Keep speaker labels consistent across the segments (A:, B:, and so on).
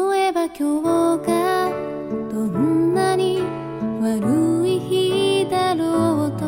A: 今日がどんなに悪い日だろうと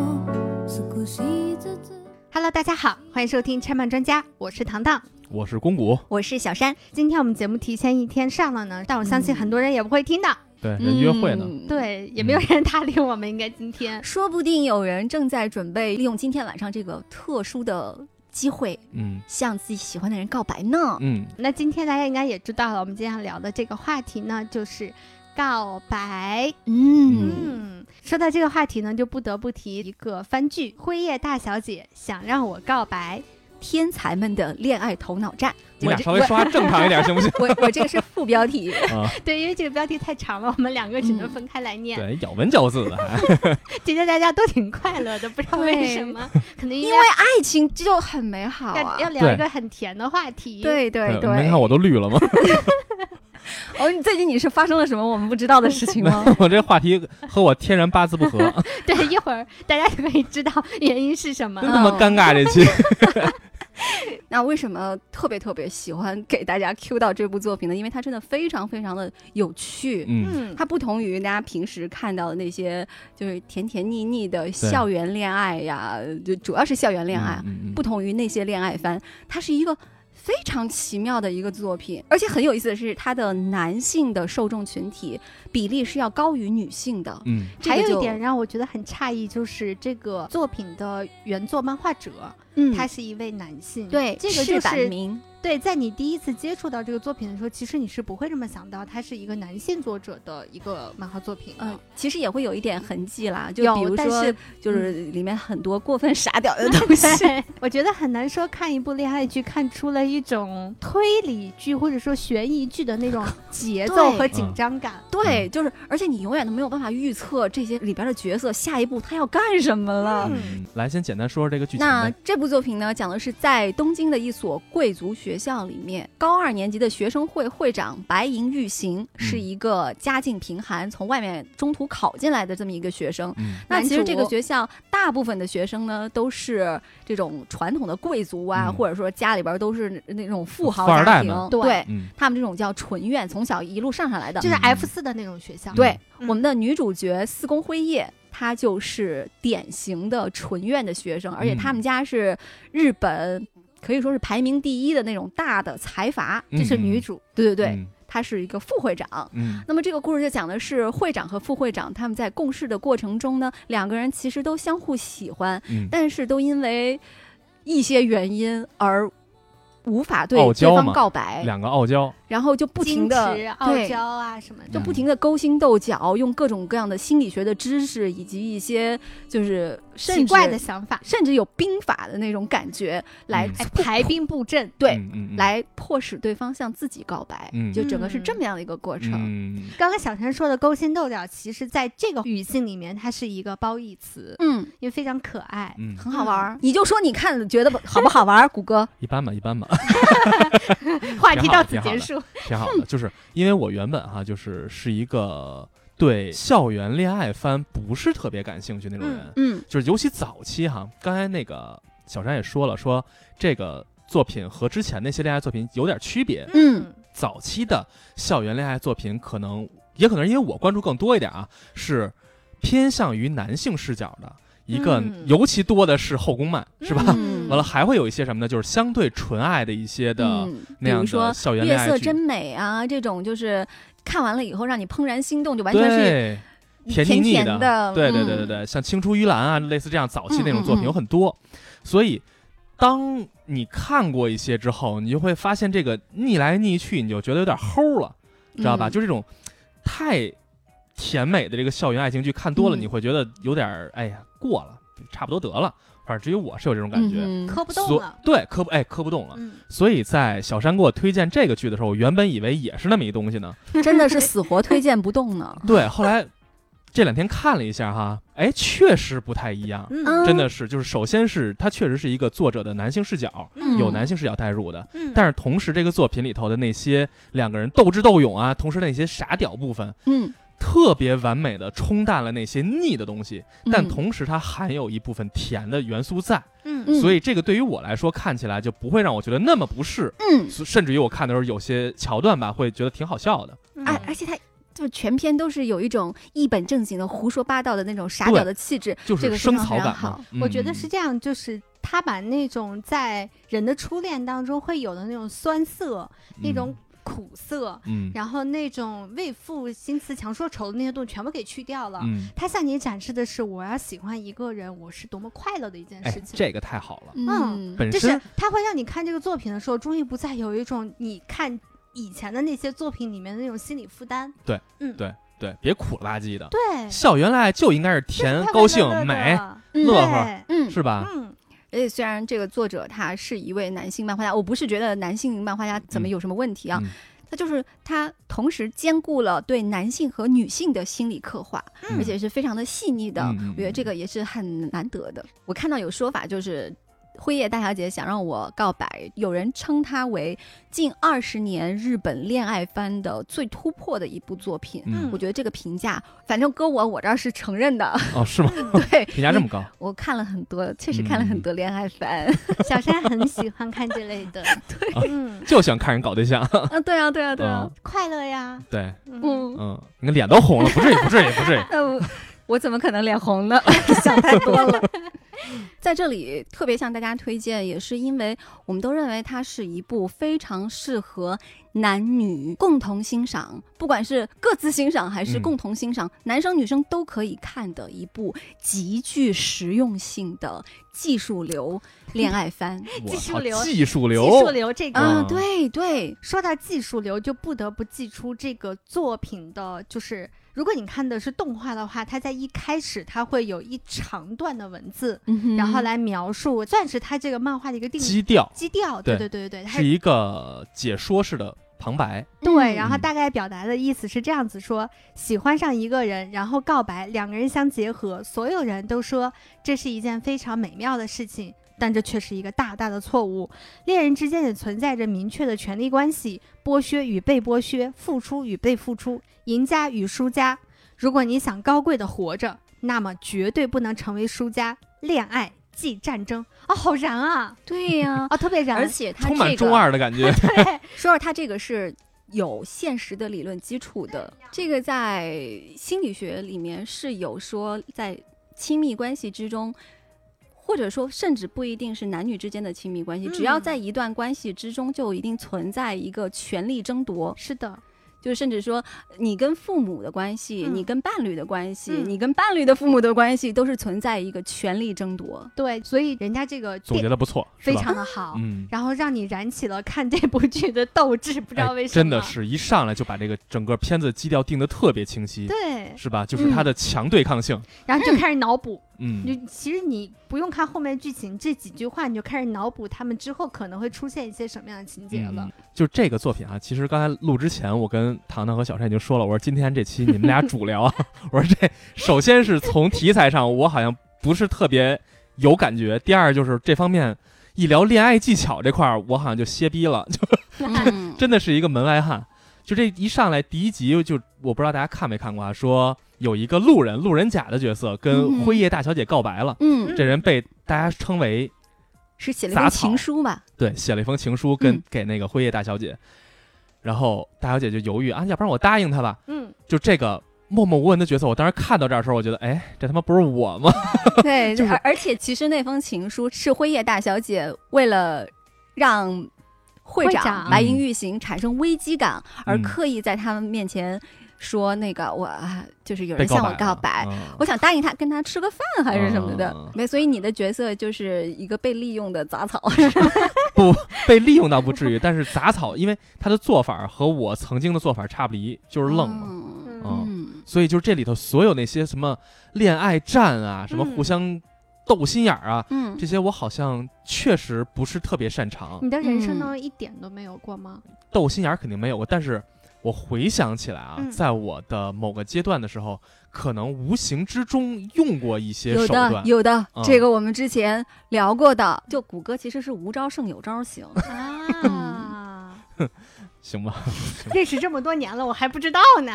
A: 少しずつ
B: Hello，大家好，欢迎收听拆漫专家，我是糖糖。
C: 我是公谷，
D: 我是小山，
B: 今天我们节目提前一天上了呢，但我相信很多人也不会听的，
C: 对，人约会呢，
D: 嗯。
B: 对，也没有人搭理我们，应该今天。
D: 说不定有人正在准备利用今天晚上这个特殊的机会
C: 嗯
D: 向自己喜欢的人告白呢。
C: 嗯，
B: 那今天大家应该也知道了，我们今天要聊的这个话题呢，就是告白。
D: 嗯，
B: 嗯，说到这个话题呢，就不得不提一个番剧《辉夜大小姐想让我告白》。
D: 天才们的恋爱头脑战，
C: 你
D: 我
C: 俩
D: 这
C: 稍微说话正常一点行 不行？
D: 我我我这个是副标题。
C: 啊，
B: 对，因为这个标题太长了，我们两个只能
D: 嗯
B: 分开来念。
C: 对，咬文嚼字的哎还，
B: 今天大家都挺快乐的，不知道为
D: 对
B: 什么，可能
D: 因
B: 该
D: 为爱情这就很美好
B: 要、
D: 啊
B: 要。聊一
C: 对
B: 个很甜的话题。。
D: 对对
C: 你没
D: 对，
C: 看我都绿了吗？
D: 哦，你最近你是发生了什么我们不知道的事情吗？
C: 我这话题和我天然八 字不合，
B: 对，一会儿大家就可以知道原因是什么
C: 真
D: 嗯
B: 了。
C: 他
D: 哦
C: 妈尴尬这 期，
D: 那为什么特别特别喜欢给大家 Q 到这部作品呢？因为它真的非常非常的有趣。
C: 嗯，
B: 嗯，
D: 它不同于大家平时看到的那些就是甜甜腻腻的校园恋爱呀，就主要是校园恋爱，啊
C: 嗯，嗯
D: 不，同于那些恋爱番，它是一个非常奇妙的一个作品，而且很有意思的是，它的男性的受众群体比例是要高于女性的。
C: 嗯
D: 这个
B: 还有一
D: 就
B: 点，让我觉得很诧异，就是这个作品的原作漫画者，
D: 嗯
B: 他是一位男性。
D: 对
B: 这个就
D: 赤坂
B: 是
D: 明，
B: 对，在你第一次接触到这个作品的时候，其实你是不会这么想到它是一个男性作者的一个漫画作品的。
D: 嗯、其实也会有一点痕迹啦，就
B: 有
D: 比如
B: 但
D: 说
B: 是，
D: 就是嗯里面很多过分傻屌的东西。
B: 对，我觉得很难说看一部恋爱剧看出了一种推理剧或者说悬疑剧的那 种节奏
D: 对
B: 和紧张感。
D: 对， 就是，而且你永远都没有办法预测这些里边的角色下一步他要干什么了。
C: 嗯，来先简单说说这个剧情
D: 那
C: 呗，
D: 这部作品呢，讲的是在东京的一所贵族学校里面，高二年级的学生会会长白银玉行是一个家境贫寒，从外面中途考进来的这么一个学生。
C: 嗯
D: 那其实
B: 男主
D: 这个学校大部分的学生呢，都是这种传统的贵族啊，
C: 嗯
D: 或者说家里边都是那种富豪
C: 富
D: 家
C: 二代
D: 庭，
C: 们
D: 对
B: 对
C: 嗯
D: 他们这种叫纯院，从小一路上上来的。
B: 就是
C: 嗯
B: F 四的那种学校。
D: 对、
B: 嗯
D: 我们的女主角四宫辉夜，她就是典型的纯院的学生，而且
C: 嗯
D: 他们家是日本可以说是排名第一的那种大的财阀。
B: 这是女主，
D: 对对对，
C: 嗯
D: 她是一个副会长。
C: 嗯
D: 那么这个故事就讲的是会长和副会长他们在共事的过程中呢，两个人其实都相互喜欢，
C: 嗯，
D: 但是都因为一些原因而无法对
C: 傲
D: 对
C: 娇
D: 方
C: 嘛
D: 告白，
C: 两个傲娇，
D: 然后就不停
B: 矜
D: 的
B: 持、傲娇啊什么的，
D: 就
C: 嗯
D: 不停的勾心斗角，用各种各样的心理学的知识，以及一些就是
B: 奇
D: 甚至
B: 怪的想 法，
D: 甚至有兵法的那种感觉来、
C: 嗯
B: 哎，排兵布阵。
D: 对、
C: 嗯，嗯，
D: 来迫使对方向自己告白，
C: 嗯
D: 就整个是这么样的一个过程。嗯
C: 嗯嗯，
B: 刚刚小陈说的勾心斗角，其实在这个语境里面，它是一个褒义词，
D: 嗯
B: 因为非常可爱。
C: 嗯，
D: 很好玩儿、你就说你看觉得好不好玩 儿，谷歌？
C: 一般吧，一 般吧，
B: 话题
C: 嗯挺好
B: 到
C: 的
B: 此
C: 挺好
B: 结
C: 的
B: 束。
C: 挺好的。就是因为我原本哈，就是是一个对校园恋爱番不是特别感兴趣那种人，
D: 嗯
C: 就是尤其早期哈，刚才那个小山也说了，说这个作品和之前那些恋爱作品有点区别。
D: 嗯，
C: 早期的校园恋爱作品，可能也可能是因为我关注更多一点啊，是偏向于男性视角的一个，
B: 嗯
C: 尤其多的是后宫漫，是吧？
D: 嗯
C: 完了，还会有一些什么呢？就是相对纯爱的一些的、
D: 嗯，
C: 那
D: 比如
C: 样
D: 说
C: 的校园
D: 月
C: 恋爱
D: 色
C: 剧
D: 真美啊，这种就是看完了以后让你怦然心动，就完全是
C: 对，
D: 甜
C: 腻腻
D: 甜的
C: 对对
D: 嗯
C: 对对对，像《青出于蓝》啊，类似这样早期那种作
D: 嗯嗯嗯
C: 品有很多，所以当你看过一些之后，你就会发现这个逆来逆去，你就觉得有点齁了，知道吧？
D: 嗯
C: 就这种太甜美的这个校园爱情剧看多了，
D: 嗯
C: 你会觉得有点儿哎呀过了，差不多得了。反正至于我是有这种感觉，
D: 嗯哼
B: 磕不动
C: 所
B: 了。
C: 对磕不哎磕不动了。
B: 嗯，
C: 所以在小山给我推荐这个剧的时候，我原本以为也是那么一东西呢，
D: 真的是死活推荐不动呢。
C: 对，后来这两天看了一下哈，哎，确实不太一样，
B: 嗯
C: 真的是，就是首先是它确实是一个作者的男性视角，
B: 嗯
C: 有男性视角带入的，
B: 嗯
C: 但是同时这个作品里头的那些两个人斗智斗勇啊，同时那些傻屌部分，
D: 嗯，
C: 特别完美的冲淡了那些腻的东西，但
D: 嗯
C: 同时它含有一部分甜的元素在，
B: 嗯
D: 嗯
C: 所以这个对于我来说看起来就不会让我觉得那么不适，
D: 嗯，
C: 所甚至于我看的时候有些桥段吧，会觉得挺好笑的。
D: 而
B: 哎，
D: 而且
C: 嗯
D: 他就全篇都是有一种一本正经的胡说八道的那种傻屌的气质，
C: 就
D: 这个
C: 是
D: 非
C: 生
D: 常
C: 草
D: 非常
C: 感
D: 好
C: 嘛。嗯
B: 我觉得是这样，就是他把那种在人的初恋当中会有的那种酸涩、那种苦涩，
C: 嗯
B: 然后那种为赋新词强说愁的那些东西全部给去掉了。
C: 嗯，
B: 他向你展示的是，我要喜欢一个人，我是多么快乐的一件
C: 哎
B: 事，情。
C: 这个太好了。
B: 嗯
D: 嗯
C: 本
B: 就是
C: 身
B: 他会让你看这个作品的时候，终于不再有一种你看以前的那些作品里面的那种心理负担。
C: 对对，别苦了吧唧的。
B: 对，
C: 校园恋爱就应该是甜、
B: 快快乐
C: 高兴
B: 乐、的
C: 美，
D: 嗯
C: 乐呵
B: 对，
D: 嗯，
C: 是吧？
B: 嗯，
D: 而且虽然这个作者他是一位男性漫画家，我不是觉得男性漫画家怎么有什么问题啊，
C: 嗯
D: 他就是他同时兼顾了对男性和女性的心理刻画，
C: 嗯
D: 而且是非常的细腻的，
C: 嗯嗯嗯
D: 我觉得这个也是很难得的。我看到有说法就是。辉夜大小姐想让我告白，有人称它为近二十年日本恋爱番的最突破的一部作品。
C: 嗯
D: 我觉得这个评价，反正搁我我这儿是承认的。
B: 嗯
C: 哦，是吗？
D: 对，
C: 评价这么高，嗯
D: 我看了很多，确实看了很多恋爱番。
B: 小山很喜欢看这类 的，对，嗯，
C: 就想看人搞对象。
D: 啊，对啊，对啊，对啊
C: 嗯，
B: 快乐呀，
C: 对，
B: 嗯，
D: 嗯，
C: 嗯，你看脸都红了，不至于，不至于，不至于。
D: 那我我怎么可能脸红 呢？
B: 想太多了，
D: 在这里特别向大家推荐，也是因为我们都认为它是一部非常适合男女共同欣赏，不管是各自欣赏还是
C: 嗯
D: 共同欣赏，男生女生都可以看的一部极具实用性的技术流恋爱番。
C: 我
B: 技术
C: 操
B: 流
C: 技术流，
B: 技术流这个。
D: 啊，
C: 嗯
D: 对对，
B: 说到技术流，就不得不祭出这个作品的，就是如果你看的是动画的话，它在一开始它会有一长段的文字，
D: 嗯哼
B: 然后来描述，算是它这个漫画的一个定
C: 基调
B: 基调。对对对
C: 对
B: 对对，它
C: 是一个解说式的旁白。
B: 对，然后
C: 嗯
B: 大概表达的意思是这样子说：喜欢上一个人，然后告白，两个人相结合，所有人都说这是一件非常美妙的事情，但这却是一个大大的错误。恋人之间也存在着明确的权利关系，剥削与被剥削，付出与被付出，赢家与输家。如果你想高贵的活着，那么绝对不能成为输家。恋爱即战争啊、好燃啊！
D: 对呀、
B: 啊、特别燃，
D: 而且它
C: 充
D: 这
C: 满中
D: 个
C: 二的感觉，
B: 对，
D: 说说它这个是有现实的理论基础的，这个在心理学里面是有说，在亲密关系之中，或者说甚至不一定是男女之间的亲密关系，
B: 嗯
D: 只要在一段关系之中，就一定存在一个权力争夺，
B: 是的，
D: 就甚至说你跟父母的关系，
B: 嗯
D: 你跟伴侣的关系，
B: 嗯
D: 你跟伴侣的父母的关系，都是存在一个权力争夺。
B: 对，所以人家这个
C: 总
B: 电
C: 结的不错，是
B: 非
C: 吧
B: 常的好，
C: 嗯，
B: 然后让你燃起了看这部剧的斗志，不知道
C: 哎
B: 为什么，
C: 真的是一上来就把这个整个片子基调定的特别清晰，
B: 对，嗯
C: 是吧？就是它的强对抗性，
B: 然后就开始脑补，
C: 嗯，
B: 你其实你不用看后面剧情，这几句话你就开始脑补他们之后可能会出现一些什么样的情节了
C: 嗯，就这个作品啊，其实刚才录之前，我跟糖糖和小山已经说了，我说今天这期你们俩主聊 啊，我说这首先是从题材上，我好像不是特别有感觉；第二就是这方面一聊恋爱技巧这块儿，我好像就歇逼了， 就
D: 嗯
C: 真的是一个门外汉。就这一上来第一集就，我不知道大家看没看过啊，说有一个路人路人甲的角色
D: 嗯
C: 跟辉夜大小姐告白了，
D: 嗯，
C: 这人被大家称为
D: 是写了一
C: 杂
D: 封
C: 草
D: 情书吧？
C: 对，写了一封情书跟、
D: 嗯
C: 给那个辉夜大小姐，然后大小姐就犹豫啊，要不然我答应他吧。
B: 嗯，
C: 就这个默默无闻的角色，我当时看到这儿的时候，我觉得，哎，这他妈不是我吗？
D: 对，
C: 就是
D: 而而且其实那封情书是辉夜大小姐为了让会
B: 会
D: 长
B: 长
D: 白银玉行产生危机感，而
C: 嗯
D: 刻意在他们面前说那个我啊就是有
C: 被
D: 人向我
C: 白
D: 告
C: 了，
D: 白。
C: 嗯
D: 我想答应他，跟他吃个饭还是什么的
C: 嗯，
D: 没、所以你的角色就是一个被利用的杂草，
C: 被利用倒不至于，但是杂草，因为他的做法和我曾经的做法差不离， 就是愣嘛。
D: 嗯
C: 嗯
D: 嗯
C: 所以就是这里头所有那些什么恋爱战啊，什么
B: 嗯
C: 互相斗心眼儿啊，
D: 嗯
C: 这些我好像确实不是特别擅长。
B: 你的人生当
D: 嗯
B: 中一点都没有过 吗？
C: 斗心眼儿肯定没有过，但是我回想起来啊，
B: 嗯
C: 在我的某个阶段的时候，可能无形之中用过一些
D: 有
C: 手
D: 的
C: 段。
D: 有的、
C: 嗯
D: 这个我们之前聊过的，就谷歌其实是无招胜有招型，
B: 啊，
C: 行吧，
B: 认识这么多年了，我还不知道呢，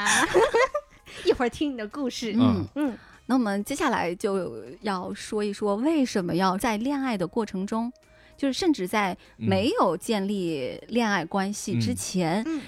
B: 一会儿听你的故事，
C: 嗯
D: 嗯
B: 嗯
D: 那我们接下来就要说一说为什么要在恋爱的过程中，就是甚至在
C: 嗯
D: 没有建立恋爱关系之
C: 嗯
D: 前，
B: 嗯，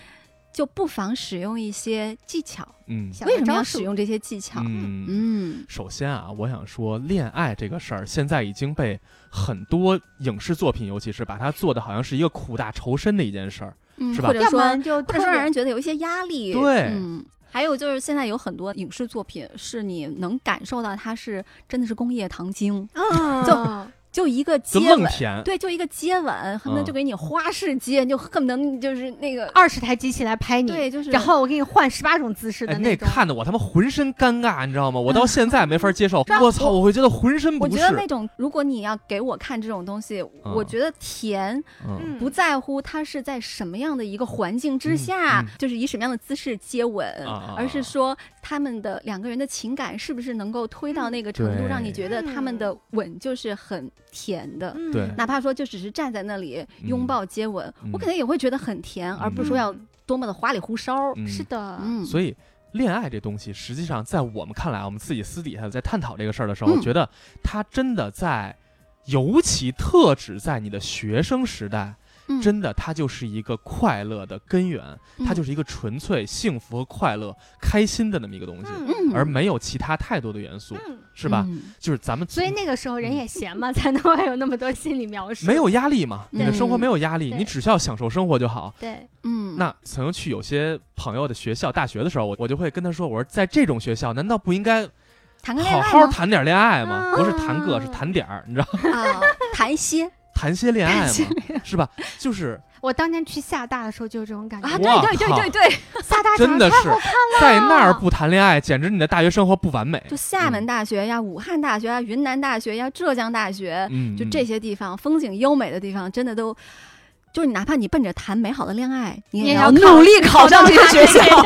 D: 就不妨使用一些技巧。
C: 嗯
B: 小
D: 为什么要
B: 招数
D: 使用这些技巧？
C: 嗯
D: 嗯
C: 首先啊，我想说，恋爱这个事儿现在已经被很多影视作品，尤其是把它做的好像是一个苦大仇深的一件事儿。
D: 嗯，
C: 是吧
D: 或者
B: 要不
D: 说，
B: 然就
D: 或
B: 特
D: 者说让
B: 别
D: 人觉得有一些压力。
C: 对
D: 嗯。还有就是，现在有很多影视作品是你能感受到它是真的是工业糖精，
B: 嗯，
D: 就一个
C: 就
D: 接
C: 愣嗯
D: 吻，
C: 甜，
D: 对，就一个接吻，恨不得就给你花式接，你就恨不得就是那
C: 啊
D: 个，
B: 二十台机器来拍你，
D: 对，就是
B: 然后我给你换十八种姿势
C: 哎
B: 的，
C: 那
B: 种。
C: 看得我他妈浑身尴尬，你知道吗？我到现在没法 接受，我操，我会觉得浑身
D: 嗯我
C: 不
D: 觉得
C: 适
D: 那。种，如果你要给我看这种东西，我觉得甜
C: 嗯，
B: 嗯
D: 不在乎它是在什么样的一个环境之下，
C: 嗯嗯
D: 就是以什么样的姿势接吻，
C: 啊
D: 而是说他们的两个人的情感是不是能够推到那个程度，
C: 对
D: 让你觉得他们的吻就是很甜的。
B: 嗯
C: 对
D: 哪怕说就只是站在那里
C: 嗯
D: 拥抱接吻，
C: 嗯
D: 我可能也会觉得很甜，而不是说要多么的花里胡哨。
C: 嗯
B: 是的，
D: 嗯，
C: 所以恋爱这东西，实际上在我们看来啊，我们自己私底下在探讨这个事儿的时候，
D: 嗯
C: 觉得它真的在，尤其特指在你的学生时代，
D: 嗯
C: 真的它就是一个快乐的根源，它
D: 嗯
C: 就是一个纯粹幸福和快乐、开心的那么一个东西，
B: 嗯
D: 嗯，
C: 而没有其他太多的元素，
B: 嗯，
C: 是吧？
D: 嗯
C: 就是咱们
B: 所以那个时候人也闲嘛， 才能会有那么多心理描述。
C: 没有压力嘛，
D: 嗯
C: 你的生活没有压力，
B: 对
C: 你只需要享受生活就好。
B: 对，
D: 嗯，
C: 那曾经去有些朋友的学校、大学的时候，我我就会跟他说，我说在这种学校，难道不应该
D: 谈个嗯恋
C: 好
D: 爱
C: 好
D: 吗？
C: 谈点恋爱吗？
B: 啊
C: 不是谈个，是谈点儿，你知道，
D: 啊，谈些
C: 谈些恋爱
D: 谈些
C: 嘛，是吧？就是
B: 我当年去厦大的时候就有这种感觉
D: 啊，，
C: 哇
D: 对对对对对，
B: 厦大
C: 真的
B: 长得
C: 是在那儿不谈恋爱，简直你的大学生活不完美。
D: 就厦
C: 嗯
D: 门大学呀、武汉大学呀、云南大学呀、浙江大学，
C: 嗯，
D: 就
C: 嗯
D: 这些地方风景优美的地方，真的都。就是哪怕你奔着谈美好的恋爱，你
B: 也
D: 也
B: 要考
D: 努力考上这些学校。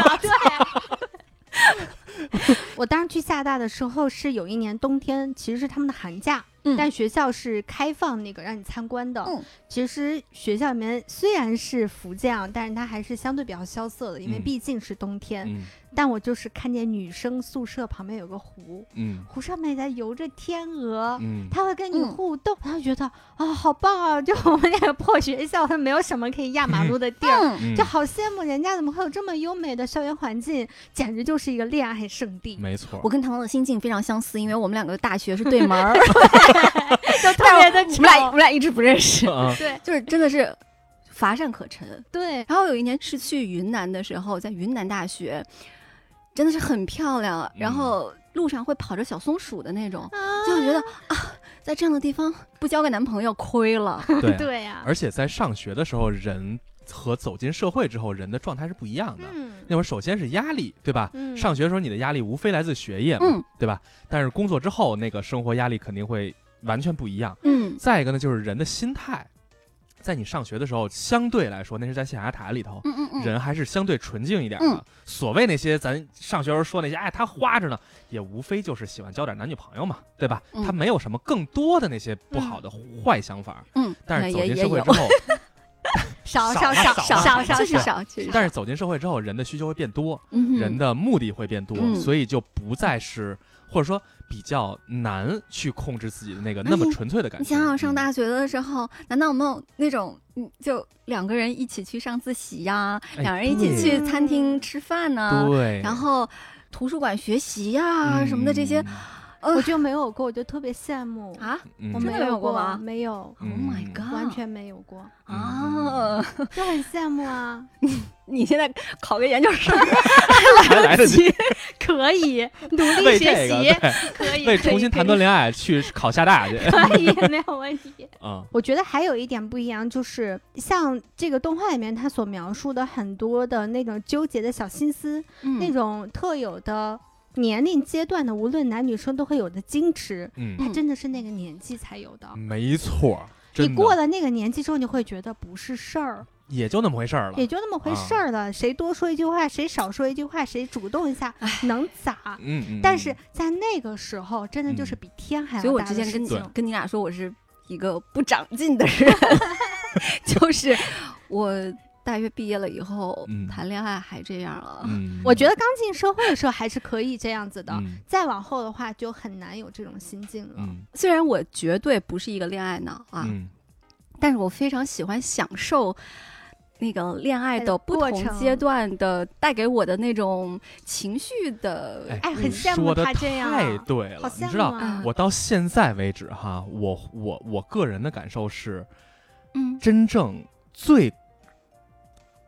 B: 对。啊我当时去厦大的时候是有一年冬天，其实是他们的寒假，
D: 嗯
B: 但学校是开放那个让你参观的。
D: 嗯
B: 其实学校里面虽然是福建啊，但是它还是相对比较萧瑟的，因为
C: 嗯
B: 毕竟是冬天。
C: 嗯
B: 但我就是看见女生宿舍旁边有个湖，
C: 嗯
B: 湖上面在游着天鹅。
C: 嗯，
B: 他会跟你
D: 嗯
B: 互动，他会觉得啊、好棒啊！就我们那个破学校，它没有什么可以压马路的地儿，
D: 嗯，
C: 嗯
B: 就好羡慕人家怎么会有这么优美的校园环境，简直就是一个恋爱圣地，
C: 嗯没错
D: 我。跟唐唐的心境非常相似，因为我们两个大学是对门儿，
B: 就特
D: 但
B: 别
D: 是
B: 的
D: 我们俩我们俩一直不认识，
C: 嗯
B: 对
D: 就是真的是乏善可陈。
B: 对，
D: 然后有一年是去云南的时候，在云南大学，真的是很漂亮，然
C: 嗯
D: 后路上会跑着小松鼠的那种，就
B: 就
D: 会觉得
C: 哎
D: 啊，在这样的地方不交个男朋友亏 了。
C: 对啊
B: 对啊呀、
C: 而且在上学的时候，人和走进社会之后，人的状态是不一样的。
B: 嗯
C: 那会儿首先是压力，对吧？
B: 嗯
C: 上学的时候你的压力无非来自学业嘛，
D: 嗯
C: 对吧？但是工作之后，那个生活压力肯定会完全不一样。
D: 嗯
C: 再一个呢，就是人的心态，在你上学的时候，相对来说，那是在象牙塔里头，
D: 嗯嗯嗯，
C: 人还是相对纯净一点的。
D: 嗯
C: 所谓那些咱上学时候说那些，哎，他花着呢，也无非就是喜欢交点男女朋友嘛，对吧？
D: 嗯
C: 他没有什么更多的那些不好的坏想法。
D: 嗯，
C: 但是
D: 那
C: 走
D: 也
C: 进
D: 也
C: 社会
D: 有
C: 之后，
B: 少
C: 少
B: 少
C: 少
B: 少
D: 确实
B: 少，
D: 少，确实少
C: 但是走进社会之后，人的需求会变多，
D: 嗯哼
C: 人的目的会变多，
D: 嗯
C: 所以就不再是或者说比较难去控制自己的那个
D: 而
C: 那么
D: 且
C: 纯粹的感
D: 你
C: 觉。
D: 想想上
C: 嗯
D: 大学的时候，难道没有那种，嗯，就两个人一起去上自习呀、
C: 哎
D: 两人一起
B: 对
D: 去嗯餐厅吃饭呐、
C: 对，嗯
D: 然后图书馆学习呀、
B: 啊
D: 什么的这些，
B: 我就没有过，我就特别羡慕，
D: 啊
C: 嗯，
B: 我
C: 嗯
D: 真的
B: 没
D: 没有
B: 有
D: 过吗
B: 没有，
D: ，Oh my
C: 嗯
D: god，
B: 完全没有过，
D: 啊！
B: 就很羡慕啊，
D: 你现在考个研究 生
C: 还来得及
B: 可以努力
C: 为
B: 学
C: 这个
B: 习，
C: 对
B: 可以
C: 为
B: 可以
C: 重新谈段恋爱去考厦大去
B: 可以 可以，没有问题。
C: 啊，
B: 我觉得还有一点不一样，就是像这个动画里面它所描述的很多的那种纠结的小心思，那
D: 那
B: 种特有的年龄阶段的，无论男女生都会有的矜持，
C: 嗯，
B: 它真的是那个年纪才有的。
C: 没错，
B: 你
C: 嗯真的
B: 过了那个年纪之后，你会觉得不是事儿，
C: 也就那么回事儿了
B: 也。就那么回事儿了。
C: 啊
B: 谁多说一句话，谁少说一句话，谁主动一下，能咋？
C: 嗯嗯，
B: 但是在那个时候，真的就是
C: 嗯
B: 比天还要
D: 所以我
B: 啊大
D: 之
B: 的
D: 前
B: 事
D: 跟你
B: 情
D: 跟你俩 说，我是一个不长进的人，就是我大学毕业了以后，
C: 嗯
D: 谈恋爱还这样了。
C: 嗯，
B: 我觉得刚进社会的时候还是可以这样子的，
C: 嗯
B: 再往后的话就很难有这种心境了。
C: 嗯
D: 虽然我绝对不是一个恋爱脑啊，
C: 嗯
D: 但是我非常喜欢享受那个恋爱的不
B: 过
D: 同
B: 程
D: 阶段的带给我的那种情绪的。
B: 哎很
C: 你
B: 羡慕
C: 说的
B: 他这样
C: 太对
B: 好
C: 了，你
B: 羡
C: 知
B: 慕
C: 道
D: 嗯
B: 啊！
C: 我到现在为止哈，我我我个人的感受是，
D: 嗯
C: 真正最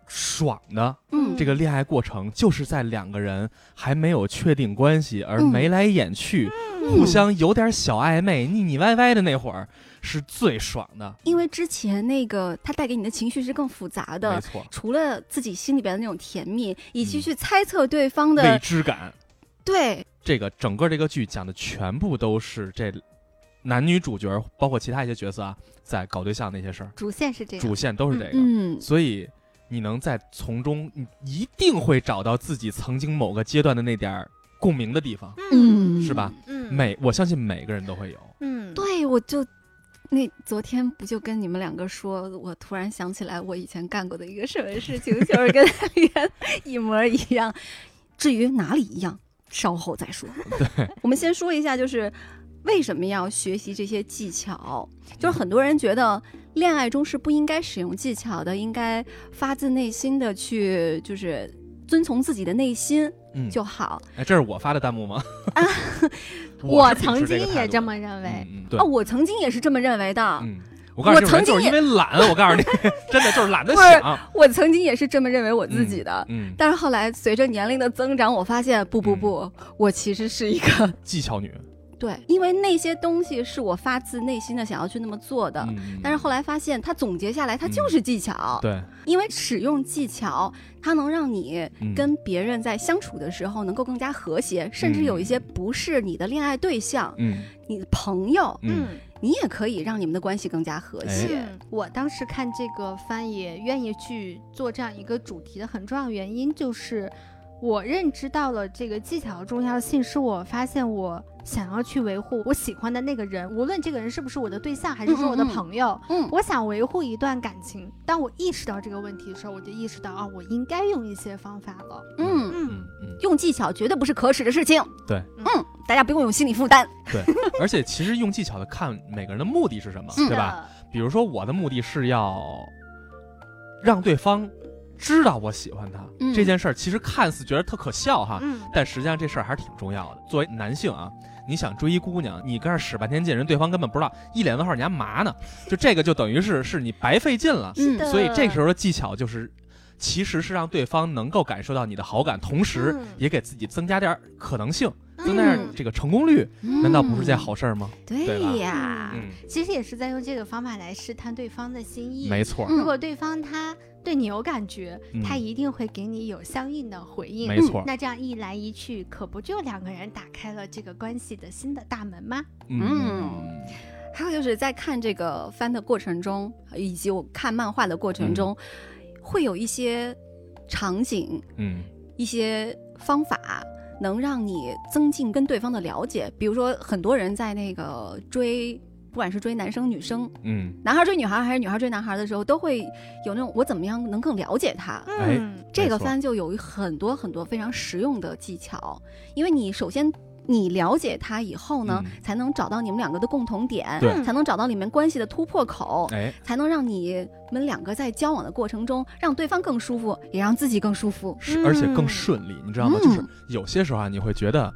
C: 爽的
D: 嗯，
C: 这个恋爱过程，就是在两个人还没有确定关系而眉
D: 嗯
C: 来眼去，互相有点小暧昧、腻腻歪歪的那会儿，是最爽的。
D: 因为之前那个它带给你的情绪是更复杂
C: 没
D: 的。
C: 错，
D: 除了自己心里边的那种甜蜜，以及
C: 嗯
D: 去猜测对方的、
C: 未知感。
D: 对，
C: 这个整个这个剧讲的全部都是这男女主角，包括其他一些角色啊，在搞对象那些事儿，
B: 主线是这样，
C: 主线都是这个。
D: 嗯，
C: 所以你能在从中，你一定会找到自己曾经某个阶段的那点儿共鸣的地方，
D: 嗯，
C: 是吧？
B: 嗯，
C: 每我相信每个人都会有。
B: 嗯，
D: 对，我就那昨天不就跟你们两个说，我突然想起来我以前干过的一个什么事情，就是跟他连一模一样。至于哪里一样，稍后再说。
C: 对，
D: 我们先说一下，就是为什么要学习这些技巧？就是很多人觉得恋爱中是不应该使用技巧的，应该发自内心的去，就是遵从自己的内心
C: 嗯，
D: 就好。
C: 哎，这是我发的弹 幕吗？
D: 啊
B: 我
C: 是秉
B: 曾
C: 持
B: 经
C: 个态
B: 也
C: 度
B: 这
C: 的
B: 么认为。
C: 嗯，嗯对
D: 哦，，我曾经也是这么认为的。
C: 嗯，我告诉你，
D: 我
C: 这种
D: 曾
C: 人
D: 经
C: 就是因为懒，我告诉你， 真的就是懒得
D: 不是
C: 想。
D: 我曾经也是这么认为我自己的，
C: 嗯，
D: 但是后来随着年龄的增长，我发现不不不，我其实是一 个
C: 技巧女。
D: 对，因为那些东西是我发自内心的想要去那么做的。
C: 嗯，
D: 但是后来发现，它总结下来，它就是技巧。
C: 对，
D: 因为使用技巧，它能让你
C: 嗯
D: 跟别人在相处的时候能够更加和谐，甚至有一些不是你的恋爱对象，
C: 嗯
D: 你的朋友，
C: 嗯，
D: 你也可以让你们的关系更加和
C: 哎
D: 谐。
B: 嗯，我当时看这个番也愿意去做这样一个主题的很重要原因就是，我认知到了这个技巧的重要性，是我发现我想要去维护我喜欢的那个人，无论这个人是不是我的对象，还是说我的
D: 嗯嗯嗯
B: 朋友，
D: 嗯
B: 我想维护一段感情。当我意识到这个问题的时候，我就意识到啊，我应该用一些方法了。
D: 嗯，
B: 嗯
C: 嗯嗯，
D: 用技巧绝对不是可耻的事情。
C: 对
D: 嗯，大家不用有心理负担。
C: 而且其实用技巧的看每个人的目的是什么，
D: 嗯
C: 对吧？？比如说我的目的是要让对方知道我喜欢他、
D: 嗯
C: 这件事儿，其实看似觉得特可笑哈，
B: 嗯，
C: 但实际上这事儿还是挺重要的。作为男性啊，你想追一姑娘，你跟那儿使半天劲，人对方根本不知道，一脸问号，你还嘛呢？就这个就等于是是你白费劲了。
D: 嗯
B: 是的
C: 所以这时候的技巧就是，其实是让对方能够感受到你的好感，同时
B: 嗯
C: 也给自己增加点儿可能性，增加
D: 那
C: 点
D: 儿
C: 儿这个成功率，难道不是件
D: 嗯
C: 好事儿吗？对吧
D: 对呀，
C: 嗯，
B: 其实也是在用这个方法来试探对方的心意。
C: 没错儿，
D: 嗯
B: 如果对方他对你有感觉，
C: 嗯
B: 他一定会给你有相应的回应。
C: 没错儿，
B: 那这样一来一去，可不就两个人打开了这个关系的新的大门吗？
C: 嗯
D: 还有就是在看这个番的过程中，以及我看漫画的过程中，会有一些场景、
C: 嗯
D: 一些方法，能让你增进跟对方的了解。比如说，很多人在那个追，不管是追男生女生，
C: 嗯，
D: 男孩追女孩还是女孩追男孩的时候，都会有那种我怎么样能更了解他。
C: 哎
B: 嗯，
D: 这个
C: 没错
D: 番就有很多很多非常实用的技巧，因为你首先你了解他以后呢，
C: 嗯
D: 才能找到你们两个的共同点，
C: 对
D: 才能找到里面关系的突破口，
C: 哎，
D: 才能让你们两个在交往的过程中，让对方更舒服，也让自己更舒服。
C: 是而且更顺利，你知道吗？就是
D: 嗯
C: 有些时候啊，你会觉得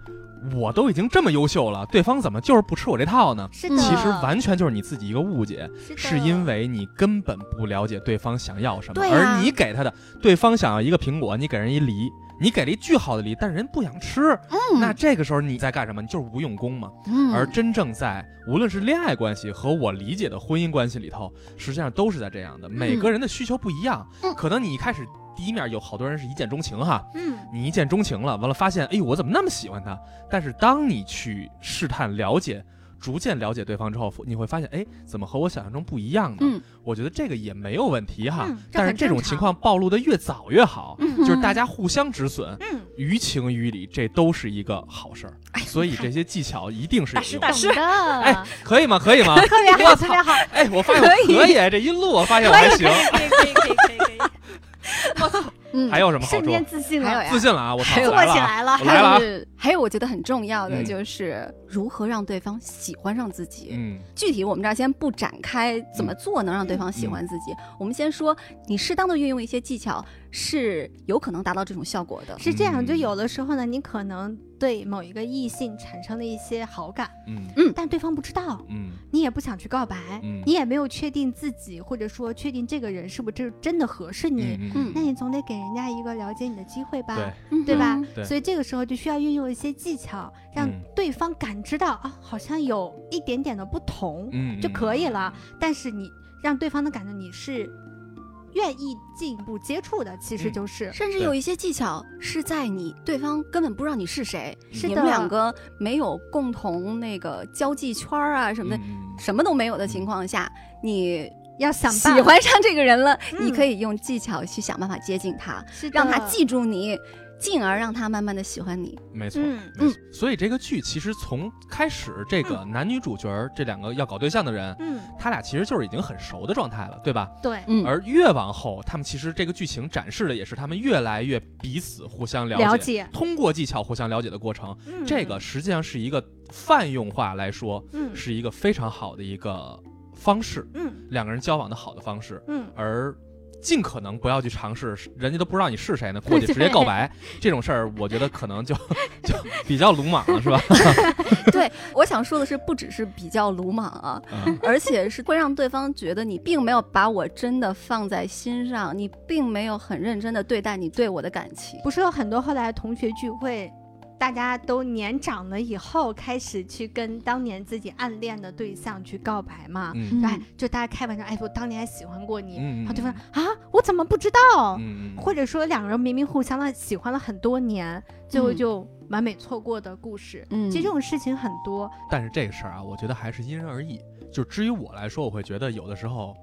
C: 我都已经这么优秀了，对方怎么就是不吃我这套呢？
B: 是
D: 嗯
B: 的，
C: 其实完全就是你自己一个误解，
B: 是
C: 是因为你根本不了解对方想要什么，
D: 对啊
C: 而你给他的，对方想要一个苹果，你给人一梨，你给了一巨好的梨，但人不想吃，
D: 嗯
C: 那这个时候你在干什么？你就是无用功嘛。
D: 嗯，
C: 而真正在无论是恋爱关系和我理解的婚姻关系里头，实际上都是在这样的，每
B: 嗯
C: 个人的需求不一样
D: 嗯，
C: 可能你一开始第一面有好多人是一见钟情哈，
B: 嗯
C: 你一见钟情了，完了发现，哎呦，我怎么那么喜欢他？但是当你去试探了解，逐渐了解对方之后，你会发现，哎，怎么和我想象中不一样呢？
D: 嗯
C: 我觉得这个也没有问题哈。
B: 嗯这
C: 但是
B: 很
C: 这种
B: 正常
C: 情况暴露的越早越好，
B: 嗯
C: 就是大家互相止损，
B: 嗯，
C: 于情于理，这都是一个好事儿。
D: 哎
C: 所以这些技巧一定是有用的。
B: 懂的，
C: 哎，可以吗？可以吗？
B: 特别好，哎
C: 我
B: 特
C: 操
B: 别好，
C: 哎，我发现我
D: 可以
C: 可以，这一录我发现我还行。
B: 可以可以可以可以可以可以。
D: 嗯，
C: 还有什么好
B: 瞬
C: 说
B: 间？自信
D: 还有
B: 了，
D: 呀
C: 自，信了啊！我操，
D: 还有
B: 坐
C: 我来
B: 起
C: 了啊，
B: 来了
C: 我。
D: 还
C: 来了
D: 有
C: 啊。
D: 是还有，我觉得很重要的
C: 嗯
D: 就是如何让对方喜欢上自己。
C: 嗯
D: 具体我们这儿先不展开怎么做能让对方喜
B: 嗯
D: 欢自己，我们先说你适当的运用一些技巧是有可能达到这种效果的。
B: 是这样，就
C: 嗯
B: 有的时候呢，你可能对某一个异性产生了一些好感，
C: 嗯
B: 但对方不知道，
C: 嗯
B: 你也不想去告白，
C: 嗯
B: 你也没有确定自己，或者说确定这个人是不是真真的合适你，
C: 嗯
D: 嗯
B: 那你总得给人家一个了解你的机会吧。
C: 对
D: 嗯
B: 对吧
D: 哼？
C: 对
B: 所以这个时候就需要运用一些技巧，让
C: 嗯
B: 对方感知到啊，好像有一点点的不同，
C: 嗯
B: 就可以了。但是你让对方的感觉你是愿意进一步接触的，其实
C: 嗯
B: 就是、
D: 甚至
C: 对
D: 有一些技巧是在你对方根本不知道你是谁，
B: 是
D: 你
B: 的
D: 们两个没有共同那个交际圈儿啊什么的，
C: 嗯
D: 什么都没有的情况下，你
B: 要想
D: 喜
B: 办法
D: 欢上这个人了，
B: 嗯
D: 你可以用技巧去想办法接近他，
B: 是的
D: 让他记住你，进而让他慢慢的喜欢你。
C: 没错。
B: 嗯
C: 没错所以这个剧其实从开始，这个男女主角儿这两个要搞对象的人，
B: 嗯，
C: 他俩其实就是已经很熟的状态了，对吧？
B: 对，
D: 嗯，
C: 而越往后，他们其实这个剧情展示的也是他们越来越彼此互相了解，
B: 了解
C: 通过技巧互相了解的过程。
B: 嗯
C: 这个实际上是一个泛用化来说，
B: 嗯
C: 是一个非常好的一个方式，
B: 嗯
C: 两个人交往的好的方式。
B: 嗯，
C: 而尽可能不要去尝试，人家都不知道你是谁 呢，过去直接告白这种事儿，我觉得可能就 就比较鲁莽了，是吧？
D: 对，我想说的是，不只是比较鲁莽啊，
C: 嗯
D: 而且是会让对方觉得你并没有把我真的放在心上，你并没有很认真的对待你对我的感情。
B: 不是有很多后来同学聚会。大家都年长了以后，开始去跟当年自己暗恋的对象去告白嘛。
C: 嗯
B: 哎，就大家开玩笑，哎，我当年还喜欢过你，
C: 嗯
B: 然后对方说啊，我怎么不知道？
C: 嗯，
B: 或者说两个人明明互相的喜欢了很多年，最后
D: 嗯
B: 就完美错过的故事。
D: 嗯
B: 其实这种事情很多，
C: 但是这个事儿啊，我觉得还是因人而异。就至于我来说，我会觉得有的时候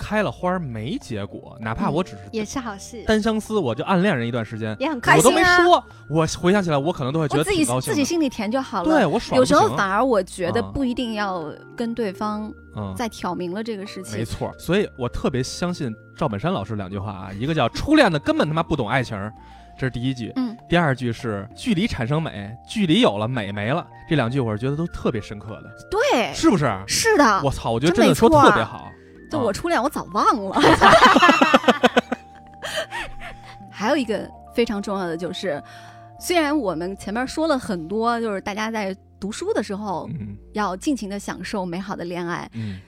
C: 开了花儿没结果，哪怕我只
B: 也
C: 是
B: 是好事，
C: 单相思，我就暗恋人一段时间，
B: 也很
D: 开
B: 快
C: 我
B: 乐。
C: 都
D: 心
C: 没
D: 啊
C: 说，我回想起来，我可能都会觉
D: 我自
C: 得
D: 己
C: 挺高兴
D: 自
C: 的。
D: 己心里甜就好了。
C: 对我爽
D: 有
C: 就
D: 时候
C: 行
D: 反而我觉得
C: 啊
D: 不一定要跟对方
C: 嗯，
D: 再挑明了这个事情
C: 没。错，所以我特别相信赵本山老师两句话啊，一个叫“初恋的根本他妈不懂爱情儿”，这是第一句；
D: 嗯，
C: 第二句是“距离产生美，距离有了美没了”。这两句我是觉得都特别深刻的，
D: 对，
C: 是不是？
D: 哎是啊的，
C: 我操，我觉得
D: 真
C: 真的
D: 没
C: 说
D: 错
C: 特
D: 啊
C: 别好。
D: 就
C: 啊
D: 我初恋，我早忘 了。还有一个非常重要的就是，虽然我们前面说了很多，就是大家在读书的时候
C: 嗯
D: 要尽情的享受美好的恋爱，
C: 嗯，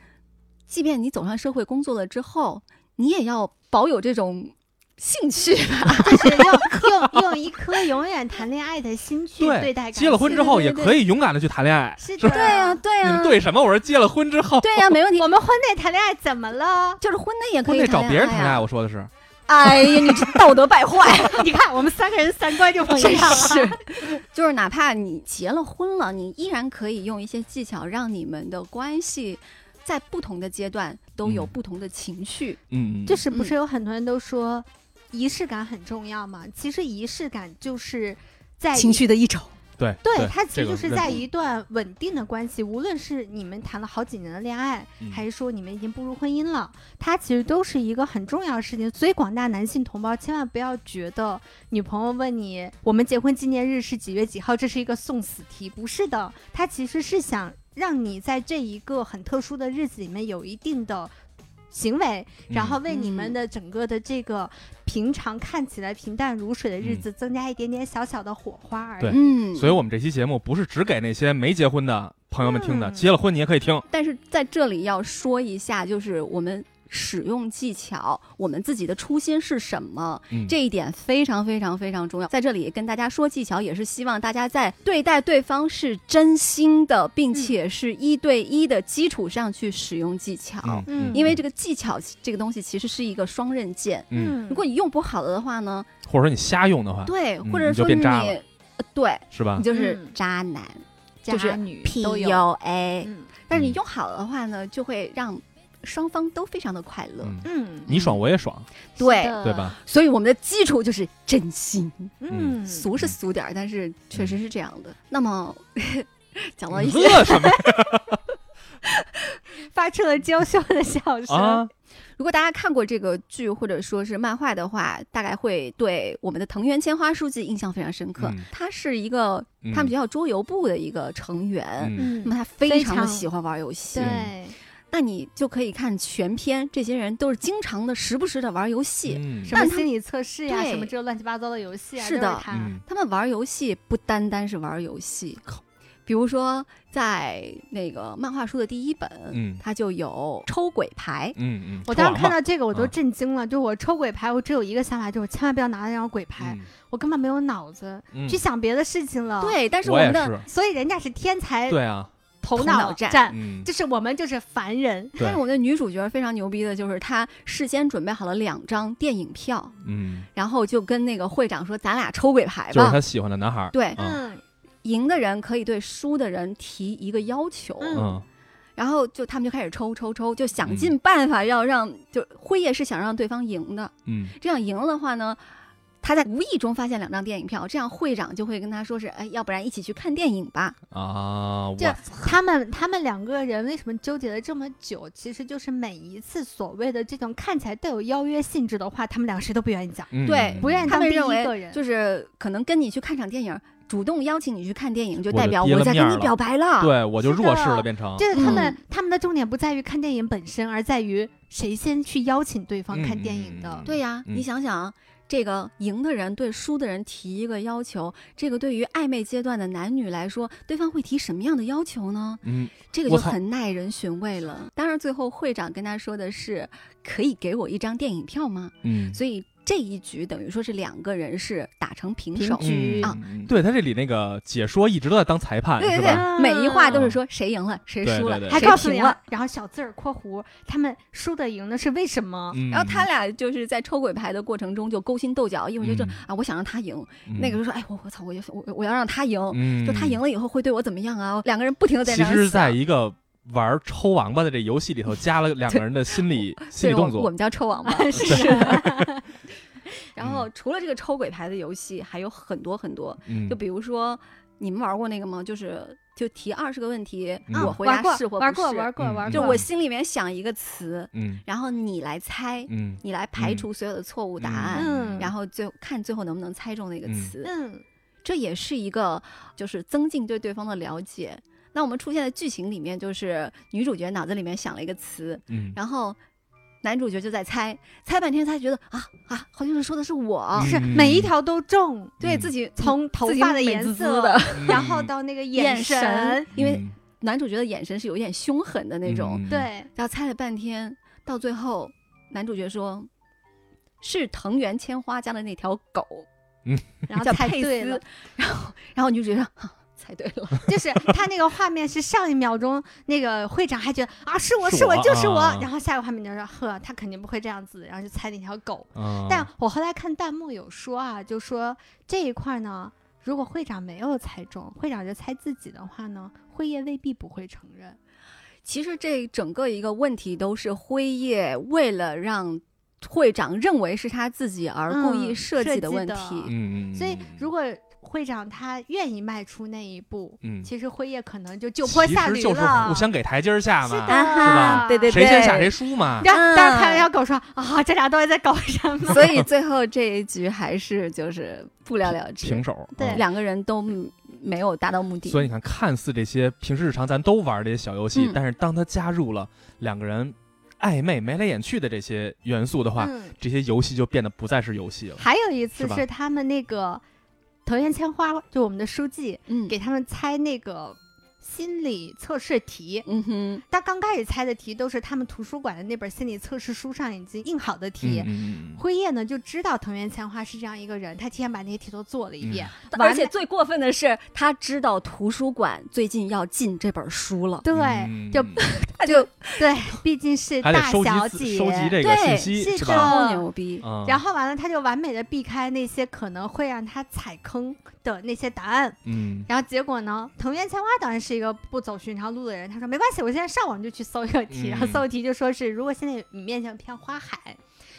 D: 即便你走上社会工作了之后，你也要保有这种兴趣吧。
B: 就是用用用一颗永远谈恋爱的心去
C: 对
B: 对待感情。
C: 结了婚之后也可
B: 以，
C: 以勇敢的去谈恋爱。
B: 是的，
C: 是吧
D: 对呀、 对
C: 你
D: 呀、
C: 们对什么？我说结了婚之后，
D: 对 呀、没问题？
B: 我。们婚内谈恋爱怎么了
D: 就是婚内也可
C: 婚
D: 以
C: 内找别人
D: 谈
C: 谈恋爱，
D: 呀。
C: 我说的是，
D: 哎呀，你这道德败坏！
B: 你看我们三个人三观 就不一
D: 真
B: 样了。
D: 是， 就是哪怕你结了婚了，你依然可以用一些技巧，让你们的关系在不同的阶段都有
C: 嗯
D: 不同的情绪。
C: 嗯，
B: 就是不是有很多人都说仪式感很重要嘛？其实仪式感就是在一
D: 绪的一种，
C: 对
B: 对，它其
C: 这
B: 实
C: 个
B: 就是
C: 认
B: 在
C: 同
B: 一段稳定的关系，无论是你们谈了好几年的恋爱，
C: 嗯
B: 还是说你们已经步入婚姻了，它其实都是一个很重要的事情。所以广大男性同胞千万不要觉得女朋友问你我们结婚纪念日是几月几号，这是一个送死题，不是的，它其实是想让你在这一个很特殊的日子里面有一定的。行为，然后为你们
D: 嗯
B: 的整个的这个平常看起来平淡如水的日
C: 嗯
B: 子增加一点点小小的火花而已。
C: 对
D: 嗯，
C: 所以我们这期节目不是只给那些没结婚的朋友们听的，
B: 嗯
C: 结了婚你也可以听。
D: 但是在这里要说一下，就是我们使用技巧，我们自己的初心是什么，
C: 嗯，
D: 这一点非常非常非常重要。在这里跟大家说技巧，也是希望大家在对待对方是真心的，并且是一对一的基础上去使用技巧。
C: 嗯
B: 嗯
D: 因为这个技巧这个东西其实是一个双刃剑。
C: 嗯，
B: 嗯
D: 如果你用不好了的话呢，
C: 或者说你瞎用的话，
D: 对，
C: 嗯
D: 或者
C: 你就
D: 说
C: 变
D: 你，
C: 渣了啊
D: 呃对，
C: 是吧
D: 你？就是
B: 嗯
D: 渣男、
B: 渣
D: 就是哎
B: 女都有，
D: PUA。
B: 嗯
D: 但是你用好了的话呢，就会让双方都非常的快乐。
C: 嗯，
B: 嗯，呃
C: 你爽我也爽，
D: 对
B: 是的
C: 对？吧？
D: 所以我们的基础就是真心，
B: 嗯，
D: 俗是俗点儿，但是确
C: 嗯
D: 实是这 样的。那么讲到一
C: 你
D: 些
C: 乐什么呀？
B: 发出了娇羞的笑声。
C: 啊，
D: 如果大家看过这个剧或者说是漫画的话，大概会对我们的藤原千花书记印象非常深刻。
C: 嗯
D: 他是一个
C: 嗯
D: 他们学校桌游部的一个成员，
C: 嗯
B: 嗯
D: 那么，他非
B: 非
D: 常的
B: 常
D: 喜欢玩游戏。
B: 对，
D: 那你就可以看全篇，这些人都是经常的、时不时的玩游戏。
C: 嗯
B: 什么
D: 但他
B: 心理测试呀，
D: 对
B: 什么这乱七八糟的游戏啊，
D: 是
B: 都
D: 的
B: 他
C: 嗯
D: 他们玩游戏不单单是玩游戏，比如说在那个漫画书的第一本，
C: 嗯
D: 它就有抽鬼牌
C: 嗯。嗯，
B: 我当时看
C: 到
B: 到这个我都
C: 啊
B: 震惊了，就我抽鬼牌，我只有一个想法，就是我千万不要拿那张鬼牌，我根本没有脑子
C: 嗯
B: 去想别的事情了。，
D: 对，但是我
C: 啊我也
D: 们的，
C: 是，
B: 所以人家是天才
C: 对啊，
B: 头
D: 头
B: 脑
D: 脑战
C: 嗯
B: 哎就是我们就是凡人。
D: 但
C: 对
D: 是我们的女主角非常牛逼的，就是她事先准备好了两张电影票，
C: 嗯，
D: 然后就跟那个会长说：“咱俩抽鬼牌
C: 就是
D: 哎吧。
C: 他喜欢的男孩儿，
D: 对，
C: 啊
B: 嗯，
D: 赢的人可以对输的人提一个要求，
B: 嗯
C: 嗯
D: 然后就他们就开始抽抽抽，就想
C: 嗯
D: 尽办法要让，就辉夜是想让对方赢的。
C: 嗯
D: 这样赢了的话呢，他在无意中发现两张电影票，这样会长就会跟他说是，哎，要不然一起去看电影吧。
C: 啊，我
B: 这他们他们两个人为什么纠结了这么久？其实就是每一次所谓的这种看起来带有邀约性质的话，他们俩谁都不愿意讲，
C: 嗯
D: 对
B: 不愿意
D: 他
B: 当
D: 们
B: 第一
D: 认
B: 个
D: 为
B: 人。
D: 就是可能跟你去看场电影，主动邀请你去看电影，就
C: 我就
D: 代表
C: 跌
D: 我
C: 了
D: 在
C: 面
D: 跟你
C: 儿了
D: 表白了。
C: 对，我就是弱势
B: 的
C: 了，变成
B: 就是他们、
D: 嗯
B: 他们的重点不在于看电影本身，而在于谁先去邀请对方看电影的。
C: 嗯嗯嗯嗯
D: 对呀，你想想。这个赢的人对输的人提一个要求，这个对于暧昧阶段的男女来说，对方会提什么样的要求呢？
C: 嗯
D: 这个
C: 我
D: 就
C: 操
D: 很耐人寻味了。当然，最后会长跟他说的是，可以给我一张电影票吗？
C: 嗯
D: 所以这一局等于说是两个人是打成平
B: 平
D: 手，
B: 局以
C: 嗯
D: 啊
C: 嗯对他这里那个解说一直都在当裁判，
D: 对对
C: 是
D: 对
C: 吧？，
D: 每一话都是说谁赢了，谁
C: 对
D: 输了，
C: 对对
B: 嗯还
D: 谁
B: 告诉你啊
D: 平了。，
B: 然后小字儿（括弧）他们输的赢的是为什么？
C: 嗯
D: 然后他俩就是在抽鬼牌的过程中就勾心斗角，一会儿就说、
C: 嗯
D: 啊，我想让他赢，那个就说哎，我我操，我就我我要让他赢，
C: 嗯，
D: 就他赢
C: 了。
D: 了以后会对我怎么样啊？两个人不停的在
C: 其
D: 那儿
C: 实，
D: 想
C: 在一个玩抽王八的这游戏里头，加了两个人的心理
D: 对
C: 心理
D: 我
C: 动
D: 我
C: 作
D: 们，叫抽王 八。
B: 是，
D: 然后除了这个抽鬼牌的游戏，还有很多很多，
C: 嗯
D: 就比如说你们玩过那个吗？就是就提二十个问题，
C: 嗯
D: 我回
B: 玩
D: 答
B: 过
D: 是或不是，
B: 玩过玩过
C: 嗯
B: 玩过，
D: 就我心里面想一个词，
C: 嗯
D: 然后你来猜，
C: 嗯
D: 你来排除所有的错误答案，
B: 嗯
D: 然后最后看最后能不能猜中那个词。
B: 嗯
D: 这也是一个就是增进对对方的了解。那我们出现在剧情里面，就是女主角脑子里面想了一个词，
C: 嗯
D: 然后男主角就在猜，猜半天，他觉得啊啊，好像是说的是我，
C: 嗯
B: 是每一条都中，
D: 对
C: 嗯
D: 自己
B: 从头
D: 自己
B: 发的
D: 美
B: 颜
D: 滋滋
B: 色
D: 的
B: 然后到那个眼
D: 神，
B: 神，
C: 嗯
D: 因为 男主角的眼神是有点凶狠的那种。
B: 对，
D: 然后猜了半天，到最后男主角说。是藤原千花家的那条狗，
C: 嗯
B: 然 后
D: 叫
B: 猜
D: 佩
B: 对了
D: 斯，，然后然后女主角说、 啊、猜对了，
B: 就是他那个画面是上一秒钟那个会长还觉得啊是我
C: 是
B: 是我
C: 我
B: 就是我
C: 啊，
B: 然后下一个画面就说呵他肯定不会这样子，然后就猜那条狗。
C: 嗯，
B: 但我后来看弹幕有说啊，就说这一块呢，如果会长没有猜中，会长就猜自己的话呢，辉夜未必不会承认。
D: 其实这整个一个问题都是辉夜为了让会长认为是他自己而故意
B: 嗯
D: 设
B: 设
D: 计的
B: 计
D: 问
B: 的
D: 题。
C: 嗯嗯，
B: 所以
C: 嗯
B: 如果会长他愿意迈出那一步，
C: 嗯，
B: 其实辉夜可能就就坡下
C: 其
B: 驴
C: 实
B: 了。
C: 就是互相给台阶儿下
B: 是
C: 嘛
B: 的，
C: 吧
D: 啊对对对，
C: 谁先下谁输嘛。
B: 然后当时
D: 嗯
B: 看了条狗说啊，这俩到底在搞什么？
D: 所以最后这一局还是就是不了了之，
C: 平手，
B: 对
C: 嗯
D: 两个人都嗯没有达到目的。
C: 所以你看，看似这些平时日常咱都玩儿这些小游戏，
D: 嗯
C: 但是当它加入了两个人暧昧、眉来眼去的这些元素的话，
B: 嗯，
C: 这些游戏就变得不再是游戏了。
B: 还有一次
C: 是吧
B: 是他们那个藤原千花，就我们的书记
D: 嗯
B: 给他们猜那个心理测试题。
D: 嗯哼，
B: 他刚开始猜的题都是他们图书馆的那本心理测试书上已经印好的题。
C: 嗯嗯
B: 辉夜呢就知道藤原千花是这样一个人，他提前把那些题都做
C: 嗯
B: 了一遍，完
D: 而且最过分的是，他知道图书馆最近要进这本书了，
B: 对、
C: 嗯
B: 就
D: 他就
B: 对，毕竟是
C: 还得
B: 大
C: 收集
B: 小
C: 资
B: 姐，
C: 收集这个信
D: 对
C: 息
B: 是
C: 是吧？
D: 超哦牛逼。
C: 嗯，
B: 然后完了他就完美的避开那些可能会让他踩坑的那些答案。
C: 嗯
B: 然后结果呢？藤原千花当然是一个不走寻常路的人，他说没关系，我现在上网就去搜一个题，
C: 嗯
B: 然后搜题就说是如果现在你面前有片花海，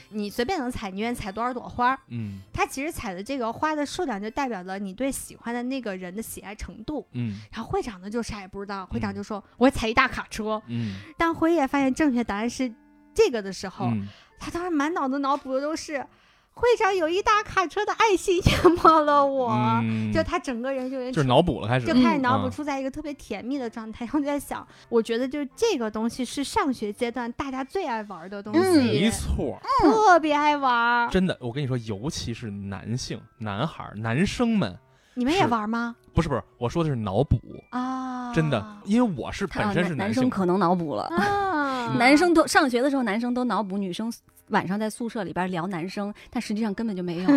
B: 你随便能采，你愿意采多少朵花儿。
C: 嗯
B: 它其实采的这个花的数量，就代表了你对喜欢的那个人的喜爱程度。
C: 嗯
B: 然后会长呢就啥也不知道，会长
C: 嗯
B: 就说：“我采一大卡车。
C: 嗯”
B: 当辉夜发现正确答案是这个的时候，
C: 嗯，
B: 他当时满脑子脑补的都是会长有一大卡车的爱心淹没了我，
C: 嗯
B: 就他整个人就有点
C: 就是脑补了开始
B: 就，开始
D: 嗯
B: 脑补
C: 啊
B: 出在一个特别甜蜜的状态， 然后就在想，我觉得就是这个东西是上学阶段大家最爱玩的东
D: 嗯
B: 西，
C: 没错，
B: 特别爱玩。
C: 真的，我跟你说，尤其是男性、男孩儿、男生们，
B: 你们也
C: 是
B: 玩吗？
C: 不是不是，我说的是脑补，
B: 啊，
C: 真的，因为我是
D: 哦他
C: 本身是
D: 男
C: 男
D: 生
C: 性，
D: 可能脑补了。
B: 啊，
D: 男生都上学的时候，男生都脑补女生晚上在宿舍里边聊男生，但实际上根本就没有，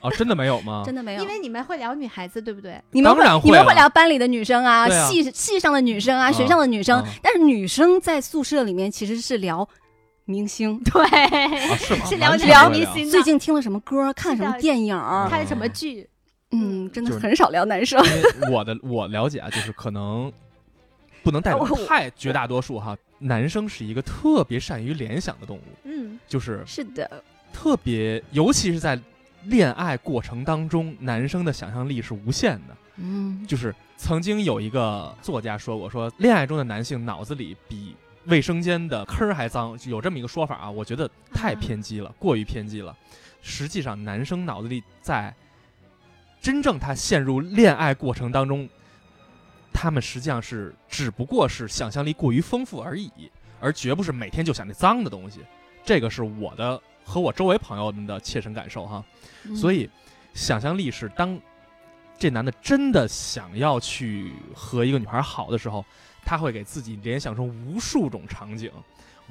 C: 啊，真的没有吗？
D: 真的没有。
B: 嗯因为你们会聊女孩子，对不 对？
D: 你们会
C: 当然会
D: 你们
C: 了
D: 会聊班里的女生啊，
C: 对啊
D: 系系上的女生啊，
C: 啊
D: 学校的女生
C: 啊，
D: 但是女生在宿舍里面其实是聊明星，
B: 对，
C: 啊，是吗？
B: 是聊
C: 完全
B: 聊
C: 不会
B: 明
C: 聊
B: 星的
D: 最近听了什么歌，看了什
B: 是
D: 么
B: 的
D: 电影儿，
B: 看了什么剧，
D: 嗯，真的
C: 就是
D: 很少聊男生。
C: 因为我的我了解啊，就是可能不能代表
D: 啊我
C: 太绝大多数哈。男生是一个特别善于联想的动物，
B: 嗯，
C: 就是
D: 是的，
C: 特别，尤其是在恋爱过程当中，男生的想象力是无限的。
D: 嗯，
C: 就是曾经有一个作家说过，说恋爱中的男性脑子里比卫生间的坑儿还脏，有这么一个说法啊，我觉得太偏激了，过于偏激了。实际上，男生脑子里在真正他陷入恋爱过程当中，他们实际上是只不过是想象力过于丰富而已，而绝不是每天就想那脏的东西。这个是我的和我周围朋友们的切身感受哈。所
D: 以
C: 以，想象力是当这男的真的想要去和一个女孩好的时候，他会给自己联想出无数种场景。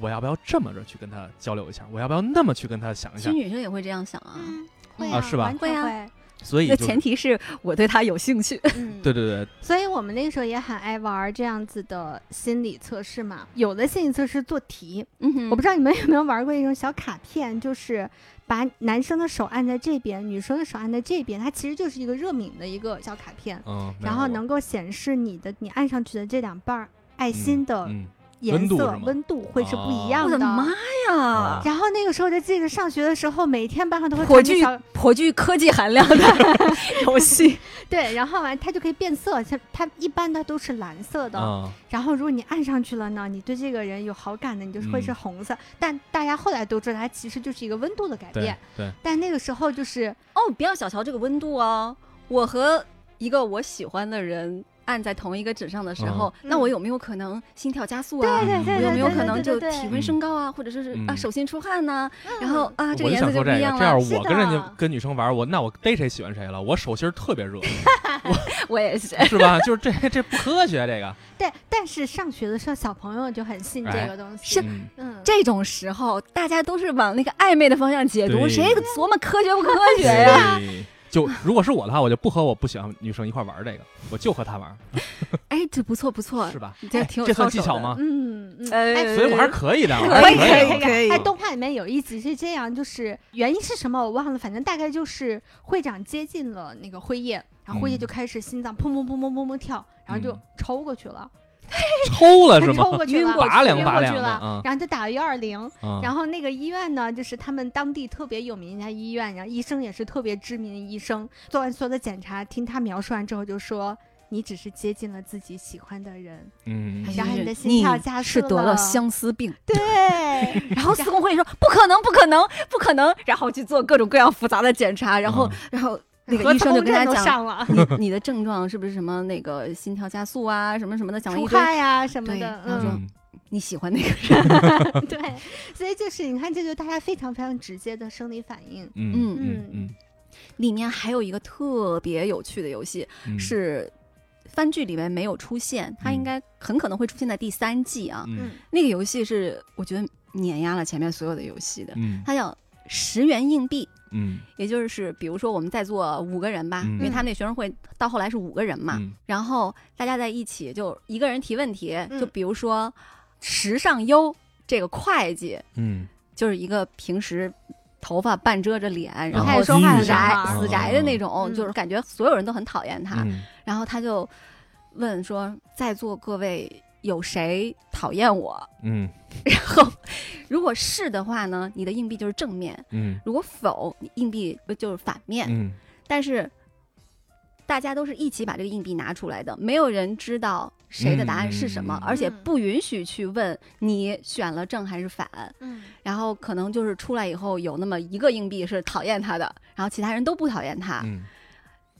C: 我要不要这么着去跟他交流一下？我要不要那么去跟他想一
D: 嗯其
C: 下
D: 实？女生也会这样想啊，
B: 嗯会
C: 啊是吧
B: 完全
D: 会啊
C: 所以
D: 那
C: 就
D: 前提是我对她有兴趣。
B: 嗯，
C: 对对对，
B: 所以我们那个时候也很爱玩这样子的心理测试嘛。有的心理测试做题，
D: 嗯哼
B: 我不知道你们有没有玩过一种小卡片，就是把男生的手按在这边，女生的手按在这边，它其实就是一个热敏的一个小卡片，
C: 嗯，没
B: 然后
C: 有
B: 能够显示你的你按上去的这两瓣儿爱心的
C: 嗯
B: 颜
C: 温度
B: 色、
C: 是吗
B: 温度会是不一样
D: 哦我的妈呀
C: 啊，
B: 然后那个时候就记得上学的时候，每天班上都会
D: 颇
B: 看这
D: 具
B: 小
D: 颇具科技含量的游戏。
B: 对，然后完啊它就可以变色，像它一般的都是蓝色的，
C: 啊，
B: 然后如果你按上去了呢，你对这个人有好感的，你就是会是
C: 嗯
B: 红色。但大家后来都知道，它其实就是一个温度的改
C: 对
B: 变。
C: 对，
B: 但那个时候就是
D: 哦，不要小瞧这个温度哦。我和一个我喜欢的人按在同一个纸上的时候，
B: 嗯
D: 那我有没有可能心跳加速啊？
B: 对对对
D: 我
B: 对，
D: 有没有
B: 对
D: 可能
B: 对对
D: 就
B: 对对
D: 体温升高啊，或者说是啊
C: 嗯
D: 手心出汗呐、
B: 嗯
D: 然后啊这个
C: 我就
D: 颜色就
C: 想
D: 不
C: 说这个，
D: 一样
C: 这
D: 了
C: 样。
B: 是
C: 我跟人家
B: 的
C: 跟女生玩，我那我逮谁喜欢谁了，我手心儿特 别热，
D: 我也是，
C: 是吧？就是这这不科学，这个
B: 对，但是上学的时候小朋友就很信这
C: 哎
B: 个东西，
D: 是
C: 嗯
B: 嗯，
D: 这种时候大家都是往那个暧昧的方向解读，
C: 对
D: 谁琢磨科学不科学
C: 对
D: 呀、
C: 就如果是我的话，我就不和我不喜欢女生一块玩儿这个，我就和她玩儿，
D: 哎，这不错不错
C: 是，吧？哎
D: 你这嗯挺有
C: 这
D: 操守
C: 算技
D: 的
C: 巧？吗？
B: 嗯嗯，
D: 呃
B: 哎，
C: 所以我还是可以的，我
D: 可
C: 还
D: 以
C: 是
D: 可
C: 可
D: 以
C: 的
D: 可以
B: 哎，动画里面有一集是这样，就是原因是什么我忘了，反正大概就是会长接近了那个辉夜，然后辉夜
C: 嗯
B: 就开始心脏砰砰砰砰砰砰跳，然后就
C: 嗯
B: 抽过去了，
C: 抽了
B: 他
C: 是
B: 抽
C: 吗？
B: 过去了，
D: 晕过去
C: 拔凉
B: 晕
C: 拔
B: 过
C: 凉
B: 去
C: 的
B: 了
C: 啊，
B: 然后就打了幺二零，
C: 嗯
B: 然后那个医院呢，就是他们当地特别有名一家医院，然后医生也是特别知名的医生。做完所有的检查，听他描述完之后，就说你只是接近了自己喜欢的人。
C: 嗯
D: 哎，
B: 然后你的
D: 是
B: 心跳加
D: 你
B: 速
D: 是得
B: 了
D: 了嗯相思病，
B: 对，
D: 然后司空慧说不可能，不可能，不可能，然后去做各种各样复杂的检查，
C: 嗯
D: 然后，然后那个医生就跟他
B: 都
D: 讲，
B: 上了，
D: 你你的症状是不是什么那个心跳加速啊，什么什么的，讲了
B: 出
D: 一堆
B: 汗呀什么
D: 对
B: 的，
D: 然后
B: 嗯，
C: 嗯
D: 你喜欢那个人，
B: 对。所以就是你看，这就是大家非常非常直接的生理反应。
C: 嗯
D: 嗯
C: 嗯嗯
D: 里面还有一个特别有趣的游戏
C: 嗯，
D: 是。番剧里面没有出现，它应该很可能会出现在第三季啊。
C: 嗯
D: 那个游戏是我觉得碾压了前面所有的游戏的，
C: 嗯
D: 它叫十元硬币，
C: 嗯
D: 也就是比如说我们在座五个人吧，
C: 嗯
D: 因为他们那学生会到后来是五个人嘛，
C: 嗯
D: 然后大家在一起就一个人提问题，
B: 嗯
D: 就比如说时尚优这个会计
C: 嗯
D: 就是一个平时。头发半遮着脸，然
B: 爱
D: 后
B: 说话的
D: 死宅
B: 小孩儿
D: 死宅的那种，
B: 嗯
D: 就是啊感觉所有人都很讨厌他。
C: 嗯
D: 然后他就问说：“在座各位有谁讨厌我？
C: 嗯
D: 然后，如果是的话呢，你的硬币就是正面；
C: 嗯
D: 如果否，你硬币就是反面。
C: 嗯
D: 但是，大家都是一起把这个硬币拿出来的，没有人知道谁的答案是什么，
C: 嗯
D: 而且不允许去问你选了正还是反。
B: 嗯
D: 然后可能就是出来以后有那么一个硬币是讨厌他的，然后其他人都不讨厌他。
C: 嗯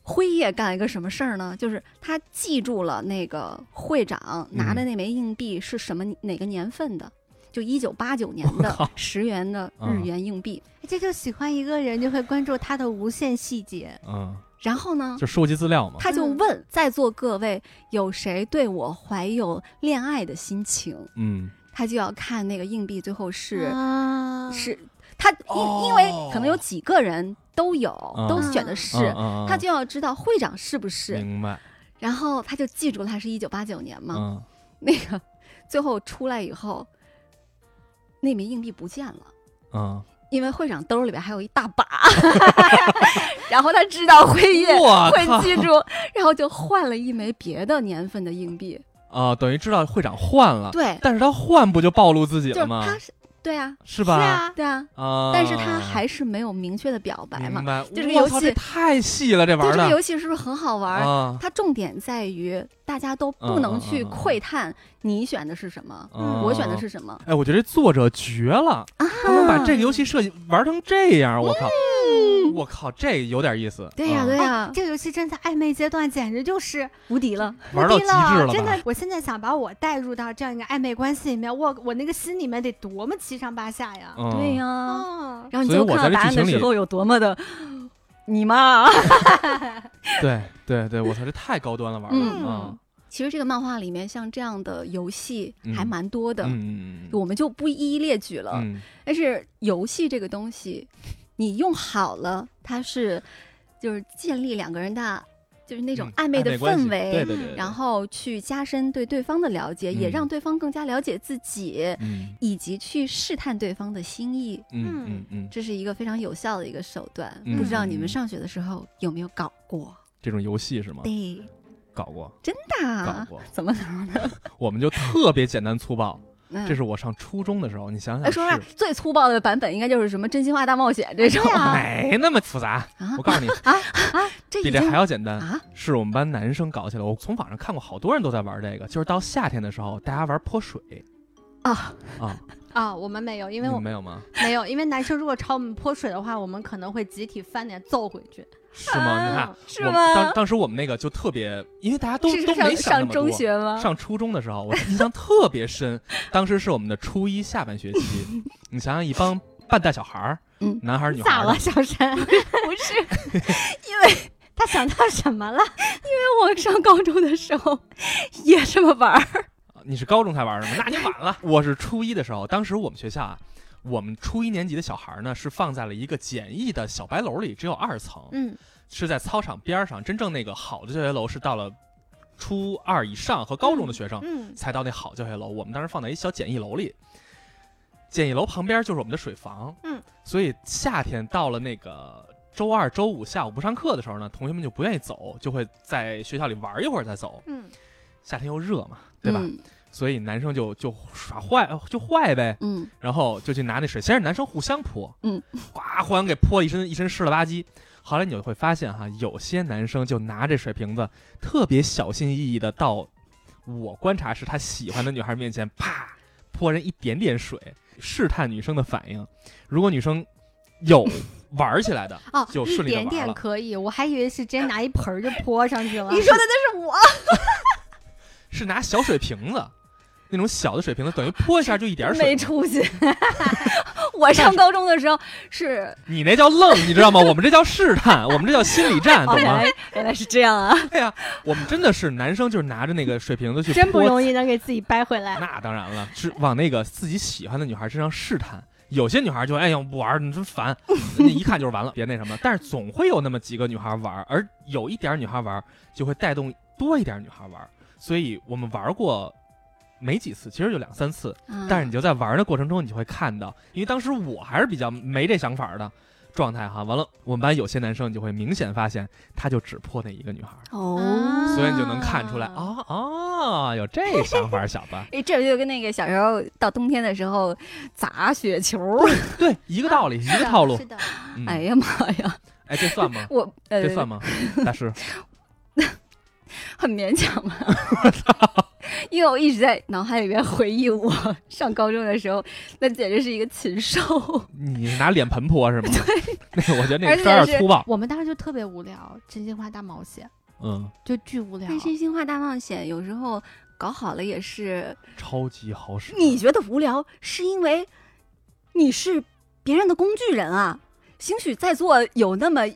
D: 辉夜干了一个什么事儿呢？就是他记住了那个会长拿的那枚硬币是什么、哪个年份的，就一九八九年
C: 我
D: 的
C: 靠
D: 十元的日元硬币。
B: 哎这就喜欢一个人就会关注他的无限细节，
C: 嗯，
D: 然后呢，
C: 就收集资料嘛。
D: 他就问在座各位有谁对我怀有恋爱的心情？
C: 嗯
D: 他就要看那个硬币最后是、
B: 啊
D: 是，他因、
C: 哦
D: 因为可能有几个人都有、
C: 嗯
D: 都选的是。
C: 嗯嗯嗯
D: 他就要知道会长是不是，
C: 明白。
D: 然后他就记住了他是一九八九年嘛，
C: 嗯，
D: 那个最后出来以后，那枚硬币不见了。
C: 嗯，
D: 因为会长兜里边还有一大 把， 然后他知道辉夜
C: 我
D: 会
C: 啊靠
D: 记住，然后就换了一枚别的年份的硬币。
C: 啊，等于知道会长换了，
D: 对，
C: 但是他换不就暴露自己
D: 就是
C: 啊了吗？
D: 他是，对啊，
C: 是吧？
D: 对啊，
C: 啊，
D: 但是他还是没有明确的表白嘛
C: 明。白。
D: 这个
C: 我
D: 游
C: 操
D: 戏
C: 这太细了，这玩
D: 对
C: 儿
D: 这个
C: 的
D: 游戏是不是很好玩？
C: 啊，
D: 它重点在于大家都不
C: 嗯
D: 能
C: 嗯
D: 去
C: 嗯嗯
D: 窥探你选的是什么，
C: 嗯
D: 我选的是嗯什么。啊
C: 哎，我觉得这作者绝了，他能把这个游戏设计玩成这样，我靠，我靠，这有点意思。
D: 嗯对呀、
C: 嗯
D: 对呀、
B: 哎这个游戏真的在暧昧阶段简直就是
D: 无敌了。
C: 玩到
B: 无敌
C: 极致了
B: 真
C: 吧
B: 的，我现在想把我带入到这样一个暧昧关系里面，我我那个心里面得多么七上八下呀！
C: 嗯
D: 对呀、
B: 哦，
D: 然后你
C: 所以
D: 就
C: 我
D: 看到
C: 在这
D: 答案
C: 剧情
D: 的时
C: 里
D: 候有多么的，你妈！啊
C: 对对对，我操，这太高端了，玩的
D: 嗯
C: 啊，
D: 其实这个漫画里面像这样的游戏还
C: 嗯
D: 蛮多的，
C: 嗯嗯嗯
D: 我们就不一一列举了。
C: 嗯
D: 但是游戏这个东西，你用好了，它是就是建立两个人的，就是那种
C: 嗯
D: 暧昧的
C: 关系
D: 氛围，
C: 对对对，对
D: 然后去加深对对方的了解，也
C: 嗯
D: 让对方更加了解自己，
C: 嗯
D: 以及去试探对方的心意。
C: 嗯嗯嗯，
D: 这是一个非常有效的一个手段，
C: 嗯
D: 不知道你们
C: 嗯
D: 上学的时候有没有搞过？
C: 这种游戏是吗？
D: 对，
C: 搞过，
D: 真的啊
C: 搞过，
D: 怎么搞的？
C: 我们就特别简单粗暴。
D: 嗯
C: 这是我上初中的时候，你想
D: 哎
C: 想
D: 说实话
C: 是，
D: 最粗暴的版本应该就是什么真心话大冒险这种
C: 哎
B: 对啊
C: 没那么复杂。
D: 啊
C: 我告 诉你，
D: 这
C: 比
D: 已
C: 这
D: 经
C: 还要简单。
D: 啊，
C: 是我们班男生搞起来，我从网上看过好多人都在玩这个，就是到夏天的时候，大家玩泼水
D: 啊
C: 啊，
B: 啊、我们没有，因为
C: 你
B: 我
C: 们没有吗？
B: 没有，因为男生如果朝我们泼水的话，我们可能会集体翻脸揍回去。
C: 是吗？你看，
D: 是
C: 我们当
D: 吗？
C: 当时我们那个就特别，因为大 家都
D: 是
C: 都没
D: 上
C: 想那
D: 上
C: 么
D: 中
C: 多。
D: 学啊吗？
C: 上初中的时候，我印象特 别深。当时是我们的初一下半学期，你想想，一帮半大小孩儿
D: 嗯，
C: 男孩儿女
B: 你
C: 孩
B: 咋
C: 儿
B: 了，
C: 的，
B: 小山？
D: 不是，因为
B: 他想到什么了？
D: 我上高中的时候也这么玩儿。
C: 你是高中才玩的吗？ 那你晚了。我是初一的时候，当时我们学校啊，我们初一年级的小孩呢是放在了一个简易的小白楼里，只有二层，
B: 嗯
C: 是在操场边上。真正那个好的教学楼是到了初二以上和高中的学生、
B: 嗯
C: 才到那好教学楼。我们当时放在一小简易楼里，简易楼旁边就是我们的水房。
B: 嗯，
C: 所以夏天到了那个。周二、周五下午不上课的时候呢，同学们就不愿意走，就会在学校里玩一会儿再走。
B: 嗯，
C: 夏天又热嘛，对吧？
D: 嗯
C: 所以男生就就耍坏就坏呗，
D: 嗯，
C: 然后就去拿那水，先是男生互相泼，
D: 嗯，
C: 哗，互相给泼一身一身湿了吧唧。后来你就会发现哈，有些男生就拿这水瓶子特别小心翼翼的到我观察是他喜欢的女孩面前，啪泼人一点点水，试探女生的反应。如果女生有玩起来的，
B: 哦，
C: 就
B: 一
C: 顺利地
B: 点
C: 玩
B: 点
C: 了
B: 可以，我还以为是直接拿一盆儿就泼上去了。
D: 你说的那是我，
C: 是拿小水瓶子，那种小的水瓶子，等于泼一下就一点水
D: 没
C: 嘛。
D: 出 息。我上高中的时候是，
C: 你那叫愣，你知道吗？我 们这叫试探， 我们这叫心理战，
D: 哦，
C: 懂
D: 原
C: 吗
D: 来？原来是这样啊！
C: 对呀、我们真的是男生，就是拿着那个水瓶子去
B: 真不
C: 泼
B: 容易能给自己掰回来。
C: 那当然了，是往那个自己喜欢的女孩身上试探。有些女孩就哎呀不玩儿，你 真烦，那一看就是完了，别那什么。但是总会有那么几个女孩玩儿，而有一点儿女孩玩儿，就会带动多一点儿女孩玩儿。所以我们玩过没几次，其实就两三
D: 嗯
C: 次。但是你就在玩儿的过程中，你就会看到，因为当时我还是比较没这想法儿的。状态哈。完了，我们班有些男生你就会明显发现，他就只破那一个女孩儿，
D: 哦。
B: 啊
C: 所以你就能看出来啊啊，有 这想法儿，小子。
D: 哎，这就跟那个小时候到冬天的时候砸雪球，
C: 对，一个道理，一个套路
B: 是。的，
C: 嗯
D: 啊哎呀妈呀，？
C: 哎，这算吗
D: 我呃
C: 这算吗？大师，
D: 很勉强吧， 因为我一直在脑海里面回忆我上高中的时候，那简直是一个禽兽。
C: 你是拿脸盆泼是吗？那个我觉得那
D: 而
C: 个
D: 且
C: 有
D: 是
C: 点粗暴。
B: 我们当时就特别无聊，真心话大冒险
C: 嗯，
B: 就巨无聊。
D: 但真心话大冒险有时候搞好了也是，
C: 超级好使。
D: 你觉得无聊是因为你是别人的工具人啊。兴许在座有那么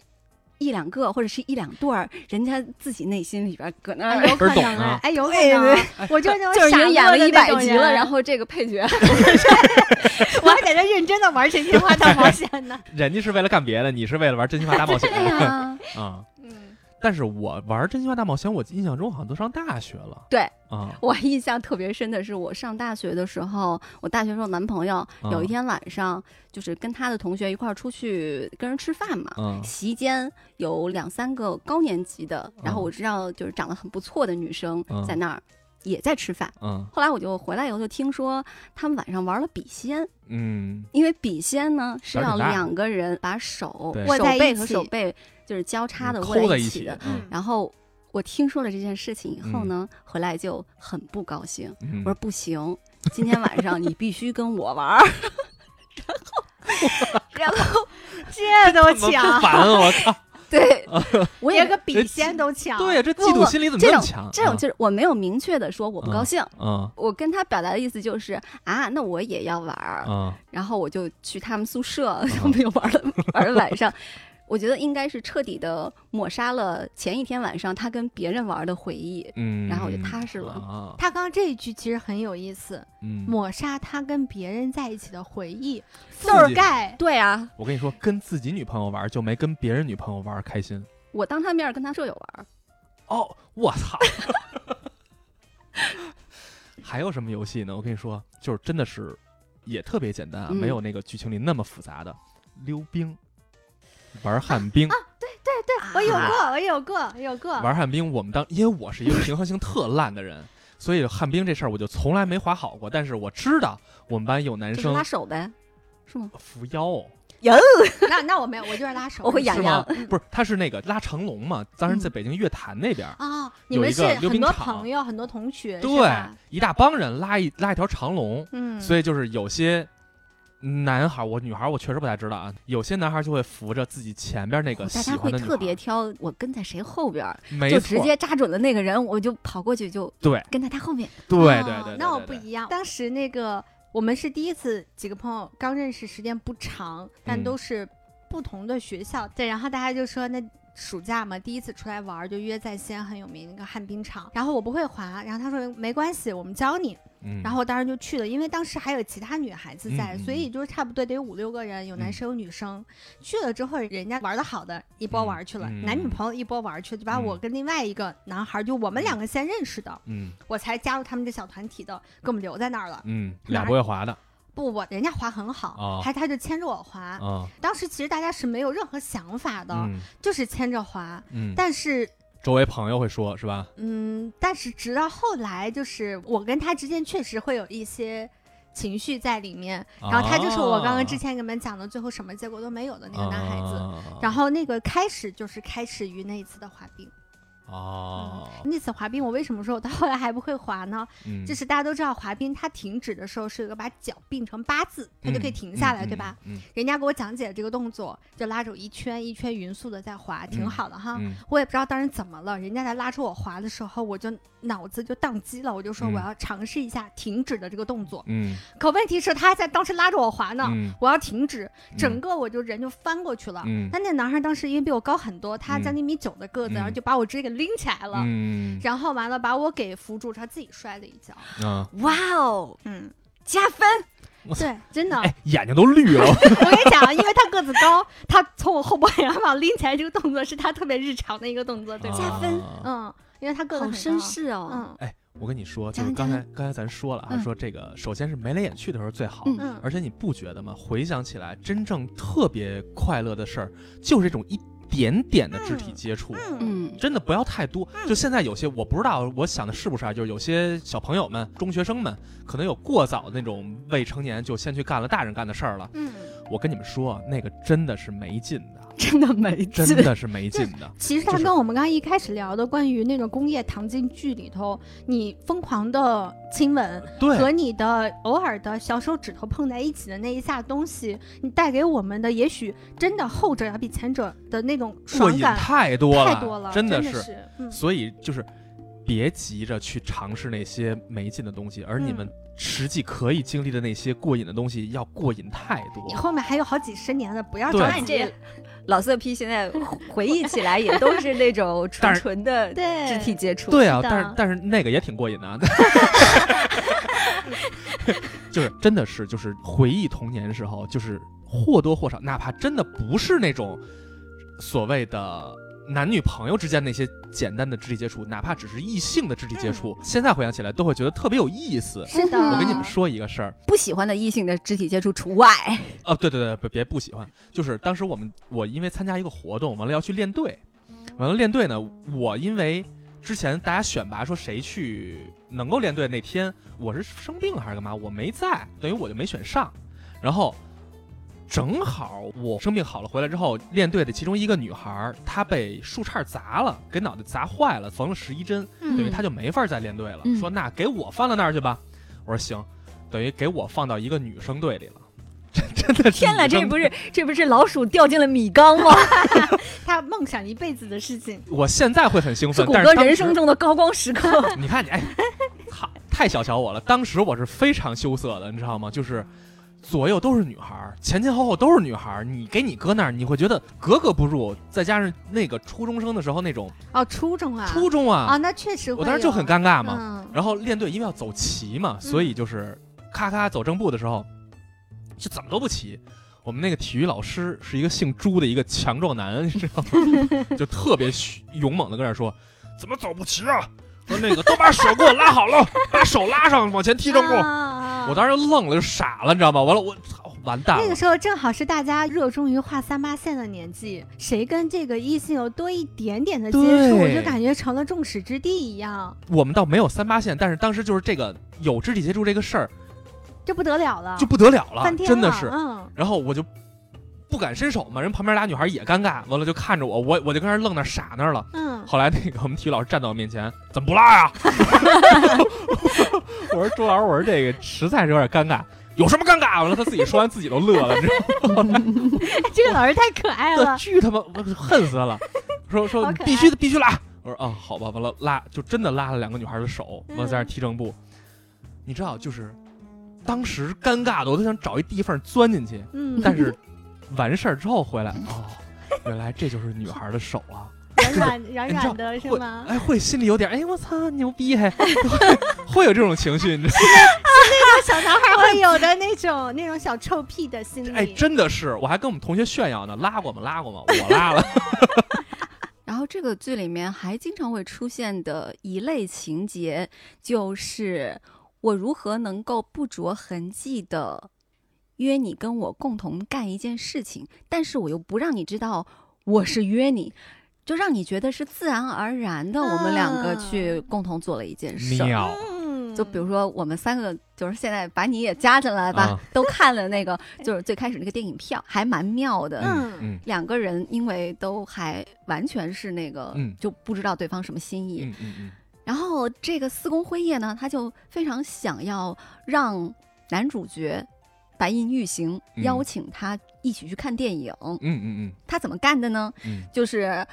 D: 一两个或者是一两对儿，人家自己内心里边搁那儿
B: 哎，有可
C: 倍儿懂
B: 能
C: 啊
B: 哎，哎，有可
D: 对
B: 能
D: 对，
B: 我 就是 那
D: 就
B: 种
D: 是已经演
B: 傻乐的
D: 了一百
B: 那种
D: 集了，
B: 人
D: 然后这个配角
B: 我还在这认真的玩真心话大冒险呢。
C: 人家是为了干别的，你是为了玩真心话 大冒险
B: 哎
C: 啊、嗯
B: 嗯，
C: 但是我玩真心话大冒险，我印象中好像都上大学了。
D: 对
C: 啊，
D: 我印象特别深的是，我上大学的时候，我大学时候男朋友
C: 嗯
B: 啊
D: 有一天晚上，就是跟他的同学一块儿出去跟人吃饭嘛。
C: 嗯
D: 席间有两三个高年级的，然后
C: 嗯
D: 我知道就是长得很不错的女生
C: 嗯
D: 在那儿也在吃饭。
C: 嗯
D: 后来我就回来以后就听说他们晚上玩了笔仙，
C: 嗯，
D: 因为笔仙呢是
C: 胆儿
D: 要
C: 挺大
D: 两个人把手
C: 对
B: 握
D: 手
B: 在一
D: 背和
B: 起
D: 手背就是交叉的
C: 抠在
D: 一
C: 起
D: 的，，
C: 嗯
B: 啊
D: 然后我听说了这件事情以后呢，回来就很不高兴。
C: 嗯
D: 我说不 行，今天晚上你必须跟我玩儿。 然后，然后
B: 这都
C: 嗯怎么不
B: 抢，
C: 烦啊我靠！
D: 对，我也
B: 连个笔仙都抢。
C: 对呀，这
D: 不
C: 嫉妒
D: 不
C: 心理怎么
D: 这
C: 么
D: 种
C: 强？啊
D: 这种就是我没有明确的说我不高兴，
C: 嗯
D: 我跟他表达的意思就是啊，那我也要玩儿。
C: 嗯
D: 然后我就去他们宿舍， 我们又玩了玩了晚上。我觉得应该是彻底的抹杀了前一天晚上他跟别人玩的回忆。
C: 嗯，
D: 然后我就踏实了
C: 啊，
B: 他刚刚这一句其实很有意思，
C: 嗯，
B: 抹杀他跟别人在一起的回忆，
C: 自
B: 覆
C: 己
B: 盖。
D: 对啊，
C: 我跟你说，跟自己女朋友玩就没跟别人女朋友玩开心。
D: 我当他面儿跟他舍友玩儿，
C: 哦，我操！还有什么游戏呢？我跟你说，就是真的是也特别简单啊，
D: 嗯
C: 没有那个剧情里那么复杂的溜冰。
D: 啊
C: 玩旱 冰，
B: 我
C: 啊
B: 有过，我有过，我 有过。
C: 玩旱冰，我们当因为我是一个平衡性特烂的人，所以旱冰这事儿我就从来没滑好过。但是我知道我们班有男
D: 就是
C: 生
D: 拉手呗，是吗？
C: 扶腰，
B: 那那我没有，我就是拉手。
D: 我会痒
C: 是吗
D: 痒？嗯
C: 不是，他是那个拉长龙嘛，当时在北京乐坛那边儿，
B: 啊、你
C: 有
B: 们
C: 一
B: 是
C: 个溜
B: 很
C: 冰
B: 多
C: 场
B: 朋友，很多同学，是
C: 对
B: 吧，
C: 一大帮人拉一拉一条长龙，
B: 嗯，
C: 所
B: 以
C: 以就是有些男孩儿，我女孩儿我确实不太知道啊。有些男孩儿就会扶着自己前边那个
D: 哦大
C: 喜
D: 家
C: 欢
D: 会
C: 的女孩儿，
D: 特别挑，我跟在谁后边儿，
C: 没
D: 就
C: 错，
D: 直接扎准了那个人，我就跑过去就
C: 对
D: 跟在他后面。
C: 对对对对
B: 哦那我不
C: 对对
B: 一样。当时那个我们是第一次，几个朋友刚认识，时间不长，但
C: 嗯
B: 都是不同的学校。对，然后大家就说那。暑假嘛，第一次出来玩儿就约在西安很有名那个旱冰场，然后我不会滑，然后他说没关系，我们教你，
C: 嗯，
B: 然后我当时就去了，因为当时还有其他女孩子在，
C: 嗯嗯
B: 所以就是差不多得有五六个人，有男
C: 嗯
B: 生有女生。去了之后，人家玩的好的一波
C: 嗯
B: 玩去了，
C: 嗯
B: 男女朋友一波玩去，就把我
C: 嗯
B: 跟另外一个男孩，就我们两个先认识的，
C: 嗯
B: 我才加入他们这小团体的，给我们留在那儿了。
C: 嗯，
B: 哪
C: 俩
B: 儿
C: 不会滑的
B: 不，我人家滑很好，
C: 哦
B: 还他就牵着我滑。
C: 啊，
B: 当时其实大家是没有任何想法的，
C: 嗯
B: 就是牵着滑。
C: 嗯，
B: 但是
C: 周围朋友会说是吧？
B: 嗯，但是直到后来，就是我跟他之间确实会有一些情绪在里面，
C: 啊
B: 然后他就是我刚刚之前给你们讲的，最后什么结果都没有的
C: 啊
B: 那个男孩子。
C: 子
B: 然
C: 后
B: 后那个开始就是开始于那一次的滑冰，
C: 哦，
B: 那次滑冰我为什么说我到后来还不会滑呢？
C: 嗯
B: 就是大家都知道滑冰，它停止的时候是有个把脚并成八字，它就可以停下来，对吧？？
C: 嗯
B: 人家给我讲解这个动作，就拉着我一圈一圈匀速的在滑，挺
C: 嗯
B: 好的哈。
C: 嗯嗯
B: 我也不知道当时怎么了，人家在拉着我滑的时候，我就脑子就宕机了，我就说
C: 嗯
B: 我要尝试一下停止的这个动作。
C: 嗯
B: 可问题是，他还在当时拉着我滑呢，
C: 嗯
B: 我要停止，整
C: 嗯
B: 个我就人就翻过去了。
C: 嗯
B: 但那男孩当时因为比我高很多，他
C: 嗯
B: 将近一米九的个子，然后
C: 嗯
B: 就把我直接给拎起来了，
C: 嗯
B: 然后完了把我给扶住，他自己摔了一 跤。
C: 啊，
D: 哇哦，
B: 嗯，
D: 加分！
C: 我
B: 对，真的，
C: 哎，眼睛都绿了，
B: 我跟你讲啊，因为他个子高，他从我后脖梁把我拎起来这个 动作是他特别日常的一个动作，对吧？
D: 加分
C: 啊
B: 嗯，因为他个子
D: 好
B: 很
D: 绅
B: 高。
D: 士哦。
B: 嗯，
C: 哎，我跟你说，就
D: 讲
C: 是
D: 讲
C: 刚才刚才咱说了啊，
D: 嗯
C: 说这个首先是眉来眼去的时候最好，
D: 嗯
B: 嗯，
C: 而且你不觉得吗？回想起来，真正特别快乐的事儿，就是这种一点点的肢体接触。
B: 嗯
D: 嗯
C: 真的不要太多，就现在有些我不知道，我想的是不是啊？就是有些小朋友们、中学生们，可能有过早的那种未成年就先去干了大人干的事儿了。
B: 嗯，
C: 我跟你们说，那个真的是没劲 的，
D: 真的没劲
C: 真，的是没劲的。
B: 其实它
C: 就是
B: 跟我们刚刚一开始聊的关于那种工业糖精剧里头，你疯狂的亲吻 和
C: 对，
B: 你的偶尔的小手指头碰在一起的那一下东西，你带给我们的也许真的后者要比前者的那种
C: 过
B: 爽
C: 瘾
B: 感
C: 太多了，
B: 太多了，
C: 真
B: 的
C: 是。
B: 是，嗯
C: 所以就是别急着去尝试那些没劲的东西，而你
B: 嗯
C: 们实际可以经历的那些过瘾的东西要过瘾太多
B: 你。后面还有好几十年的，不要
C: 对
B: 着
D: 那你
B: 急
D: 这。老色批现在回忆起来也都是那种纯
C: 但是
D: 纯的
B: 对
D: 肢体接触，
C: 对啊，
B: 是的
C: 但是但是那个也挺过瘾的啊。就是真的是就是回忆童年时候，就是或多或少，哪怕真的不是那种所谓的男女朋友之间那些简单的肢体接触，哪怕只是异性的肢体接触，现在回想起来都会觉得特别有意思。
B: 是的，
C: 我跟你
D: 啊
C: 们说一个事儿，
D: 不喜欢的异性的肢体接触除 外。
C: 哦，对对对，别别不喜欢，就是当时我们我因为参加一个活动，完了要去练队，完了练队呢，我因为之前大家选拔说谁去能够练队那天，我是生病了还是干嘛，我没在，等于我就没选上，然后。正好我生病好了回来之后，练队的其中一个女孩儿，她被树杈砸了，给脑袋砸坏了，缝了十一针，
B: 嗯
C: 等于他就没法再练队了。
D: 嗯
C: 说那给我放到那儿去吧，我说行，等于给我放到一个女生队里了。真真的是
D: 天
C: 哪，
D: 哪，这不是这不是老鼠掉进了米缸 吗？
B: 他梦想一辈子的事情，
C: 我现在会很兴
D: 是
C: 奋，
D: 谷
C: 但是
D: 歌
C: 当
D: 人
C: 时
D: 生中的高光时刻。
C: 你看你，哎，操，太小瞧我了。当时我是非常羞涩的，你知道吗？就是左右都是女孩儿，前前后后都是女孩儿，你给你搁那儿，你会觉得格格不入。再加上那个初中生的时候那种
B: 哦，初中啊，
C: 初中啊，
B: 啊，那确实会有，嗯
C: 我当时就很尴尬嘛。
B: 嘛，
C: 然后练队因为要走齐
B: 嗯
C: 嘛，所以就是咔咔走正步的时候，就怎么都不齐。我们那个体育老师是一个姓朱的一个强 壮男，你知道吗？就特别勇猛的跟那儿说：“怎么走不齐啊？说那个都把手给我拉好了，把手拉上，往前踢正步。
B: 啊
C: 我当时就愣了，就傻了，你知道吗？完了，我操，完蛋
B: 那个
C: 了！
B: 时候正好是大家热衷于画三八线的年纪，谁跟这个异性有多一点点的接触，
C: 对
B: 就感觉成了众矢之的一样，
C: 我们倒没有三八线，但是当时就是这个有肢体接触这个事儿
B: 这不得了了，
C: 就不得了了，
B: 啊翻天
C: 真的
B: 了
C: 是。
B: 嗯，
C: 然后我就不敢伸手嘛，人旁边俩女孩也尴尬，完了就看着我，我我就跟那儿愣那儿傻那儿了。
B: 嗯，
C: 后来那个我们体育老师站到我面前，怎么不拉呀、 我说周老师，我说这个实在是有点尴尬，有什么尴尬？完了他自己说完自己都乐了，你知
B: 这个老师太可爱
C: 道吗？
B: 了，
C: 巨他妈，我恨死他了。说说
B: 好
C: 你
B: 可爱
C: 必须得必须拉。我说啊，好吧，完了拉就真的拉了两个女孩的手，
B: 嗯
C: 完了在那儿踢正步。你知道，就是当时尴尬的，我都想找一地缝钻进去。
B: 嗯，
C: 但是完事儿之后回来，
D: 嗯
C: 哦，原来这就是女孩的手啊！
B: 软软软
C: 你知道
B: 软的是
C: 会
D: 啊
B: 吗？
C: 哎，会心里有点，哎，我操，牛逼 还，会会有这种情绪，你知道？
B: 小男孩会有的那种那种小臭屁的心理，
C: 哎，真的是，我还跟我们同学炫耀呢，拉过吗？拉过吗？我拉了，
D: 然后这个剧里面还经常会出现的一类情节，就是我如何能够不着痕迹的约你跟我共同干一件事情，但是我又不让你知道我是约你，就让你觉得是自然而然的，我们两个去共同做了一件事儿。
C: 妙
B: 嗯，
D: 就比如说，我们三个就是现在把你也加进来吧，
C: 啊
D: 都看了那个，就是最开始那个电影票，还蛮妙的。
C: 嗯嗯
D: 两个人因为都还完全是那个，
C: 嗯
D: 就不知道对方什么心意。
C: 嗯嗯嗯，
D: 然后这个四宫辉夜呢，他就非常想要让男主角白银玉行
C: 嗯
D: 邀请他一起去看电影。
C: 嗯嗯
D: 他怎么干的呢？
C: 嗯
D: 就是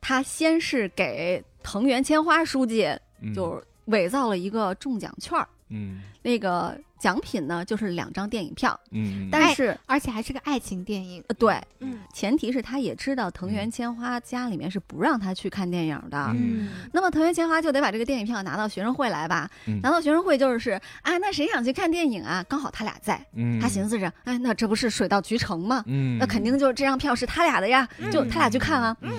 D: 他先是给藤原千花书记
C: 嗯，
D: 就伪造了一个中奖券儿，
C: 嗯
D: 那个奖品呢就是两张电影票，
C: 嗯，
D: 但是、
B: 而且还是个爱情电影，
D: 呃对。
B: 嗯
D: 前提是他也知道藤原
C: 嗯
D: 千花家里面是不让他去看电影的。
C: 嗯
D: 那么藤原千花就得把这个电影票拿到学生会来吧，
C: 嗯
D: 拿到学生会就是啊，那谁想去看电影啊？刚好他俩在，
C: 嗯，
D: 他寻思着，哎，那这不是水到渠成吗？
C: 嗯，
D: 那肯定就是这张票是他俩的呀，
B: 嗯
D: 就他俩去看啊。
B: 嗯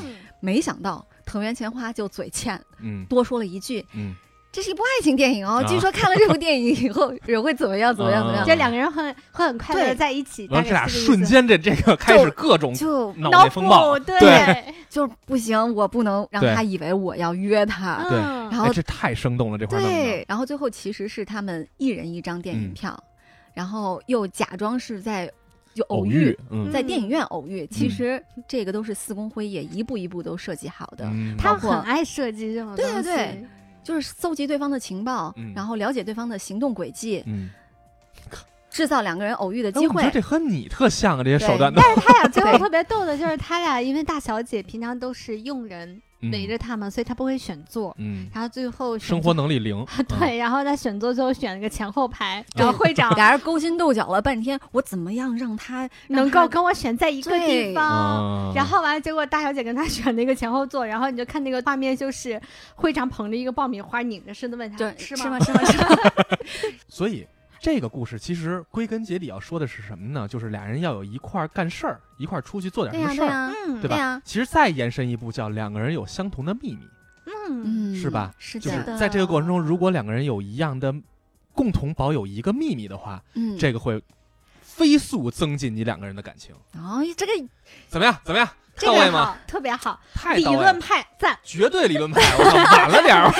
D: 没想到藤原千花就嘴欠，
C: 嗯
D: 多说了一句，
C: 嗯
D: 这是一部爱情电影哦。
C: 啊
D: 据说看了这部电影以后，人会怎么样？怎么样？怎么样？
B: 这两个人很会很快乐地
D: 对
B: 在一起，
C: 完
B: 大
C: 了，这俩
B: 概是个意
C: 瞬
B: 思
C: 间这这个开始各种
D: 就
C: 脑
B: 脑
C: 内风暴
B: 补，对
C: 对
D: 就是不行，我不能让
C: 对
D: 他以为我要约他。
C: 对
B: 嗯
D: 然
C: 哎
D: 后
C: 这太生动了，这块儿弄的，
D: 对，然后最后其实是他们一人一张电影
C: 嗯
D: 票，然后又假装是在有
C: 偶
D: 偶遇，，
C: 嗯
D: 在电影院偶遇。
C: 嗯
D: 其实这个都是四宫辉也一步一步都设计好的，
C: 嗯
B: 他
D: 包
B: 们
D: 括
B: 很爱设计这种
D: 对
B: 东
D: 对
B: 西
D: 对，就是搜集对方的情报，
C: 嗯
D: 然后了解对方的行动轨迹，
C: 嗯，
D: 制造两个人偶遇的
C: 哎
D: 机
C: 我觉
D: 会
C: 得。这和你特像啊，这些手段都
D: 对，
B: 他 俩最后
D: 对
B: 特别逗的就是，他俩因为大小姐平常都是佣人
C: 嗯
B: 围着他们，所以他不会选座，
C: 嗯，
B: 然后最后选
C: 生活嗯能力零，
B: 座对，然后他选座最后选了个前后排，
C: 对
B: 然后 会长
D: 俩人勾心斗角了半天，我怎么样让他
B: 能
D: 让
B: 够
D: 他
B: 跟我选在一个地
D: 对
B: 方。
C: 嗯，
B: 然后完了，结果大小姐跟他选那个前后座，然后你就看那个画面，就是会长捧着一个爆米花，拧着身子问他
D: 对
B: 吃
D: 吃吗？？
B: 吗
D: 吃吗？吃 吗？
C: 所以这个故事其实归根结底要说的是什么呢？就是俩人要有一块儿干事儿，一块儿出去做点
D: 对呀、
C: 什么事
D: 对
C: 儿，
D: 呀、
B: 嗯，
C: 对吧
D: 对呀、
C: 其实再延伸一步，叫两个人有相同的秘密，
B: 嗯，
D: 嗯，
C: 是吧？
D: 是
C: 就是
D: 的，
C: 在这个过程中，如果两个人有一样的，共同保有一个秘密的话，
D: 嗯，
C: 这个会飞速增进你两个人的感情。
D: 哦，这个
C: 怎么样？怎么样？
B: 这
C: 到位
B: 个
C: 吗？
B: 好，特别好，
C: 太
B: 理
C: 到位了
B: 论派赞。
C: 绝对理论派，我操，晚了点儿，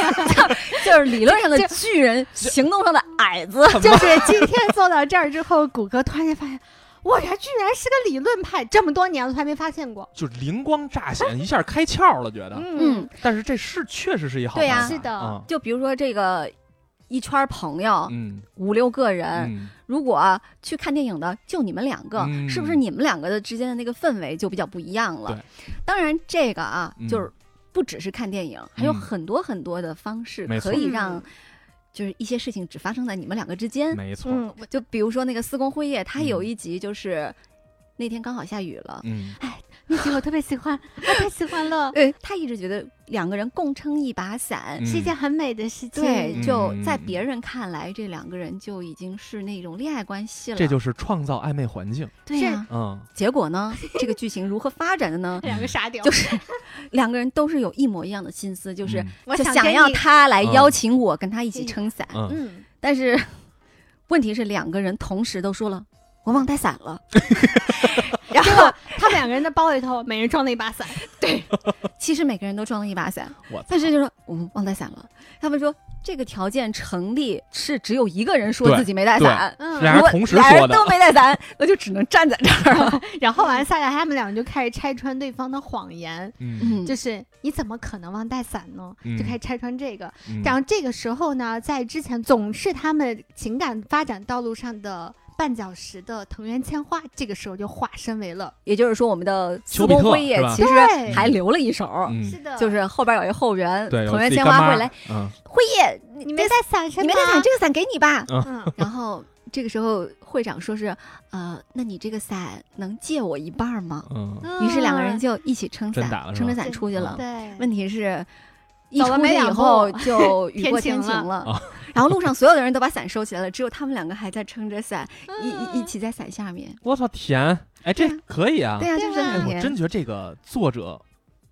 D: 就是理论上的
B: 这
D: 巨人，行动上的矮子。
B: 就是今天做到这儿之后，谷歌突然间发现，我这居然是个理论派，这么多年了都还没发现过。
C: 就是灵光乍现，一下开窍了，觉得。
B: 嗯
D: 啊嗯，
C: 但是这是确实是一好
D: 对呀哦
C: 办法
B: 是的
C: 啊
D: 就比如说这个一圈儿朋友
C: 嗯
D: 五六个人，
C: 嗯，
D: 如果啊去看电影的就你们两个，
C: 嗯
D: 是不是你们两个的之间的那个氛围就比较不一样了？当然，这个啊，
C: 嗯
D: 就是不只是看电影，还有很多很多的方式
C: 没错
D: 可以让就是一些事情只发生在你们两个之间。
C: 没错，
B: 嗯，我
D: 就比如说那个《四宫辉夜》，它
C: 嗯
D: 有一集就是那天刚好下雨了，
C: 嗯
B: 那集我特别喜欢，我太喜欢了，
D: 对哎他一直觉得两个人共撑一把伞，
C: 嗯
B: 是一件很美的事情。
D: 对，就
C: 嗯
D: 在别人看来，这两个人就已经是那种恋爱关系了。
C: 这就是创造暧昧环境，
D: 对啊呀、
C: 嗯，
D: 结果呢，这个剧情如何发展的呢？
B: 两个傻屌，
D: 就是两个人都是有一模一样的心思，就是、
B: 我
D: 就
B: 想
D: 想
B: 跟
D: 要
B: 你
D: 他来
C: 嗯
D: 邀请我跟他一起撑伞，
C: 嗯嗯
B: 嗯，
D: 但是问题是两个人同时都说了。我忘带伞了。
B: 然后他们两个人的包里头每人装了一把伞，
D: 其实每个人都装了一把伞，
C: 我操
D: 但是就说我们忘带伞了。他们说这个条件成立是只有一个人说
C: 对
D: 自己没带
C: 对
D: 伞，
C: 俩
B: 嗯，
C: 人
D: 我
C: 同时
D: 俩
C: 说
D: 人
C: 的
D: 都没带伞，我就只能站在这儿了。
B: 然后完了下来，他们两个就开始拆穿对方的谎言，
C: 嗯
B: 就是你怎么可能忘带伞呢？
C: 嗯
B: 就开始拆穿这个。
C: 嗯
B: 然后这个时候呢，在之前总是他们情感发展道路上的绊脚石的藤原千花，这个时候就化身为了
D: 也就是说，我们的
C: 丘
D: 苏
C: 比特
D: 东辉也
C: 是吧
D: 其实
B: 对
D: 还留了一手，
C: 嗯
B: 是的，
D: 就是后边有一后援，
C: 对，
D: 藤
C: 我自
D: 原
C: 己
D: 千
C: 干
D: 花
C: 妈
D: 会来，，
C: 嗯，
D: 辉夜，
B: 你
D: 你
B: 没
D: 没
B: 带伞是吧？
D: 你没带伞，这个伞给你吧。
B: 嗯，
D: 然后这个时候会长说是，呃，那你这个伞能借我一半吗？
C: 嗯，
B: 嗯
D: 于是两个人就一起撑
C: 真打了
D: 伞，
C: 是
D: 撑
C: 吧
D: 着伞出去了。
B: 对，
D: 问题是。一
B: 走了
D: 出
B: 没
D: 去
B: 两
D: 以
B: 步
D: 后就雨过
B: 天
D: 天
B: 晴
D: 晴
B: 了
D: 了
C: 啊，
D: 然后路上所有的人都把伞收起来了，只有他们两个还在撑着伞，一一一
B: 嗯
D: 起在伞下面。
C: 我操，甜，哎，这
D: 对啊
C: 可以啊，
D: 对呀，
B: 对
D: 就是
B: 啊
C: 哎，
D: 很
C: 我
D: 甜。
C: 真觉得这个作者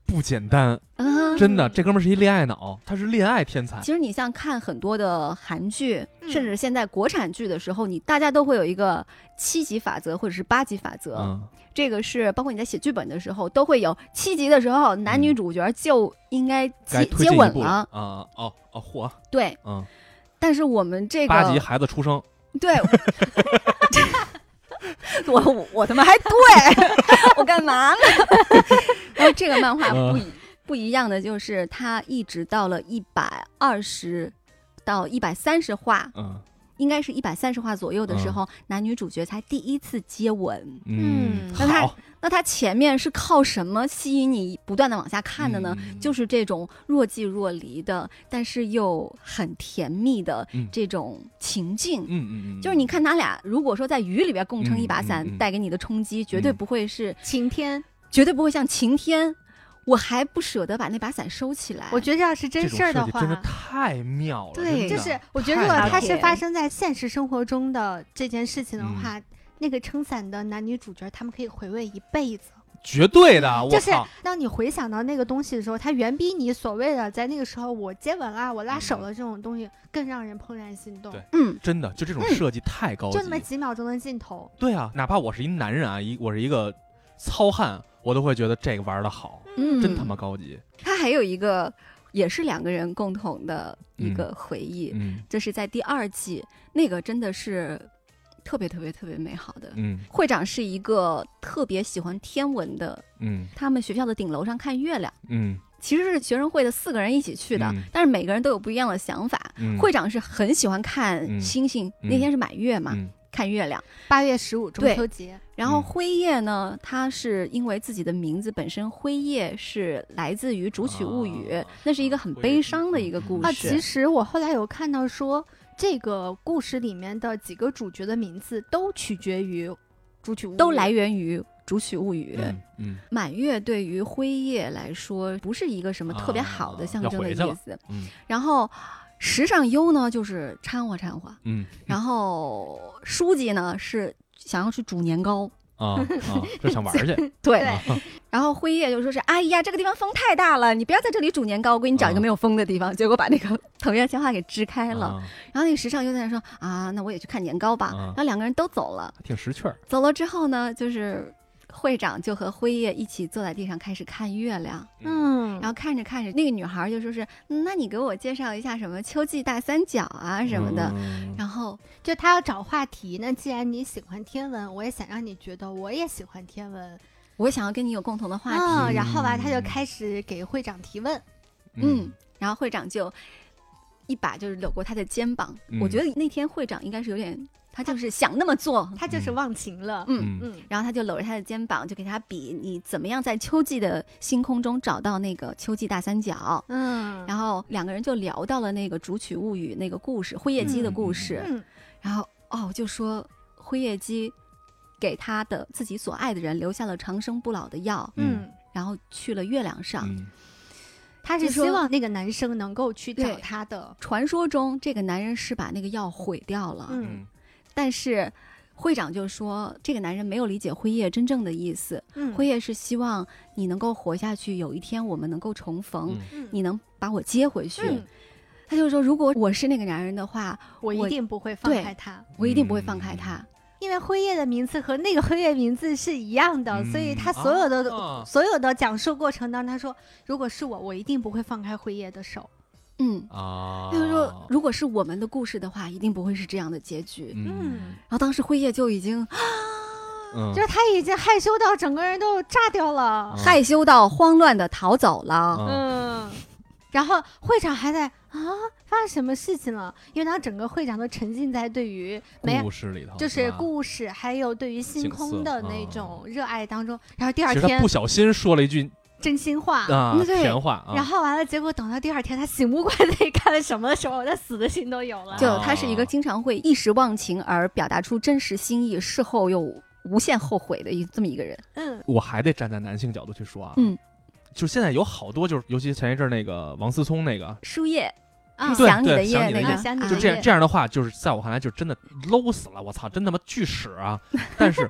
C: 不简单，
D: 嗯，
C: 真的，
B: 嗯
C: 这哥们儿是一恋爱脑，他是恋爱天才，
D: 其实你像看很多的韩剧，
B: 嗯
D: 甚至现在国产剧的时候，你大家都会有一个七级法则或者是八级法则，
C: 嗯，
D: 这个是包括你在写剧本的时候都会有七级的时候，男女主角就应该
C: 该
D: 接接
C: 推进一
D: 吻
C: 步
D: 了
C: 了，啊，哦哦，嚯，
D: 对。
C: 嗯，
D: 但是我们这个
C: 八级孩子出生，
D: 对， 我我我他妈还对，我干嘛 呢？然后这个漫画不
C: 嗯
D: 一不一样的就是，它一直到了一百二十到一百三十话，
C: 嗯
D: 应该是一百三十话左右的时候，男女主角才第一次接吻。
B: 嗯
D: 那他
C: 好，
D: 那他前面是靠什么吸引你不断的往下看的呢？
C: 嗯
D: 就是这种若即若离的，但是又很甜蜜的
C: 嗯
D: 这种情境。
C: 嗯嗯嗯，
D: 就是你看他俩，如果说在雨里边共撑一把伞，
C: 嗯嗯嗯
D: 带给你的冲击，绝对
C: 嗯
D: 不会是，
B: 晴天，
D: 绝对不会像晴天，我还不舍得把那把伞收起来。
B: 我觉得要是真
C: 这
B: 事
C: 种
B: 儿
C: 设计
B: 话，
C: 真的太妙了，
D: 对
B: 就
C: 真的
B: 是我觉得，
C: 太
B: 如果
C: 妙
B: 它
C: 了嗯
B: 是发生在现实生活中的这件事情的话，那个撑伞的男女主角他们可以回味一辈子。
C: 绝对
D: 嗯
C: 的，我
B: 就是
C: 操，
B: 当你回想到那个东西的时候，它远比你所谓的在那个时候我接吻啦、我拉手了这种东西更让人怦然心动。
C: 嗯对
D: 嗯，
C: 真的就这种
D: 嗯
C: 设计太高级
B: 就
C: 了。
B: 那么几秒钟的镜头，
C: 对啊，哪怕我是一男人啊，一我是一个糙汉，我都会觉得这个玩的好，
D: 嗯
C: 真他妈高级。
D: 他还有一个也是两个人共同的一个回忆，
C: 嗯
D: 这是在第二季，那个真的是特别特别特别美好的。
C: 嗯
D: 会长是一个特别喜欢天文的，
C: 嗯
D: 他们学校的顶楼上看月亮，
C: 嗯
D: 其实是学生会的四个人一起去的，
C: 嗯
D: 但是每个人都有不一样的想法。
C: 嗯，
D: 会长是很喜欢看
C: 嗯
D: 星星，
C: 嗯
D: 那天是满月嘛，
C: 嗯
D: 看月亮。
B: 八月十五中
D: 对
B: 秋节，
D: 然后
C: 嗯
D: 辉夜呢，他是因为自己的名字本身，辉夜是来自于《竹取物语》
C: 啊
D: 那是一个很悲伤的一个故
C: 嗯
D: 事。
B: 啊，其实我后来有看到说，这个故事里面的几个主角的名字都取决于主曲物语
D: 都来源于《竹取物语》
C: 嗯嗯
D: 满月对于辉夜来说，不是一个什么特别好的象征的
C: 啊啊要
D: 意
C: 回
D: 思。
C: 嗯
D: 然后时尚优呢，就是掺和掺和。
C: 嗯
D: 然后书记呢是想要去煮年糕。
C: 啊啊，就想玩去，
D: 对，
B: 对
C: 啊
D: 然后辉夜就说是：“哎呀，这个地方风太大了，你不要在这里煮年糕，我给你找一个没有风的地方。结果把那个藤原千花给支开了。
C: 啊啊
D: 然后那个时尚优在那说：“啊，那我也去看年糕吧。
C: 嗯
D: 然后两个人都走了。
C: 挺识趣儿。
D: 走了之后呢，就是会长就和辉夜一起坐在地上开始看月亮。
B: 嗯，
D: 然后看着看着，那个女孩就说是：“嗯那你给我介绍一下什么秋季大三角啊什么的。
C: 嗯
D: 然后
B: 就他要找话题。那既然你喜欢天文，我也想让你觉得我也喜欢天文
D: 我想要跟你有共同的话题。
B: 啊、然后吧，
C: 嗯
B: 他就开始给会长提问。
D: 嗯，然后会长就一把就是搂过他的肩膀。
C: 嗯
D: 我觉得那天会长应该是有点，他就是想那么做，
B: 他就是忘情了。
D: 嗯。
C: 嗯
B: 嗯，
D: 然后他就搂着他的肩膀，就给他比你怎么样在秋季的星空中找到那个秋季大三角。
B: 嗯，
D: 然后两个人就聊到了那个《竹取物语》那个故事，辉夜姬的故事。
B: 嗯嗯
D: 然后哦，就说辉夜姬给他的自己所爱的人留下了长生不老的药，
B: 嗯，
D: 然后去了月亮上。
C: 嗯
B: 他是
D: 就
B: 希
D: 说
B: 望那个男生能够去找
D: 对
B: 他的。
D: 传说中这个男人是把那个药毁掉了，
B: 嗯
C: 嗯
D: 但是会长就说这个男人没有理解辉夜真正的意思，
B: 嗯，
D: 辉夜是希望你能够活下去，有一天我们能够重逢，
C: 嗯
B: 嗯
D: 你能把我接回去。
B: 嗯，
D: 他就说，如果我是那个男人的话，
B: 我一
D: 我
B: 定不会放
D: 对
B: 开他。
D: 我一定不会放
B: 嗯
D: 开他。
B: 因为辉夜的名字和那个辉夜名字是一样的，
C: 嗯
B: 所以他所有的、
D: 嗯
C: 啊
B: 所有的讲述过程当中，他说：“如果是我，我一定不会放开辉夜的手。
D: 嗯，
C: 啊，
D: 他就说，如果是我们的故事的话，一定不会是这样的结局。
C: 嗯
D: 然后当时辉夜就已经
C: 嗯
B: 就是他已经害羞到整个人都炸掉了。
C: 啊
D: 害羞到慌乱的逃走了。
C: 啊
B: 嗯，然后会长还在啊，发生什么事情了？因为他整个会长都沉浸在对于没有
C: 故事里头
B: 就是
C: 啊吧
B: 故事，还有对于星
C: 景
B: 空
C: 色
B: 的那
C: 啊
B: 种热爱当中。然后第二
C: 其实他
B: 天
C: 不小心说了一句
B: 真心话
C: 啊
D: 嗯对
C: 甜话啊，
B: 然后完了，结果等到第二天他醒悟过来自己干了什么的时候，他死的心都有了。
D: 就他是一
C: 哦
D: 个经常会一时忘情而表达出真实心意，事后又无限后悔的一这么一个人。
B: 嗯
C: 我还得站在男性角度去说啊，
D: 嗯，
C: 就现在有好多就是，尤其前一阵儿那个王思聪那个，
D: 输液
B: 啊，
C: 对
D: 想你的
C: 对
D: 夜
C: 想你
D: 那
C: 的
D: 个，
B: 夜想你的
D: 啊
C: 就这
B: 夜
C: 样这样的话，就是在我看来就真的 low 死了，我操，真他妈巨屎啊！但是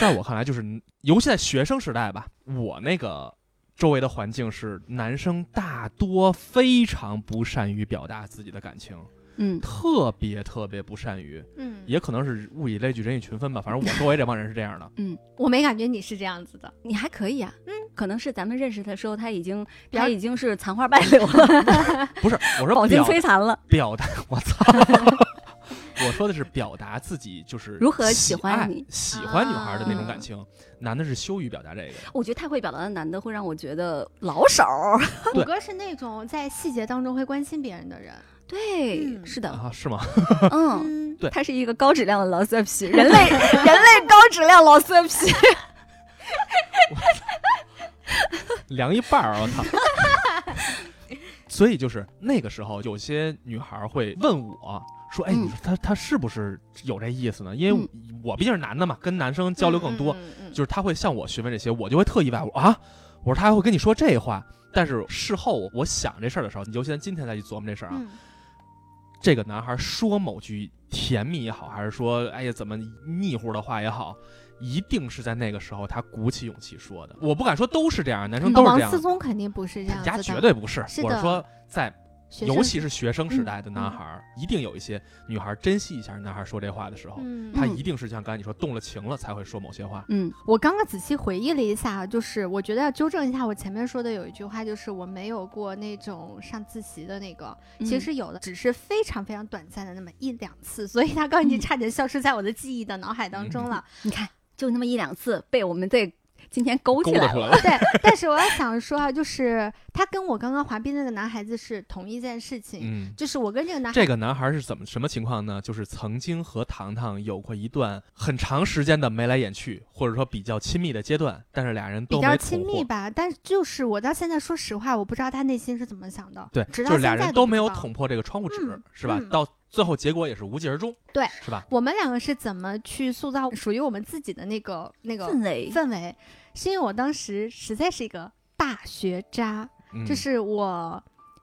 C: 在我看来，就是尤其在学生时代吧，我那个周围的环境是男生大多非常不善于表达自己的感情，
D: 嗯，
C: 特别特别不善于，
B: 嗯，
C: 也可能是物以类聚，人以群分吧，反正我周围这帮人是这样的。
B: 我没感觉你是这样子的，
D: 你还可以啊，嗯，可能是咱们认识的时候他已经
B: 比较
D: 他已经是残花败柳了，
C: 不是， 我说
D: 饱经
C: 表
D: 摧残了，
C: 表达，我操！ 我说的是表达自己就是
D: 如何喜
C: 喜
D: 欢
C: 爱
D: 你啊
C: 喜欢女孩的那种感情。男的是羞于表达这个的，
D: 我觉得太会表达的男的会让我觉得老手 儿。
B: 虎哥是那种在细节当中会关心别人的人。
D: 对，
B: 嗯
D: 是 的，
C: 啊，是吗？
D: 嗯。
B: 嗯，
C: 对
D: 他是一个高质量的老色批，人类 人类高质量老色批，
C: 凉一半儿，我操！ 所以就是那个时候，有些女孩会问我说：“哎，
D: 嗯
C: 你说他他是不是有这意思呢？”因为我毕竟是男的嘛，跟男生交流更多，
B: 嗯，嗯嗯
C: 就是他会向我询问这些，我就会特意外我啊，我说他还会跟你说这话。但是事后我想这事儿的时候，尤其咱今天再去琢磨这事儿啊，
B: 嗯
C: 这个男孩说某句甜蜜也好，还是说哎呀怎么腻乎的话也好，一定是在那个时候他鼓起勇气说的。我不敢说都是这样，男生都是这
B: 王
C: 样
B: 思
C: 的，
B: 聪肯定不是这样子
C: 人家
B: 的，
C: 绝对不是。
B: 是的
C: 我是说，在
B: 学生嗯
C: 尤其是学生时代的男孩儿，一定有一些女孩儿珍惜一下男孩儿说这话的时候，
B: 嗯，
C: 他一定是像刚才你说动了情了才会说某些话。
D: 嗯
B: 我刚刚仔细回忆了一下，啊就是我觉得要纠正一下我前面说的有一句话，就是我没有过那种上自习的那个，其
D: 嗯
B: 实有的，只是非常非常短暂的那么一两次，所以它刚刚已经
D: 嗯
B: 差点消失在我的记忆的脑海当中了。
D: 你看，就那么一两次被我们这今天勾
C: 勾
D: 起
C: 搭
D: 来
C: 出
D: 了。
C: 来 了，
B: 对，但是我要想说啊，就是他跟我刚刚滑冰那个男孩子是同一件事情，
C: 嗯。
B: 就是我跟这个 男孩
C: 这个男孩是怎么什么情况呢？就是曾经和糖糖有过一段很长时间的眉来眼去，或者说比较亲密的阶段，但是俩人
B: 比
C: 都
B: 较
C: 没
B: 亲
C: 捅
B: 密
C: 破。
B: 吧，但是就是我到现在说实话，我不知道他内心是怎么想的。
C: 对，
B: 直
C: 就
B: 到
C: 是俩
B: 现在
C: 人
B: 都
C: 都
B: 不
C: 没
B: 知
C: 有
B: 道
C: 捅破这个窗户纸，
B: 嗯
C: 是吧？
B: 嗯
C: 到最后结果也是无疾而终，
B: 对
C: 是吧？
B: 我们两个是怎么去塑造属于我们自己的那个那个
D: 氛围，
B: 氛围？是因为我当时实在是一个大学渣，
C: 嗯，
B: 就是我，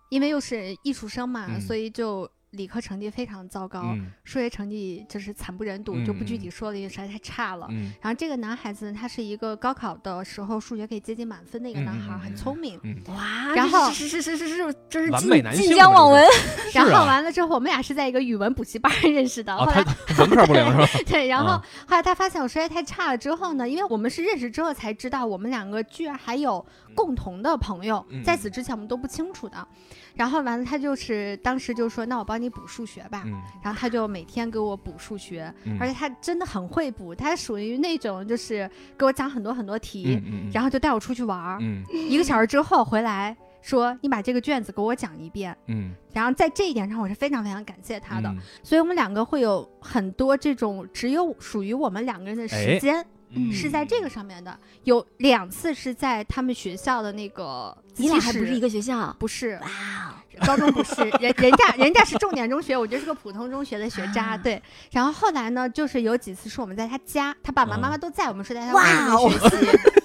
B: 因为又是艺术生嘛，
C: 嗯
B: 所以就理科成绩非常糟糕，
C: 嗯
B: 数学成绩就是惨不忍睹，就不具
C: 嗯嗯
B: 体说了，因为实在太差了。
C: 嗯
B: 然后这个男孩子呢，他是一个高考的时候数学可以接近满分的一个男孩，
C: 嗯嗯嗯
B: 很
C: 嗯
B: 聪明。
C: 嗯，
D: 哇
B: 然后
D: 是是是是是，这是
C: 完
D: 晋
C: 美男性
D: 晋江
C: 嘛这
D: 网文，
C: 是
B: 然后
C: 啊，
B: 完了之后，我们俩是在一个语文补习班认识的。
C: 啊，
B: 后来
C: 他 文科不灵是吧？
B: 对， 然后
C: 啊
B: 后来他发现我实在太差了之后呢，因为我们是认识之后才知道，我们两个居然还有共同的朋友，
C: 嗯
B: 在此之前我们都不清楚的。然后完了，他就是当时就说：“那我帮你补数学吧。
C: 嗯
B: 然后他就每天给我补数学，
C: 嗯，
B: 而且他真的很会补，他属于那种就是给我讲很多很多题，
C: 嗯嗯，
B: 然
C: 后
B: 后就带我出去玩儿。
C: 嗯
B: 一个小时之后回来说：“你把这个卷子给我讲一遍。
C: 嗯”
B: 然后在这一点上，我是非常非常感谢他的。
C: 嗯
B: 所以我们两个会有很多这种只有属于我们两个人的时间，
C: 嗯
B: 是在这个上面的。有两次是在他们学校的那个自
D: 你
B: 习室，
D: 俩还不是一个学校？啊
B: 不是
D: 哇哦，
B: 高 中不是人人家人家是重点中学，我就是个普通中学的学渣。
D: 啊
B: 对，然后后来呢，就是有几次是我们在他家，他爸爸妈妈都在，我们是在他
D: 哇哦
B: 家里面学习。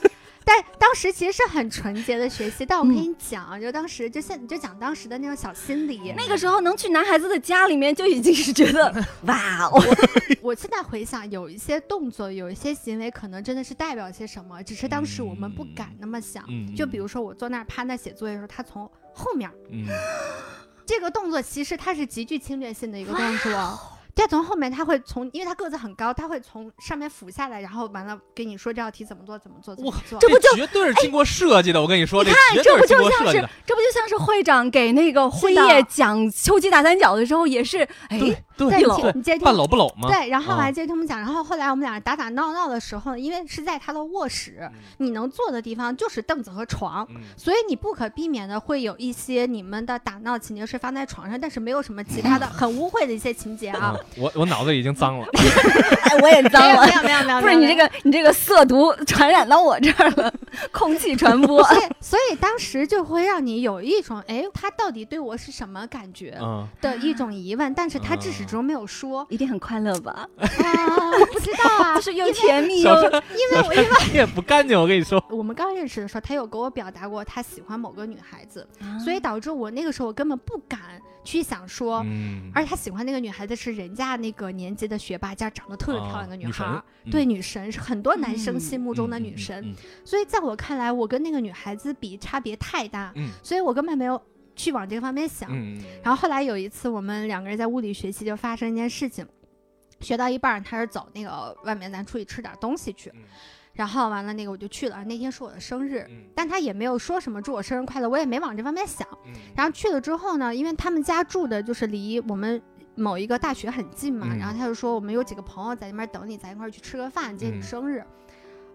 B: 但当时其实是很纯洁的学习，但我跟
D: 嗯
B: 你讲，啊就当时就现就讲当时的那种小心理，
D: 那个时候能去男孩子的家里面，就已经是觉 得哇哦，
B: 我现在回想，有一些动作，有一些行为，可能真的是代表些什么，只是当时我们不敢那么想。
C: 嗯，
B: 就比如说，我坐那儿趴那写作业的时候，他从后面儿
C: 嗯
B: 这个动作，其实它是极具侵略性的一个动作。他从后面，他会从，因为他个子很高，他会从上面俯下来，然后完了跟你说这道题怎么做，怎么做，怎么做。
D: 这不就
C: 哎绝对是经过设计的，我跟你说，
B: 哎
C: 这绝
D: 这
C: 对
D: 不就
C: 是经过
D: 像
C: 设
D: 是
C: 计的，
D: 这不就像是会长给那个辉
B: 是的
D: 夜讲秋季大三角的时候，也是哎，
C: 对
B: 对，
C: 对
B: 你
D: 冷
B: 接
C: 对，
B: 你接着
C: 半
B: 听。
C: 搂不搂嘛，
B: 对，然后我
C: 啊
B: 还接着听我们讲，然后后来我们俩打打闹闹的时候，因为是在他的卧室，你能坐的地方就是凳子和床，
C: 嗯
B: 所以你不可避免的会有一些你们的打闹情节是发生在床上，但是没有什么其他的很污秽的一些情节啊。
C: 啊，我我脑子已经脏了，
D: 哎我也脏了
B: 没。有没有没有没有，
D: 不是你这
B: 个。
D: 个你这个色毒传染到我这儿了，空气传播。
B: 所以，所以当时就会让你有一种，哎，他到底对我是什么感觉
C: 嗯，
B: 的一种疑问，但是他至始至终没有说
D: 一定很快乐吧？
B: 啊， 我不知道啊
D: 就，是又甜蜜又
C: 小声，
B: 因为我因为
C: 你也不干净，我跟 你说，
B: 我们刚认识的时候，他有给我表达过他喜欢某个女孩子，
D: 啊嗯
B: 所以导致我那个时候我根本不敢去想说，
C: 嗯，
B: 而且他喜欢那个女孩子是人家那个年级的学霸加长得特别漂亮的
C: 啊
B: 女孩，
C: 神
B: 儿，，对女神是很多男生心目
C: 目
B: 中的女神。，
C: 嗯
B: 所以在我看来，我跟那个女孩子比差别太大，
C: 嗯
B: 所以我根本没有去往这个方面想。
C: 嗯，
B: 然后后来有一次，我们两个人在屋里学习，就发生一件事情，学到一半儿，他是走那个外面，咱出去吃点东西去。
C: 嗯
B: 然后完了，那个我就去了。那天是我的生日，
C: 嗯
B: 但他也没有说什么祝我生日快乐，我也没往这方面想。
C: 嗯
B: 然后去了之后呢，因为他们家住的就是离我们某一个大学很近嘛，
C: 嗯
B: 然后他就说我们有几个朋友在那边等你，咱一块儿去吃个饭，今天你
C: 嗯
B: 生日。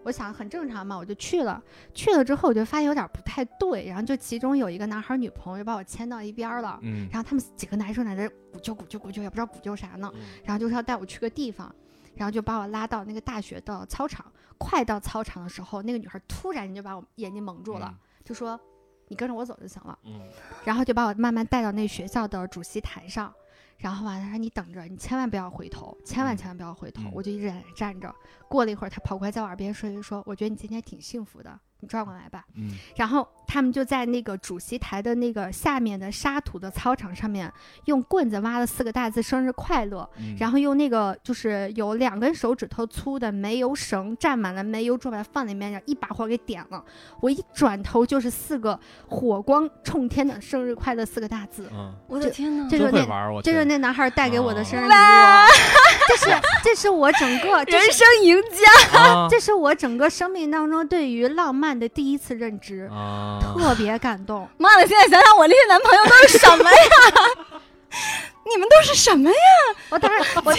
B: 我想很正常嘛，我就去了。去了之后，我就发现有点不太对，然后就其中有一个男孩儿女朋友就把我牵到一边儿了，
C: 嗯
B: 然后他们几个男生在这鼓啾鼓啾鼓啾，也不知道鼓啾啥呢，
C: 嗯
B: 然后就是要带我去个地方，然后就把我拉到那个大学的操场。快到操场的时候，那个女孩儿突然间就把我眼睛蒙住了，，就说：“你跟着我走就行了。”
C: 嗯嗯
B: 然后就把我慢慢带到那学校的主席台上，然后完啊了他说你等着，你千万不要回头，千万
C: 嗯
B: 千万不要回头。
C: 嗯
B: 我就一直在那站着。过了一会儿，他跑过来在我耳边说一说，我觉得你今天挺幸福的，你转过来吧。
C: 嗯，
B: 然后他们就在那个主席台的那个下面的沙土的操场上面，用棍子挖了四个大字“生日快乐”，
C: 嗯
B: 然后用那个就是有两根手指头粗的煤油绳蘸满了煤油之后，把它放里面，然后一把火给点了。我一转头就是四个火光冲天的“生日快乐”四个大字。
C: 嗯，
D: 我的天哪！
B: 这就是
C: 真会
B: 那
C: 玩儿，我
B: 这就是
C: 天
B: 那男孩带给我的
C: 哦
B: 生日礼物，这是这是我整 个这是
D: 生赢家，
C: 啊
B: 这是我整个生命当中对于浪漫的第一次认知，
C: 啊，
B: 特 别感动。
D: 妈的！现在想想我那些男朋友都是什么呀？ 你们都是什么呀？
B: 我当时 我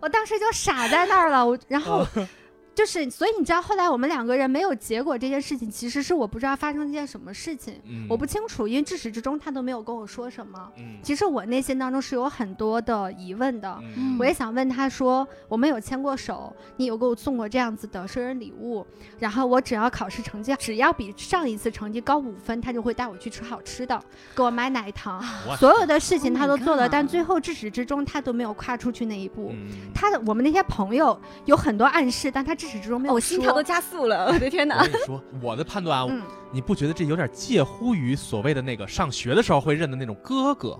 B: 我当时就傻在那儿了，我然后。
C: 嗯
B: 就是，所以你知道，后来我们两个人没有结果这件事情，其实是我不知道发生了件什么事情，
C: 嗯
B: 我不清楚，因为至始至终他都没有跟我说什么。
C: 嗯
B: 其实我内心当中是有很多的疑问的，
C: 嗯
B: 我也想问他说，我们有牵过手，你有给我送过这样子的生日礼物，然后我只要考试成绩只要比上一次成绩高五分，他就会带我去吃好吃的，给我买奶糖，
C: 嗯我
B: 所有的事情
D: Oh my
B: 他都做了，
D: God
B: 但最后至始至终他都没有跨出去那一步。
C: 嗯
B: 他的我们那些朋友有很多暗示，但他至始至终没有
D: 哦
B: 说。
D: 我心跳都加速了，我的天
C: 我
D: 哪！
C: 跟你说，我的判断啊，
B: 嗯
C: 你不觉得这有点介乎于所谓的那个上学的时候会认的那种哥哥、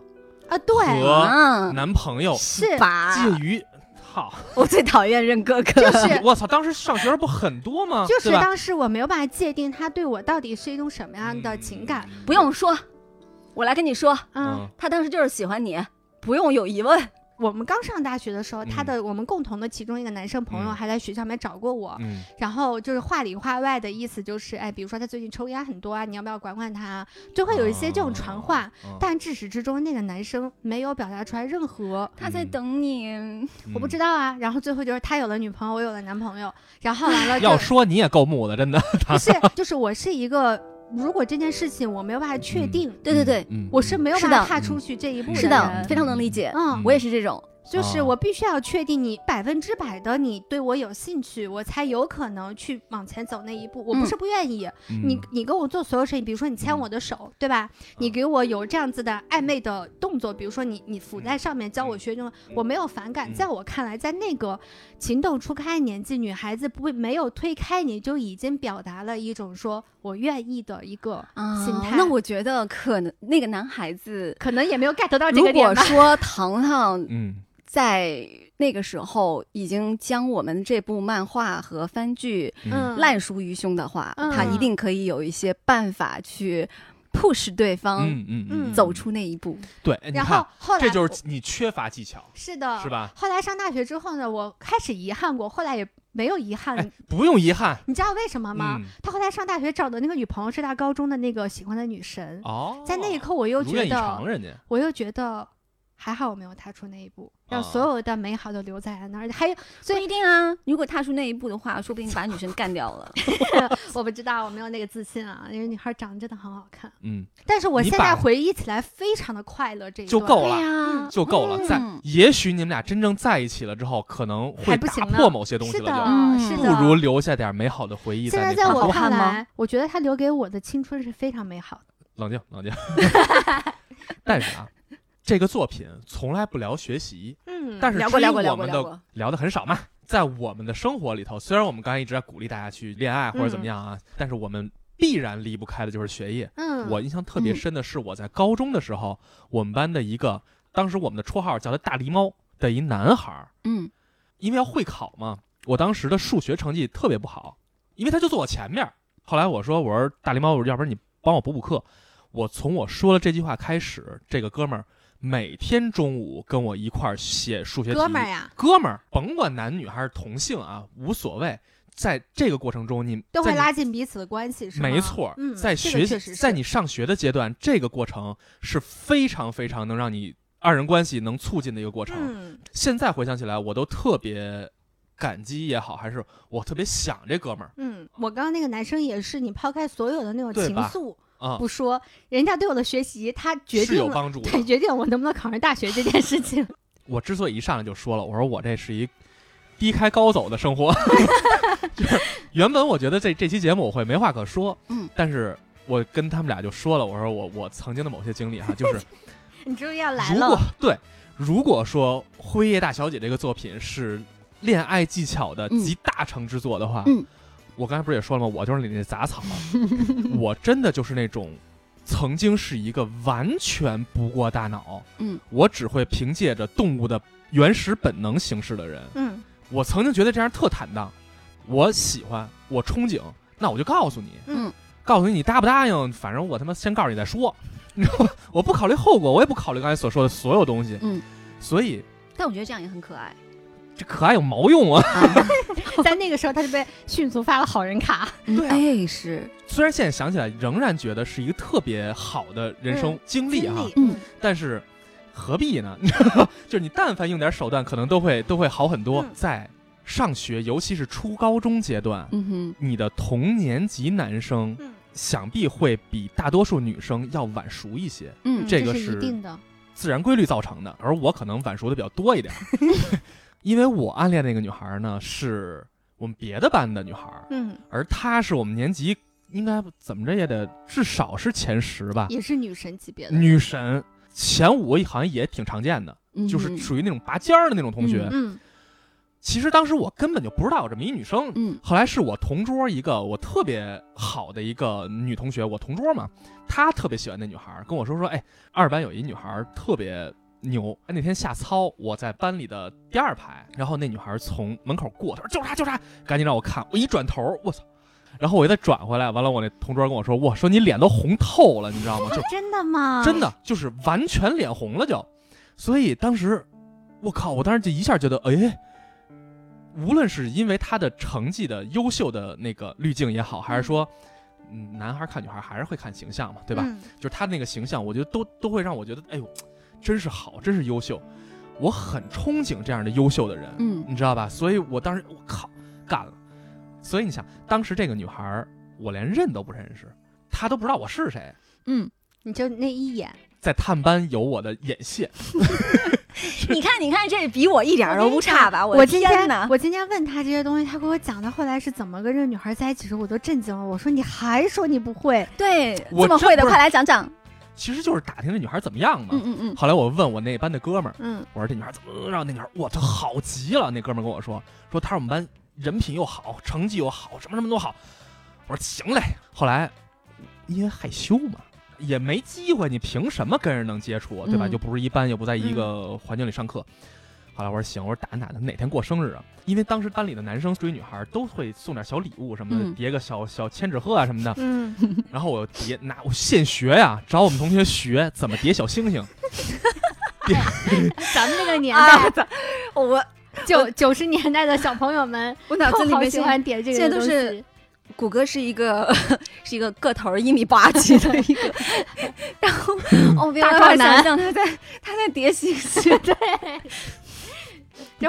B: 啊，对，
C: 和
B: 嗯
D: 啊，
C: 男朋友，
B: 是
D: 吧
C: 介于，操，
D: 我最讨厌认哥哥
B: 就
D: 了。
B: 是
C: 我操，当时上学时候不很多吗？
B: 就是
C: 哦对吧
B: 当时我没有办法界定他对我到底是一种什么样的情感，，
C: 嗯
D: 不用说，我来跟你说，
B: 嗯，
C: 嗯
D: 他当时就是喜欢你，不用有疑问。
B: 我们刚上大学的时候，他
C: 嗯
B: 的我们共同的其中一个男生朋友
C: 嗯
B: 还在学校里面找过我，
C: 嗯
B: 然后就是话里话外的意思就是，哎，比如说他最近抽烟很多啊，你要不要管管他啊？就会有一些这种传话，
C: 嗯
B: 但至始至终那个男生没有表达出来任何。
D: 他在等你，
B: 我不知
C: 道。
B: 道啊，然后最后就是他有了女朋友，我有了男朋友，然后完 了就
C: 要说你也够木的，真的。
B: 不是，就是我是一个，如果这件事情我没有办法确定，
D: 对对对，
C: 嗯，
B: 我是没有办
D: 是
B: 法
D: 的
B: 踏出去这一步
D: 是的
B: 人，
D: 非常能理解。
B: 嗯，
D: 我也是这种，
B: 就是
C: 哦
B: 我必须要确定你百分之百的你对我有兴趣，我才有可能去往前走那一步。我不
D: 嗯
B: 是不愿意，
C: 嗯嗯
B: 你你跟我做所有事情，比如说你牵我的手，对吧？你给我有这样子的暧昧的动作，比如说你你扶在上面教我学这种，我没有反感。
C: 嗯
B: 在我看来，在那个情窦初开的年纪，女孩子不没有推开你就已经表达了一种说我愿意的一个
D: 啊
B: 心态。
D: 那我觉得可能那个男孩子，
B: 可能也没有 get 到这
D: 如
B: 个点
D: 果
B: 吧。嗯
D: 说 糖糖
C: 嗯
D: 在那个时候已经将我们这部漫画和番剧
C: 嗯
D: 烂熟于胸的话，
B: 嗯
D: 他一定可以有一些办法去 push 对方
C: 嗯嗯
B: 嗯
D: 走出那一步。
C: 对，哎你
B: 然
C: 看
B: 后后来啊
C: 这就是你缺乏技巧，
B: 是的，
C: 是吧？
B: 后来上大学之后呢，我开始遗憾过，后来也没有遗憾。
C: 哎，不用遗憾
B: 你知道为什么吗？
C: 嗯
B: 他后来上大学找的那个女朋友是他高中的那个喜欢的女神，
C: 哦。
B: 在那一刻我又
C: 如
B: 觉
C: 愿以偿，
B: 得，
C: 人家嗯
B: 我又觉得还好我没有踏出那一步，
C: 哦
B: 让所有的美好都留在了那儿。还有，
D: 不一定啊，如果踏出那一步的话，说不定把女神干掉了。
B: 我不知道，我没有那个自信啊，因为女孩长得真的很好看。
C: 嗯
B: 但是我
C: 你
B: 现在
C: 把
B: 回忆起来非常的快乐，这一
C: 就
B: 段
C: 够了。
D: 呀
C: 就够了，在
D: 嗯
C: 也许你们俩真正在一起了之后，可能会
B: 还不
C: 打
B: 行呢
C: 破某些东西
B: 是的，
C: 了，
D: 嗯
B: 是
C: 就
B: 的，
C: 不如留下点美好的回忆
B: 现在
C: 那
B: 在
C: 块儿。
B: 我
D: 好看
B: 看
D: 吗
B: 来，我觉得他留给我的青春是非常美好的。
C: 冷静冷静。 但是啊，这个作品从来不聊学习，
B: 嗯
C: 但 是
D: 聊过
C: 至于
D: 聊过聊
C: 我
D: 过
C: 们
D: 聊
C: 的
D: 过
C: 聊的很少嘛。在我们的生活里头，虽然我们刚才一直在鼓励大家去恋爱
D: 嗯
C: 或者怎么样啊，但是我们必然离不开的就是学业。
B: 嗯，
C: 我印象特别
D: 嗯
C: 深的是，我在高中的时候，我们班的一个，当时我们的绰号叫他“大狸猫”的一男孩儿，
D: 嗯
C: 因为要会考嘛，我当时的数学成绩特别不好，因为他就坐我前面儿。后来我说：“我说大狸猫，我说要不然你帮我补补课。”我从我说了这句话开始，这个哥们儿每天中午跟我一块儿写数学题。
B: 哥们儿呀，
C: 哥们儿，甭管男女还是同性啊，无所谓。在这个过程中，你
B: 都会
C: 在你
B: 拉近彼此的关系，是吗？
C: 没错儿，
B: 嗯，
C: 在
B: 这
C: 学
B: 个
C: 习、
B: 确实
C: 在
B: 是
C: 你上学的阶段，这个过程是非常非常能让你二人关系能促进的一个过程。
B: 嗯
C: 现在回想起来，我都特别感激也好，还是我特别想这哥们儿
B: 嗯，我刚刚那个男生也是，你抛开所有的那种
C: 对
B: 情
C: 吧
B: 愫
C: 啊，
B: 不说，人家对我的学习，他决
C: 是
B: 定
C: 有
B: 了，
C: 帮助的。
B: 对，决定我能不能考上大学这件事情。
C: 我之所以一上来就说了，我说我这是一低开高走的 生活，就是原本我觉得这这期节目我会没话可说，
D: 嗯，
C: 但是我跟他们俩就说了，我说我我曾经的某些经历哈，就是
B: 你终于要来
C: 如果
B: 了，
C: 对，如果说《辉夜大小姐》这个作品是恋爱技巧的
D: 嗯
C: 集大成之作的话，
D: 嗯
C: 我刚才不是也说了吗？我就是你那杂草，啊 我真的就是那种曾经是一个完全不过大脑，
D: 嗯，
C: 我只会凭借着动物的原始本能行事的人。
B: 嗯
C: 我曾经觉得这样特坦荡，我喜欢，我憧憬，那我就告诉你，
D: 嗯，
C: 告诉你你答不答应，反正我他妈先告诉你再说， 你知道吧？我不考虑后果，我也不考虑刚才所说的所有东西，
D: 嗯，
C: 所以
D: 但我觉得这样也很可爱。
C: 这可爱有毛用啊！
D: 啊
B: 在那个时候他就被迅速发了好人卡。
D: 嗯
C: 对啊
D: 哎，是，
C: 虽然现在想起来仍然觉得是一个特别好的人生经历啊哈、
D: 嗯
C: 但是何必呢？ 就是你但凡用点手段，可能都会都会好很多。
B: 嗯
C: 在上学，尤其是初高中阶段，
D: 嗯哼，
C: 你的同年级男生
B: 嗯，
C: 想必会比大多数女生要晚熟一些，
D: 嗯
C: 这个
B: 是
C: 是
B: 一定的。
C: 自然规律造成的。而我可能晚熟的比较多一点，因为我暗恋那个女孩呢是我们别的班的女孩，
B: 嗯，
C: 而她是我们年级应该怎么着也得至少是前十吧，
B: 也是女神级别的。
C: 女神前五好像也挺常见的，就是
D: 嗯哼
C: 属于那种拔尖儿的那种同学。
B: 嗯
C: 其实当时我根本就不知道有这么一女生，
D: 嗯
C: 后来是我同桌一个我特别好的一个女同学，我同桌嘛，她特别喜欢那女孩儿，跟我说说，哎，二班有一女孩儿特别牛。哎那天下操，我在班里的第二排，然后那女孩儿从门口过，她说就是她，就是她，赶紧让我看。我一转头，我操！然后我又再转回来，完了，我那同桌跟我说，我说你脸都红透了，你知道吗？就
B: 真的吗？
C: 真的就是完全脸红了就。所以当时，我靠，我当时就一下觉得，哎，无论是因为他的成绩的优秀的那个滤镜也好，还是说，嗯，男孩看女孩还是会看形象嘛，对吧？
B: 嗯
C: 就是他那个形象，我觉得都都会让我觉得，哎呦，真是好，真是优秀，我很憧憬这样的优秀的人，
D: 嗯
C: 你知道吧？所以我当时，我靠，干了。所以你想，当时这个女孩儿，我连认都不认识，她都不知道我是谁。
D: 嗯，
B: 你就那一眼，
C: 在探班有我的眼线，
D: 你看，你看，这比我一点儿都不差吧？
B: 我
D: 的
B: 今
D: 天
B: 天
D: 哪！
B: 我今天问他这些东西，他给我讲他后来是怎么跟这女孩在一起的时候，我都震惊了。我说你还说你不会，
D: 对，
C: 我
D: 这么
C: 真
D: 会的，
C: 不是
D: 快来讲讲。
C: 其实就是打听这女孩怎么样嘛。
D: 嗯嗯嗯，
C: 后来我问我那班的哥们儿，
B: 嗯
C: 我说这女孩怎么让那女孩，哇，她好极了。那哥们儿跟我说，说她是我们班人品又好，成绩又好，什么什么都好。我说行嘞。后来因为害羞嘛，也没机会，你凭什么跟人能接触啊，对吧？
D: 嗯
C: 又不是一班，又不在一个环境里上课。后来我说行，我说打听打听哪天过生日啊？因为当时班里的男生追女孩都会送点小礼物什么的，
D: 嗯
C: 叠个小小千纸鹤啊什么的。
B: 嗯，
C: 然后我叠拿我现学呀，找我们同学学怎么叠小星 星。
B: 咱们这个年
D: 啊
B: 代，
D: 我
B: 九九十年代的小朋友们
D: 我脑
B: 都
D: 子里
B: 好
D: 面
B: 喜
D: 现在
B: 欢点这个
D: 现在
B: 东
D: 都
B: 西，
D: 是谷歌是一个 是一个个头儿一米八几的一个，然 后哦，别
B: 大
D: 办
B: 高
D: 法想
B: 男
D: 象他在他在叠星 星，
B: 这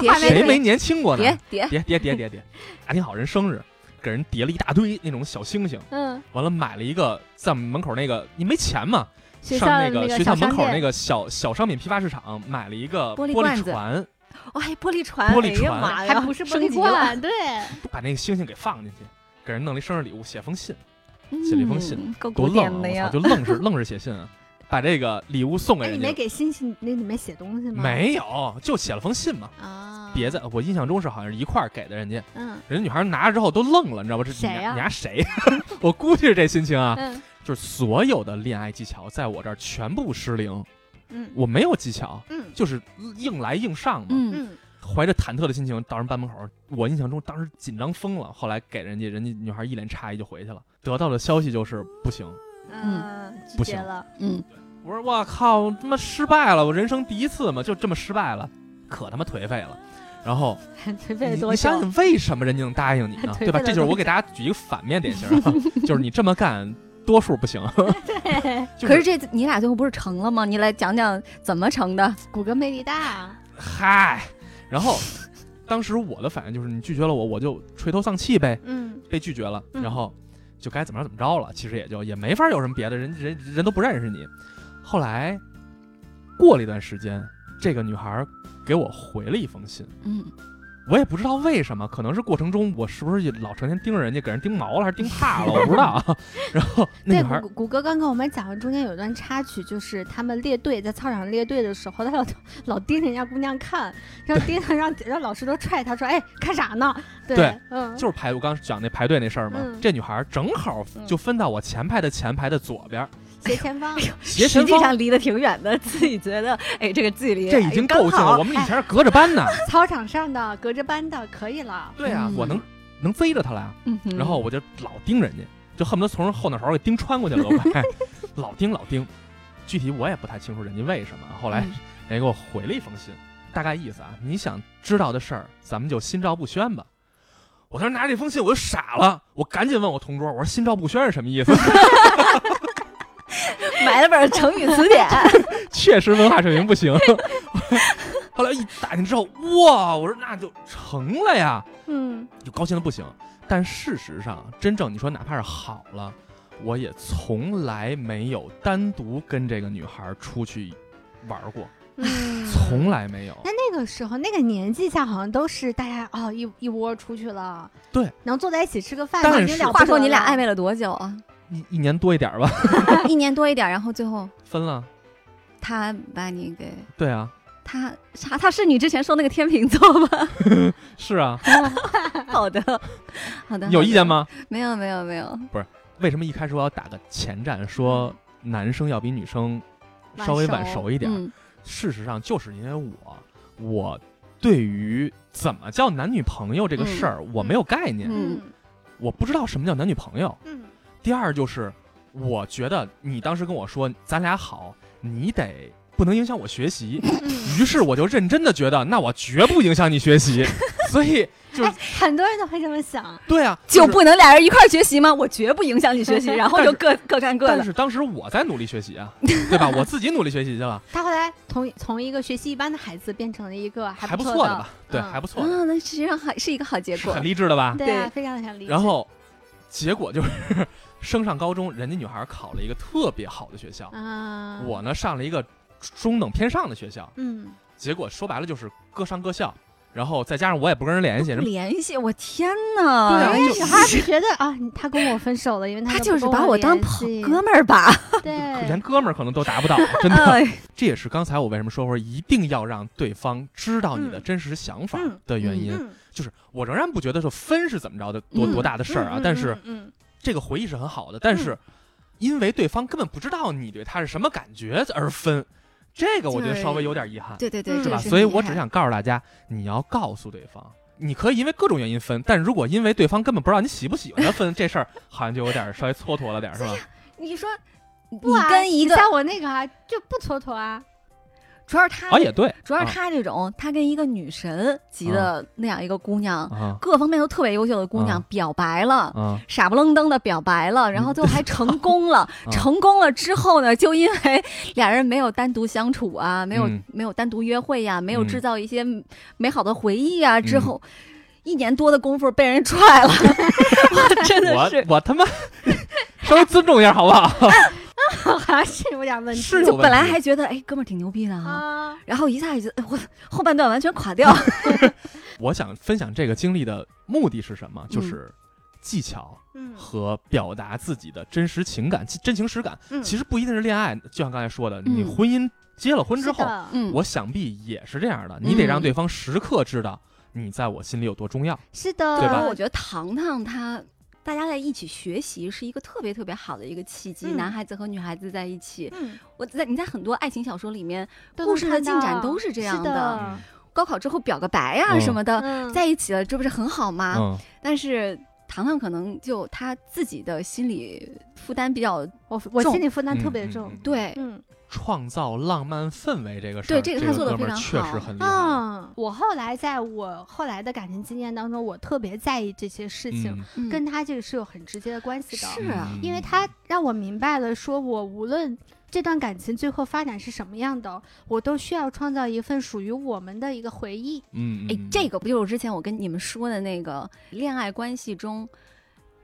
D: 叠
B: 画面
C: 谁
B: 特
C: 没
B: 别
C: 年轻过呢？
D: 叠叠，
C: 叠叠叠叠叠，还挺好人生日，给人叠了一大堆那种小星星，
B: 嗯，
C: 完了买了一个在我们门口那个，你没钱嘛，
B: 学
C: 上
B: 校的
C: 那个
B: 那个
C: 学校
B: 小
C: 门
B: 商
C: 口
B: 店
C: 那个小小商品批发市场买了一个
D: 玻璃
C: 玻
D: 罐
C: 璃
D: 子
C: 船，
D: 哇，还玻璃船，
C: 玻璃
D: 哎呀
C: 船
D: 妈呀，
B: 还不是玻
D: 升
B: 璃
D: 级了，
B: 罐，对，
C: 把那个星星给放进去，给人弄了一生日礼物，写封信，
D: 嗯
C: 写了一封信，
D: 够
C: 多
D: 古典
C: 愣啊！
D: 的
C: 我
D: 呀
C: 操，，就愣是愣是写信啊，把这个礼物送给
B: 哎，你
C: 人
B: 没
C: 家，
B: 给星星那里面写东西吗？
C: 没有，就写了封信嘛。
B: 啊，
C: 别在我印象中是好像是一块儿给的人家，
B: 嗯
C: 人家女孩拿着之后都愣了，你知道吧？这
B: 谁啊呀
C: 你丫你丫谁？ 我估计是这心情啊，
B: 嗯
C: 就是所有的恋爱技巧在我这儿全部失灵，
B: 嗯
C: 我没有技巧，
B: 嗯
C: 就是硬来硬上嘛。
D: 嗯，
B: 嗯
C: 怀着忐忑的心情到人班门口，我印象中当时紧张疯了。后来给人家，人家女孩一脸诧异就回去了，得到的消息就是不行。
B: 嗯，拒
C: 不
B: 绝
C: 行
B: 了，
D: 嗯，
C: 我说我靠，他妈失败了，我人生第一次嘛，就这么失败了，可他妈颓废了。然后
B: 颓
C: 你
B: 废多
C: 你
B: 久
C: 想？想为什么人家能答应你呢？
B: 颓废
C: 对吧？
B: 了
C: 这就是
B: 多
C: 我给大家举一个反面典型啊，就是你这么干，多数不行。 就
D: 可是这你俩最后不是成了吗？你来讲讲怎么成的？
B: 骨骼魅力大，
C: 嗨，然后当时我的反应就是你拒绝了我，我就垂头丧气呗，
B: 嗯
C: 被拒绝了，
B: 嗯
C: 然后就该怎么着怎么着了。其实也就也没法有什么别的人，人人都不认识你。后来过了一段时间，这个女孩给我回了一封信，
D: 嗯
C: 我也不知道为什么，可能是过程中我是不是也老成天盯着人家，给人盯毛了还是盯 怕了，我不知道 啊。然后那
B: 对
C: 女孩儿
B: 谷谷歌刚跟我们讲，中间有一段插曲，就是他们列队在操场上列队的时候，他老 老盯着人家姑娘看，然后盯着让让老师都踹他说：“哎，看啥呢？”对，
C: 对
B: 嗯，
C: 就是排，我刚刚讲那排队那事儿嘛，
B: 嗯
C: 这女孩儿正好
D: 嗯
C: 就分到我前排的前排的左边儿，
B: 斜前方，
D: 实
C: 斜前
D: 际
C: 方。
D: 上离得挺远的，自己觉得哎，这个距离
C: 这已经
D: 哎刚
C: 够近
D: 好
C: 了，我们以前是隔着班 呢。
B: 操场上的隔着班的，可以了。
C: 对啊
D: 嗯，
C: 我能能贼着她来啊。
D: 嗯哼
C: 然后我就老盯人家，就恨不得从人后脑勺给盯穿过去了， 我快老盯老盯。具体我也不太清楚人家为什么。后来
D: 嗯
C: 人家给我回了一封信，大概意思啊，你想知道的事儿，咱们就心照不宣吧。我当时拿着这封信我就傻了，我赶紧问我同桌，我说“心照不宣”是什么意 思？
D: 买了本成语词典，
C: 确实文化水平不行。 后来一打听之后，哇，我说那就成了呀。
B: 嗯，
C: 就高兴的不行。但事实上，真正你说哪怕是好了，我也从来没有单独跟这个女孩出去玩过，
B: 嗯
C: 从来没有。
B: 那那个时候那个年纪下，好像都是大家哦一一窝出去了，
C: 对，
B: 能坐在一起吃个饭，
C: 但
B: 已经
C: 是
B: 了不
D: 话
B: 得
D: 说你俩
B: 了
D: 暧昧了多久 啊？
C: 一一年多一点 吧，
D: 一年多一点，然后最后
C: 分了。
D: 他把你给
C: 对啊，
D: 他他他是你之前说那个天秤座吧？
C: 是啊，
D: 好的，好的，
C: 你有意见？吗？
D: 没有没有没有，
C: 为什么一开始我要打个前站，说男生要比女生
B: 晚
C: 稍微晚
B: 熟
C: 熟一点？
D: 嗯
C: 事实上，就是因为我，我对于怎么叫男女朋友这个事儿，我没有概念，
D: 嗯
C: 我不知道什么叫男女朋友。
B: 嗯
C: 第二就是，我觉得你当时跟我说咱俩好，你得不能影响我学习，
B: 嗯，
C: 于是我就认真的觉得，那我绝不影响你学习。所以，就
B: 哎，很多人都会这么想，
C: 对啊，。
D: 就是不能俩人一块儿学习吗？我绝不影响你学 习，然后就各各干各
C: 但
D: 的。
C: 是当时我在努力学习啊，对吧？我自己努力学习去了，
B: 他后来从从一个学习一般的孩子变成了一个
C: 还
B: 不
C: 不
B: 错
C: 错的吧？对，
B: 嗯
C: 还不错的，
D: 啊，那实际上还是一个好结
C: 是
D: 果
C: 很。励志的吧？
B: 对啊，
D: 对
B: 非常想理解。
C: 然后，结果就是 升上高中，人家女孩考了一个特别好的学校，
B: 啊，
C: 我呢上了一个中等偏上的学校，
B: 嗯，
C: 结果说白了就是各上各校，然后再加上我也不跟人联系，人
D: 联系，我天哪！哎
C: 对啊
B: 因为
C: 就
B: 女孩是觉得啊，你他跟我分手了，因为
D: 他
B: 都
D: 就
B: 不
D: 是
B: 跟
D: 把我当
B: 联
D: 朋
B: 系
D: 哥，们儿吧？
B: 对嗯
C: 连，哥们儿可能都 达不到， 真的。
D: 哎，
C: 这也是刚才我为什么说我一定要让对方知道你的真实想法的原因，
B: 嗯
C: 就是我仍然不觉得说分是怎么着的多、
D: 嗯
C: 多大的事儿啊，
B: 嗯嗯
C: 但是
B: 嗯嗯
C: 这个回忆是很好的，但是因为对方根本不知道你对他是什么感觉而分，这个我觉得稍微有点遗憾，
D: 对对对，
B: 嗯
D: 这
C: 是
D: 个
C: 吧？
B: 是
C: 所以
D: 很遗
C: 我只
D: 憾
C: 想告诉大家，你要告诉对方。你可以因为各种原因分，但如果因为对方根本不知道你喜不喜欢他分，这事儿好像就有点稍微蹉跎了点儿，是吧？
D: 你说
B: 不
D: 你
B: 啊
D: 跟一个，
B: 像我那个啊，就不蹉跎 啊，
D: 主要是他
C: 啊，也对
D: 主要是他这种，他跟一个女神级的那样一个姑娘，
C: 啊
D: 各方面都特别优秀的姑娘
C: 啊
D: 表白了。
C: 啊，
D: 傻不愣登的表白了，然后最后还成功 了。
C: 啊
D: 成功了之后呢，就因为俩人没有单独相处啊，没有、
C: 嗯
D: 没有单独约会呀、没有
C: 嗯
D: 制造一些美好的回忆啊，之后一年多的功夫被人踹了， 我真的
C: 我
D: 是
C: 我他妈稍微尊重一下好不 好？
B: 好像是有点问题。
C: 是有
D: 就
C: 问题
D: 本来还觉得哎哥们儿挺牛逼的啊，
B: 啊，
D: 然后一下就我后半段完全垮
C: 啊
D: 掉。
C: 我想分享这个经历的目的是什么？就
D: 嗯
C: 是技巧
B: 嗯
C: 和表达自己的真实情感、真情实感。
B: 嗯，
C: 其
B: 实
C: 实不一定是恋爱，就像刚才说的，你
D: 嗯
C: 婚姻结了婚之后，
D: 嗯，
C: 我想必也是这样的，你得让
D: 嗯
C: 对方时刻知道你在我心里有多重要。
B: 是的，嗯
C: 对
D: 然
C: 吧
D: 后我觉得糖糖他大家在一起学习是一个特别特别好的一个契机，
B: 嗯
D: 男孩子和女孩子在一起，
B: 嗯，
D: 我在你在很多爱情小说里面，
B: 都
D: 故
B: 能
D: 事的
B: 看
D: 进展
B: 到
D: 都是这样
B: 是
D: 的
B: 的，
D: 高考之后表个白呀、
C: 嗯
D: 什么的，
B: 嗯，
D: 在一起了，这不是很好吗？
C: 嗯，
D: 但是糖糖可能就他自己的心理负担比较
B: 我我
D: 重
B: 心理负担特
C: 嗯
B: 别
C: 嗯
B: 重
C: 嗯，
D: 对。
B: 嗯。
C: 创造浪漫氛围这个事
D: 对
C: 儿，
D: 这
C: 这
D: 个他做得
C: 哥们儿
D: 非常
C: 确
D: 好啊
C: 实很厉害。
B: 嗯，我后来在我后来的感情经验当中，我特别在意这些事情，
C: 嗯
D: 嗯
B: 跟他这个是有很直接的关系的，
D: 是啊
B: 因为他让我明白了，说我无论这段感情最后发展是什么样的，我都需要创造一份属于我们的一个回忆。
C: 嗯，嗯
D: 哎
C: 嗯，
D: 这个不就是之前我跟你们说的那个恋爱关系中，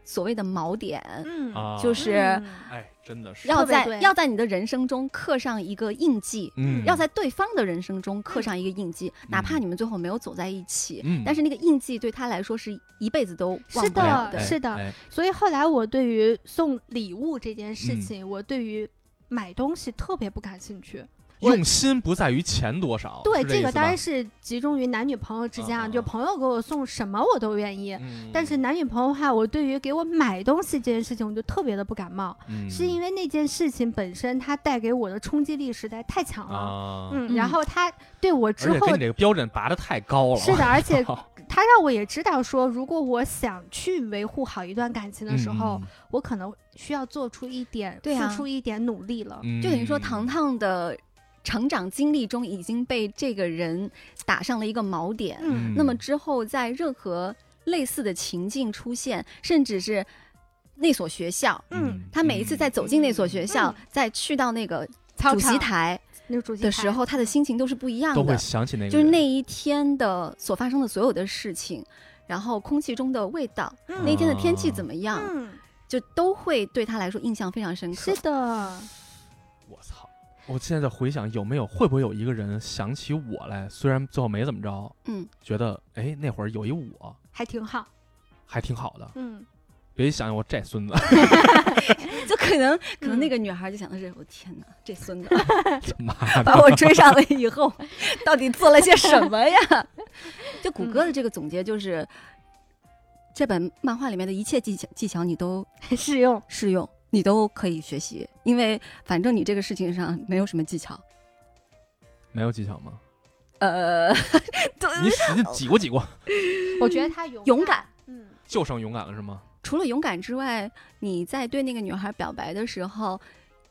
D: 所谓的锚点，
B: 嗯
C: 啊，
D: 就是
B: 嗯
C: 哎，真的是，
D: 要
B: 特别
D: 在
B: 对
D: 要在你的人生中刻上一个印记，
C: 嗯，
D: 要在对方的人生中刻上一个印记，哪怕
C: 嗯
D: 你们最后没有走在一起，
C: 嗯
D: 但是那个印记对他来说是一辈子都忘
B: 是
D: 不
B: 的
D: 了
C: 哎
D: 的。
B: 是的
C: 哎
B: 所以后来我对于送礼物这件
C: 嗯
B: 事情，我对于买东西特别不感兴趣。我
C: 用心不在于钱多少，
B: 对，
C: 哦是这
B: 个当然
C: 是，
B: 是集中于男女朋友之间啊，
C: 啊
B: 就朋友给我送什么我都愿意。
C: 嗯
B: 但是男女朋友的话，我对于给我买东西这件事情，我就特别的不感冒，是因
C: 为
B: 为那件事情本身它带给我的冲击力实在太强了。
C: 啊，
B: 嗯，
D: 嗯
B: 然后它对我
C: 而
B: 之
C: 且
B: 后
C: 跟你这个标准拔的太高了，啊
B: 是 的，而且
C: 好
B: 它让我也知道说，如果我想去维护好一段感情的
C: 嗯
B: 时候，，我可能需要做出一点，
D: 对啊
B: 付出一点努力了。
C: 嗯
D: 就等于说，糖，糖的成长经历中已经被这个人打上了一个锚点。
B: 嗯
D: 那么之后，在任何类似的情境出现，甚至是那所学校，
B: 嗯，
D: 他每一次在走进那所学校，再去到那个主席
B: 场
D: 台
B: 那个主席
D: 的时
B: 台，嗯
D: 候，他的心情都是不一样
C: 都会
D: 的。
C: 想起那个人，
D: 就是那一天的所发生的所有的事情，然后空气中的味道，
B: 嗯
D: 那天的天气怎么样，
B: 嗯，
D: 就都会对他来说印象非常深刻
B: 是。的，
C: 嗯我操！我现在在回想，有没有会不会有一个人想起我来？虽然最后没怎么着，
D: 嗯，
C: 觉得哎那会儿有一我
B: 还挺好。
C: 还挺好的。
B: 嗯，
C: 别一想我 这孙子，
D: 就可 能可能
B: 嗯
D: 那个女孩就想的是，我天哪，这孙子啊
C: 妈
D: 把
C: 的，
D: 我追上了以后，到底做了些什么呀？ 就谷
C: 嗯
D: 歌的这个总结就是，这本漫画里面的一切技巧技巧你都
B: 很适用。
D: 适用，你都可以学习，因为反正你这个事情上没有什么技巧。
C: 没有技巧吗？
D: 呃， 对，
C: 你使劲挤过挤过，
B: 我觉得他勇
D: 勇敢。
B: 嗯，
C: 就剩勇敢了是吗？
D: 除了勇敢之外，你在对那个女孩表白的时候，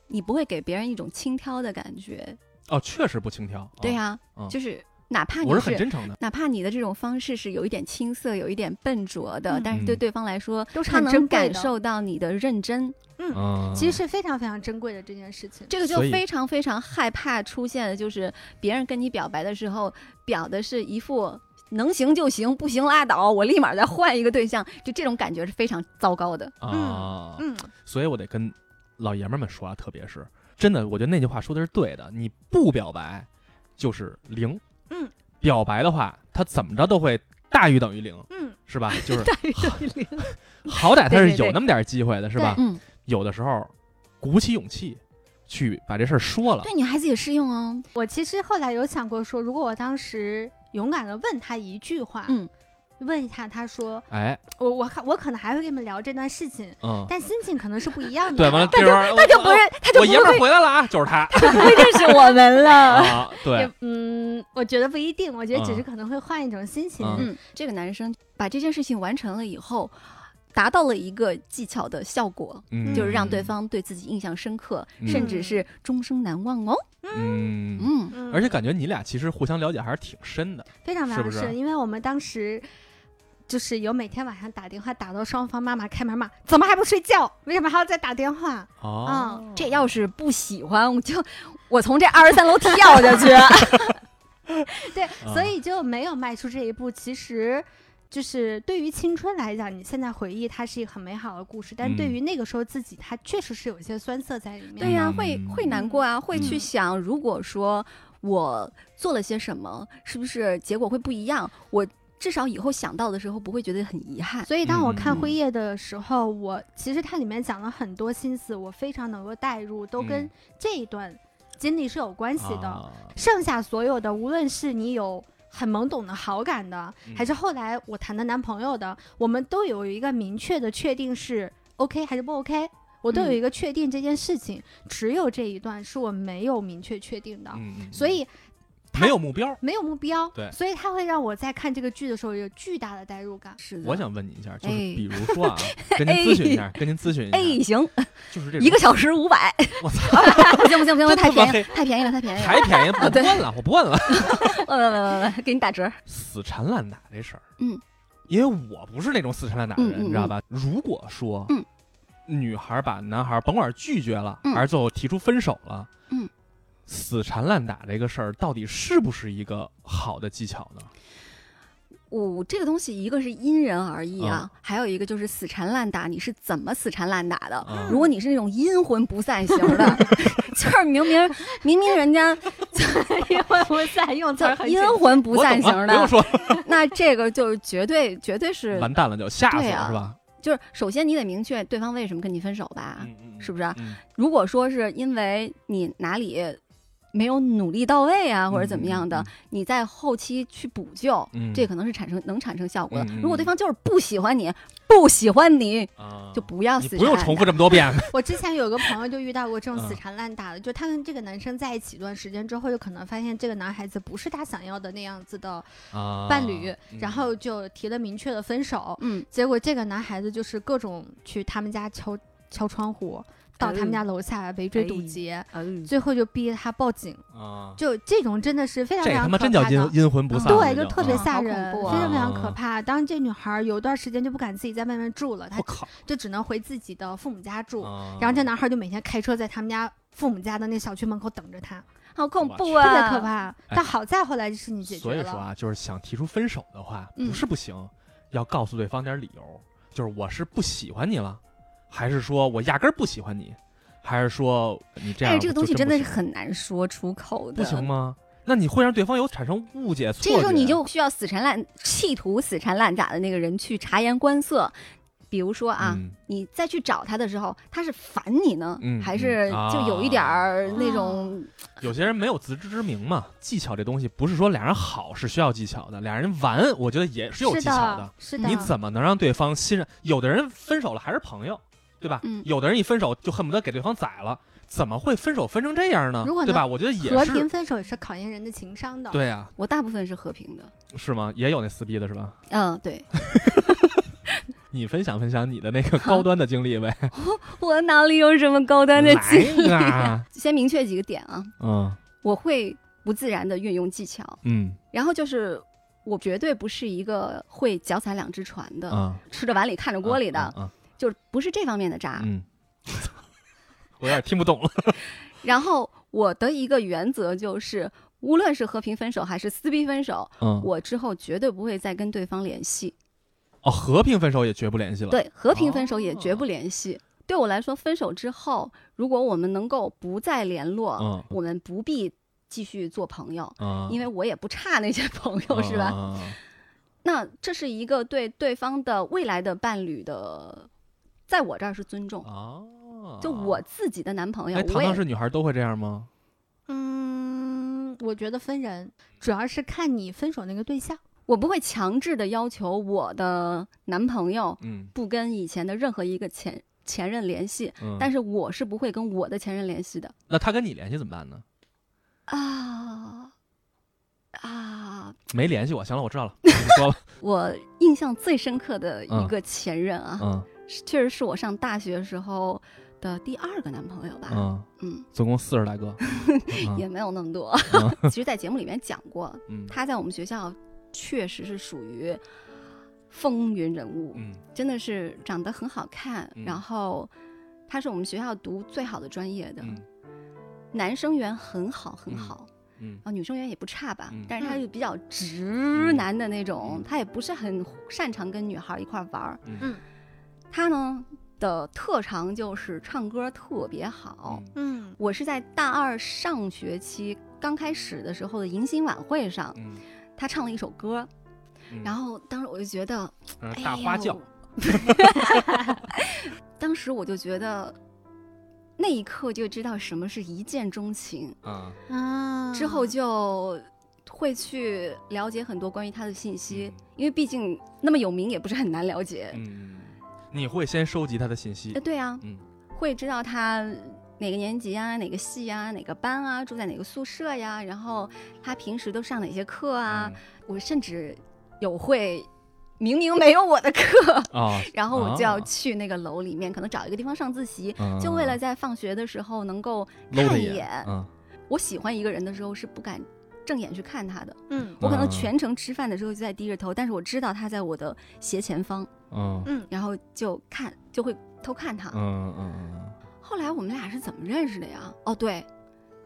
D: 你不会给别人一种轻佻的感觉。
C: 哦，确实不轻佻。
D: 对呀、
C: 嗯
D: 就是嗯哪怕你
C: 我是很真诚的。
D: 哪怕你的这种方式是有一点青涩、有一点笨拙的，
B: 嗯
D: 但是对对方来说，
B: 都是
D: 他
B: 很珍
D: 能
B: 贵
D: 感
B: 的
D: 受到你的认真，
C: 嗯，
B: 其实是非常非常珍贵的这件事情。
D: 这个就
C: 所以
D: 非常非常害怕出现的，就是别人跟你表白的时候，表的是一副。能行就行，不行拉倒，我立马再换一个对象，就这种感觉是非常糟糕的。
C: 啊，
B: 嗯，
C: 所以我得跟老爷们儿们说啊，特别是真的，我觉得那句话说的是对的，你不表白就是零，
B: 嗯，
C: 表白的话，他怎么着都会大于等于零，
B: 嗯，
C: 是吧？ 就是
B: 大于等于零。
C: 好歹他
B: 对
C: 是
B: 对对
C: 有那么点儿机会的，是吧？啊
D: 嗯，
C: 有的时候鼓起勇气去把这事儿说了，
D: 对女孩子也适用哦。
B: 我其实后来有想过说，如果我当时勇敢的问他一句话，
D: 嗯，
B: 问一下他说，
C: 哎，
B: 我我看我可能还会跟你们聊这段事情，
D: 哦
C: 嗯，
B: 但心情可能是不一样的。
C: 对，完了，这边
D: 他就不认，他就
C: 哦我
D: 不
C: 爷们儿
D: 会
C: 回来了啊，就是 他
D: 不会认识我们了。
C: 啊，对
B: 也，嗯，我觉得不一定，我觉得只
C: 嗯
B: 是可能会换一种心情。
C: 嗯
D: 嗯，这个男生把这件事情完成了以后，达到了一个技巧的效果，
C: 嗯
D: 就是让对，方对自己印象深刻，
C: 嗯
D: 甚至是终生难忘哦。
C: 嗯，
D: 嗯，
B: 嗯
C: 而且感觉你俩其实互相了解还是挺深的，
B: 非常非
C: 是
B: 常
C: 不是
B: 深，因为我们当时就是有每天晚上打电话打到双方妈妈开门骂，怎么还不睡觉？为什么还要再打电话？
C: 哦，
B: 啊、嗯，
D: 这要是不喜欢，我就我从这二十三楼跳下
C: 嗯
D: 去。
B: 对，所以就没有迈出这一步。其实。就是对于青春来讲，你现在回忆它是一个很美好的故事，但对
C: 嗯
B: 于那个时候自己，它确实是有一些酸涩在里面。
D: 对呀、
C: 嗯
D: 会会难过啊，会去想，如果说我做了些什么，是不是结果会不一样？我至少以后想到的时候不会觉得很遗憾。
B: 所以当我看
C: 嗯
B: 《辉夜》的时候，我其实它里面讲了很多心思，我非常能够代入，都跟
C: 嗯
B: 这一段经历是有关系的。
C: 啊
B: 剩下所有的，无论是你有很懵懂的好感的，
C: 嗯
B: 还是后来我谈的男朋友的，我们都有一个明确的确定是 OK 还是不 OK，我都有
D: 嗯
B: 一个确定这件事情。只有这一段是我没有明确确定
D: 啊
B: 的，
C: 嗯嗯
B: 所以他
C: 没有目标。
B: 没有目标，
C: 对
B: 所以它会让我在看这个剧的时候有巨大的代入感。
D: 是的，
C: 我想问你一下，就是
D: 哎
C: 比如说 啊，跟您咨询一下，跟您咨询一下，
D: 哎，行，
C: 就是这
D: 一个
C: 种
D: 小时五 百，
C: 我操，
D: 不行不行不行，
C: 真他
D: 太
C: 妈
D: 便宜了，太便宜了，太便宜了，
C: 还便宜， 我不
D: 对
C: 问了，我不问了，
D: 呃，给你打折。
C: 死缠烂打这事儿，
D: 嗯，
C: 因为我不是那种死缠烂打的
D: 嗯嗯
C: 人，你知道吧？如果说，
D: 嗯，
C: 女孩把男孩甭管是拒绝了，
D: 嗯
C: 还是最后提出分手了，
D: 嗯，
C: 死缠烂打这个事儿到底是不是一个好的技巧呢？
D: 舞哦这个东西，一个是因人而异啊，还有一个就是死缠烂打，你是怎么死缠烂打的？
C: 啊
D: 哦如果你是那种阴魂不散型 的，就是明明明明人家
B: 阴魂不散，用词
D: 就
B: 儿很
D: 阴
B: 简单
D: 魂不
C: 我
D: 散
C: 懂
D: 型
C: 了不用
D: 的，
C: 说，
D: 那这个就是绝对绝对是，
C: 完蛋了就吓死
D: 对
C: 了
D: 啊
C: 是吧？
D: 就是首先你得明确对方为什么跟你分手吧。
C: 嗯嗯嗯
D: 是不是啊
C: 嗯
D: 如果说是因为你哪里没有努力到位啊，或者怎么样的，
C: 嗯
D: 你在后期去补救，
C: 嗯
D: 这可能是产生能产生效果的。
C: 嗯嗯
D: 如果对方就是不喜欢你，不喜欢你，
C: 啊
D: 就不要
C: 你
D: 死缠
C: 不用
D: 烂
C: 重
D: 打
C: 复这么 多遍，
B: 我之前有个朋友就遇到过这种
C: 嗯
B: 死缠烂打的，就他跟这个男生在一起一段时间之后，就可能发现这个男孩子不是他想要的那样子的
C: 啊
B: 伴侣，
C: 嗯
B: 然后就提了明确的分手。
D: 嗯，
B: 结果这个男孩子就是各种去他们家敲敲窗户，到
C: 哎
B: 他们家楼下围追堵截，最后就逼着他报警。
C: 啊，
B: 就这种真的是非常
C: 这
B: 非
C: 他
B: 常
C: 妈
B: 可
C: 真
B: 怕
C: 叫
B: 的。
C: 阴阴魂不
D: 嗯
C: 散了
B: 对，
C: 这，
B: 就特别
D: 啊
B: 吓
D: 好
B: 人，
D: 恐怖
B: 非常非常可
C: 啊
B: 怕。当时这女孩儿有一段时间就不敢自己在外面住了，她
C: 我靠，
B: 就只能回自己的父母家住。
C: 啊
B: 然后这男孩就每天开车在他们家父母家的那小区门口等着他，
D: 好恐怖
B: 特
D: 啊，
B: 别可。怕。但好在后来这事情解决
C: 哎所以说
B: 了。
C: 啊，就是想提出分手的话，
B: 嗯
C: 不是不行，要告诉对方点理由，就是我是不喜欢你了，还是说我压根儿不喜欢你，还是说你这样
D: 哎，
C: 就
D: 这个东
C: 真不
D: 西
C: 行，
D: 真的是很难说出口的。
C: 不行吗？那你会让对方有产生误解错
D: 这
C: 觉，
D: 个时候你就需要死缠烂，企图死缠烂打的那个人去察言观色。比如说啊，
C: 嗯
D: 你再去找他的时候，他是烦你呢，
C: 嗯
D: 还是就有一点儿那种、
C: 有些人没有自知之明嘛，技巧这东西不是说俩人好是需要技巧的，俩人玩我觉得也是有技
B: 是
C: 巧的
B: 的。，是的。
C: 你怎么能让对方信任？有的人分手了还是朋友，对吧？
D: 嗯
C: 有的人一分手就恨不得给对方宰了，怎么会分手分成这样呢？
B: 如果能
C: 对吧？我觉得也
B: 和
C: 是
B: 平，分手也是考验人的情商的。
C: 对啊，
D: 我大部分是和平的。
C: 是吗？也有那撕逼的是吧？
D: 嗯，对，
C: 你分享分享你的那个高端的经历呗，
D: 我哪里有什么高端的技
C: 来啊，
D: 先明确几个点啊，
C: 嗯
D: 我会不自然的运用技巧，
C: 嗯
D: 然后就是我绝对不是一个会脚踩两只船的，
C: 啊，
D: 吃着碗里看着锅里的，
C: 啊，啊
D: 就是不是这方面的渣。
C: 啊嗯， 我有点听不懂了，
D: 然后我的一个原则就是，无论是和平分手还是撕逼分手，
C: 嗯，
D: 我之后绝对不会再跟对方联系。
C: 哦，和平分手也绝不联系了，
D: 对，和平分手也
C: 哦
D: 绝不联系。对我来说，分手之后，如果我们能够不再联络，
C: 嗯，
D: 我们不必继续做朋友，
C: 嗯，
D: 因为我也不差那些朋友，是吧？
C: 吧？
D: 那这是一个对对方的未来的伴侣的，在我这儿是尊重。
C: 哦，
D: 就我自己的男朋友
C: 哎，，
D: 我
C: 糖
D: 也
C: 糖是女孩都会这样吗？
B: 嗯，我觉得分人主要是看你分手那个对象。
D: 我不会强制的要求我的男朋友
C: 嗯
D: 不跟以前的任何一个前前任联系，
C: 嗯，
D: 但
C: 是
D: 是我是不会跟我的前任联系的
C: 那他跟你联系怎么办呢？
D: 啊啊！
C: 没联系我，行了，我知道了，不说 了，
D: 我印象最深刻的一个前任啊，
C: 嗯
D: 是确实是我上大学时候的第二个男朋友吧，
C: 嗯，
D: 嗯，
C: 总共四十来个，
D: 也
C: 嗯
D: 没有那么多。
C: 嗯
D: 其实，在节目里面讲过，
C: 嗯
D: 他在我们学校确实是属于风云人物，
C: 嗯
D: 真的是长得很好看，
C: 嗯
D: 然后他是我们学校读最好的专业的，
C: 嗯
D: 男生缘很好很
C: 嗯
D: 好，
C: 嗯
D: 然后女生缘也不差吧，
C: 嗯
D: 但是他
B: 嗯
D: 又比较直男的那种，
C: 嗯
D: 他也不是很擅长跟女孩一块玩儿。
C: 嗯
B: 嗯
D: 他呢的特长就是唱歌特别好。
C: 嗯
B: 嗯
D: 我是在大二上学期刚开始的时候的迎新晚会上，
C: 嗯
D: 他唱了一首歌，
C: 嗯，
D: 然后当时我就觉得
C: 嗯
D: 哎
C: 大花
D: 呦
C: 轿，
D: 当时我就觉得，那一刻就知道什么是一见钟情，
C: 啊，
B: 啊，
D: 之后就会去了解很多关于他的信息，因为毕竟那么有名也不是很难了解。
C: 嗯，你会先收集他的信息
D: 呃，，对啊，
C: 嗯
D: 会知道他哪个年级啊、哪个系啊、哪个班啊、住在哪个宿舍呀，然后他平时都上哪些课啊。
C: 嗯
D: 我甚至有会明明没有我的课，
C: 嗯啊，
D: 然后我就要
C: 啊
D: 去那个楼里面，可能找一个地方上自习，
C: 嗯
D: 就为了在放学的时候能够
C: 搂着
D: 看一
C: 眼
D: 眼
C: 嗯
D: 我喜欢一个人的时候是不敢正眼去看他的，
B: 嗯
D: 我可能
C: 嗯
D: 全程吃饭的时候就在低着头，但是我知道他在我的斜前方，
C: 嗯嗯
B: 嗯
D: 然后就看就会偷看他。
C: 嗯嗯
D: 后来我们俩是怎么认识的呀？哦，对，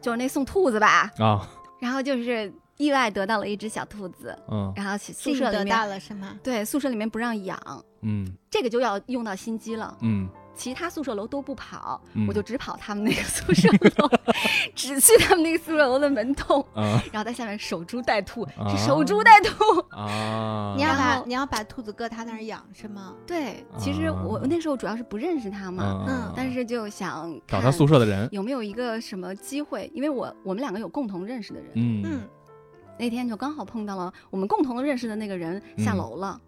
D: 就是那送兔子吧，
C: 嗯啊，
D: 然后就是。意外得到了一只小兔子，
C: 嗯
D: 然后去
B: 是
D: 宿
B: 你
D: 舍里
B: 得
D: 面，
B: 到了是吗？
D: 对，宿舍里面不让养，
C: 嗯
D: 这个就要用到心机了。
C: 嗯
D: 其他宿舍楼都不跑，
C: 嗯，
D: 我就只跑他们那个宿舍楼， 只去他们那个宿舍楼的门洞，
C: 啊
D: 然后在下面守株待兔，
C: 啊
D: 是守株待兔。
C: 啊，
B: 你要
D: 然
B: 把
D: 后
B: 你要把兔子搁他那儿养是吗？
D: 对，其实我
C: 啊
D: 那时候主要是不认识他嘛，
C: 嗯，
D: 但是就想
C: 找他
D: 看
C: 宿舍的人，
D: 有没有一个什么机会，因为我我们两个有共同认识的人，
C: 嗯
B: 嗯，
D: 那天就刚好碰到了我们共同认识的那个人下
C: 嗯
D: 楼了，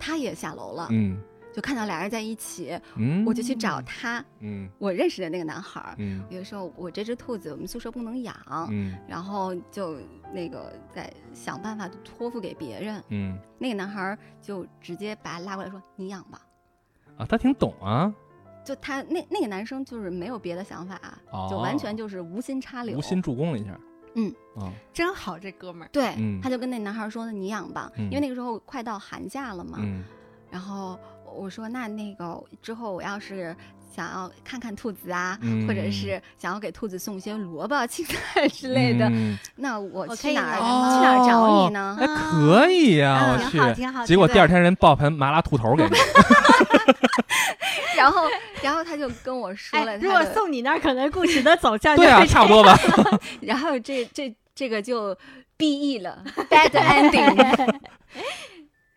D: 他也下楼了，
C: 嗯
D: 就看到俩人在一起，
C: 嗯，
D: 我就去找他，
C: 嗯
D: 我认识的那个男孩儿，
C: 嗯
D: 比如说我这只兔子我们宿舍不能养，
C: 嗯
D: 然后就那个再想办法托付给别人，
C: 嗯
D: 那个男孩儿就直接把他拉过来说你养吧。
C: 啊，他挺懂啊，
D: 就他那那个男生就是没有别的想法，啊
C: 哦
D: 就完全就是无心插柳，
C: 无心助攻了一下，
D: 嗯
C: 啊
B: 真好，这哥们儿。
D: 对，
C: 嗯
D: 他就跟那男孩说：“你养吧，
C: 嗯
D: 因为那个时候快到寒假了嘛。
C: 嗯
D: 然后我说：“那那个之后我要是想要看看兔子啊，
C: 嗯
D: 或者是想要给兔子送一些萝卜、青菜之类的，
C: 嗯
D: 那我
B: 我可
D: 去
B: 以
D: 哪儿、
B: 来
C: 吗
D: 去哪儿找你呢？”
C: 哎，可以
D: 嗯
C: 呀，
B: 啊，
C: 我
B: 挺好，
C: 去。
B: 挺好。
C: 结果
B: 挺好
C: 第二天人爆盘麻辣兔头 给你，
D: 然后然后他就跟我说
B: 哎
D: 了
B: 如
D: 他
B: 果
D: 的，
B: 送你那儿，可能故事的走向就
C: 对啊，
B: 是
C: 差不多 吧。
D: 然后这这这个就 B E 了 ，bad
B: 啊
D: ending。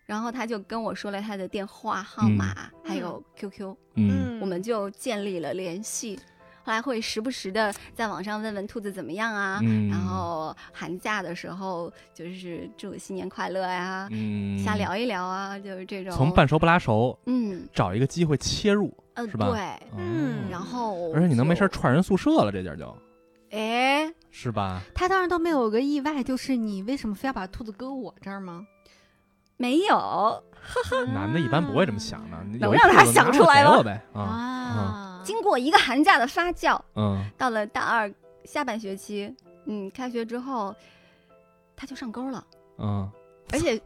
D: 然后他就跟我说了他的电话号码，还有 QQ。
C: 嗯
B: 嗯，
D: 我们就建立了联系。后来会时不时的在网上问问兔子怎么样啊，
C: 嗯，
D: 然后寒假的时候就是祝新年快乐呀、
C: 嗯，
D: 瞎聊一聊啊，就是这种。
C: 从半熟不拉熟，
D: 嗯
C: 找一个机会切入，
D: 呃
C: 是吧
D: 对，
B: 嗯
C: 哦
D: 然后
C: 而且你能没事儿
D: 就
C: 串人宿舍了，这点儿就。
D: 哎，
C: 是吧？
B: 他当时都没有个意外，就是你为什么非要把兔子搁我这儿吗？
D: 没
C: 啊
D: 有
C: 男的一般不会这么想的，你
D: 嗯能
C: 有一
D: 让他
C: 兔子
D: 想
C: 拿
D: 出来
C: 给
D: 吗
C: 我呗啊，
B: 啊，
D: 经过一个寒假的发酵，
C: 嗯
D: 到了大二下半学期，嗯，开学之后他就上钩了，
C: 嗯，
D: 而 且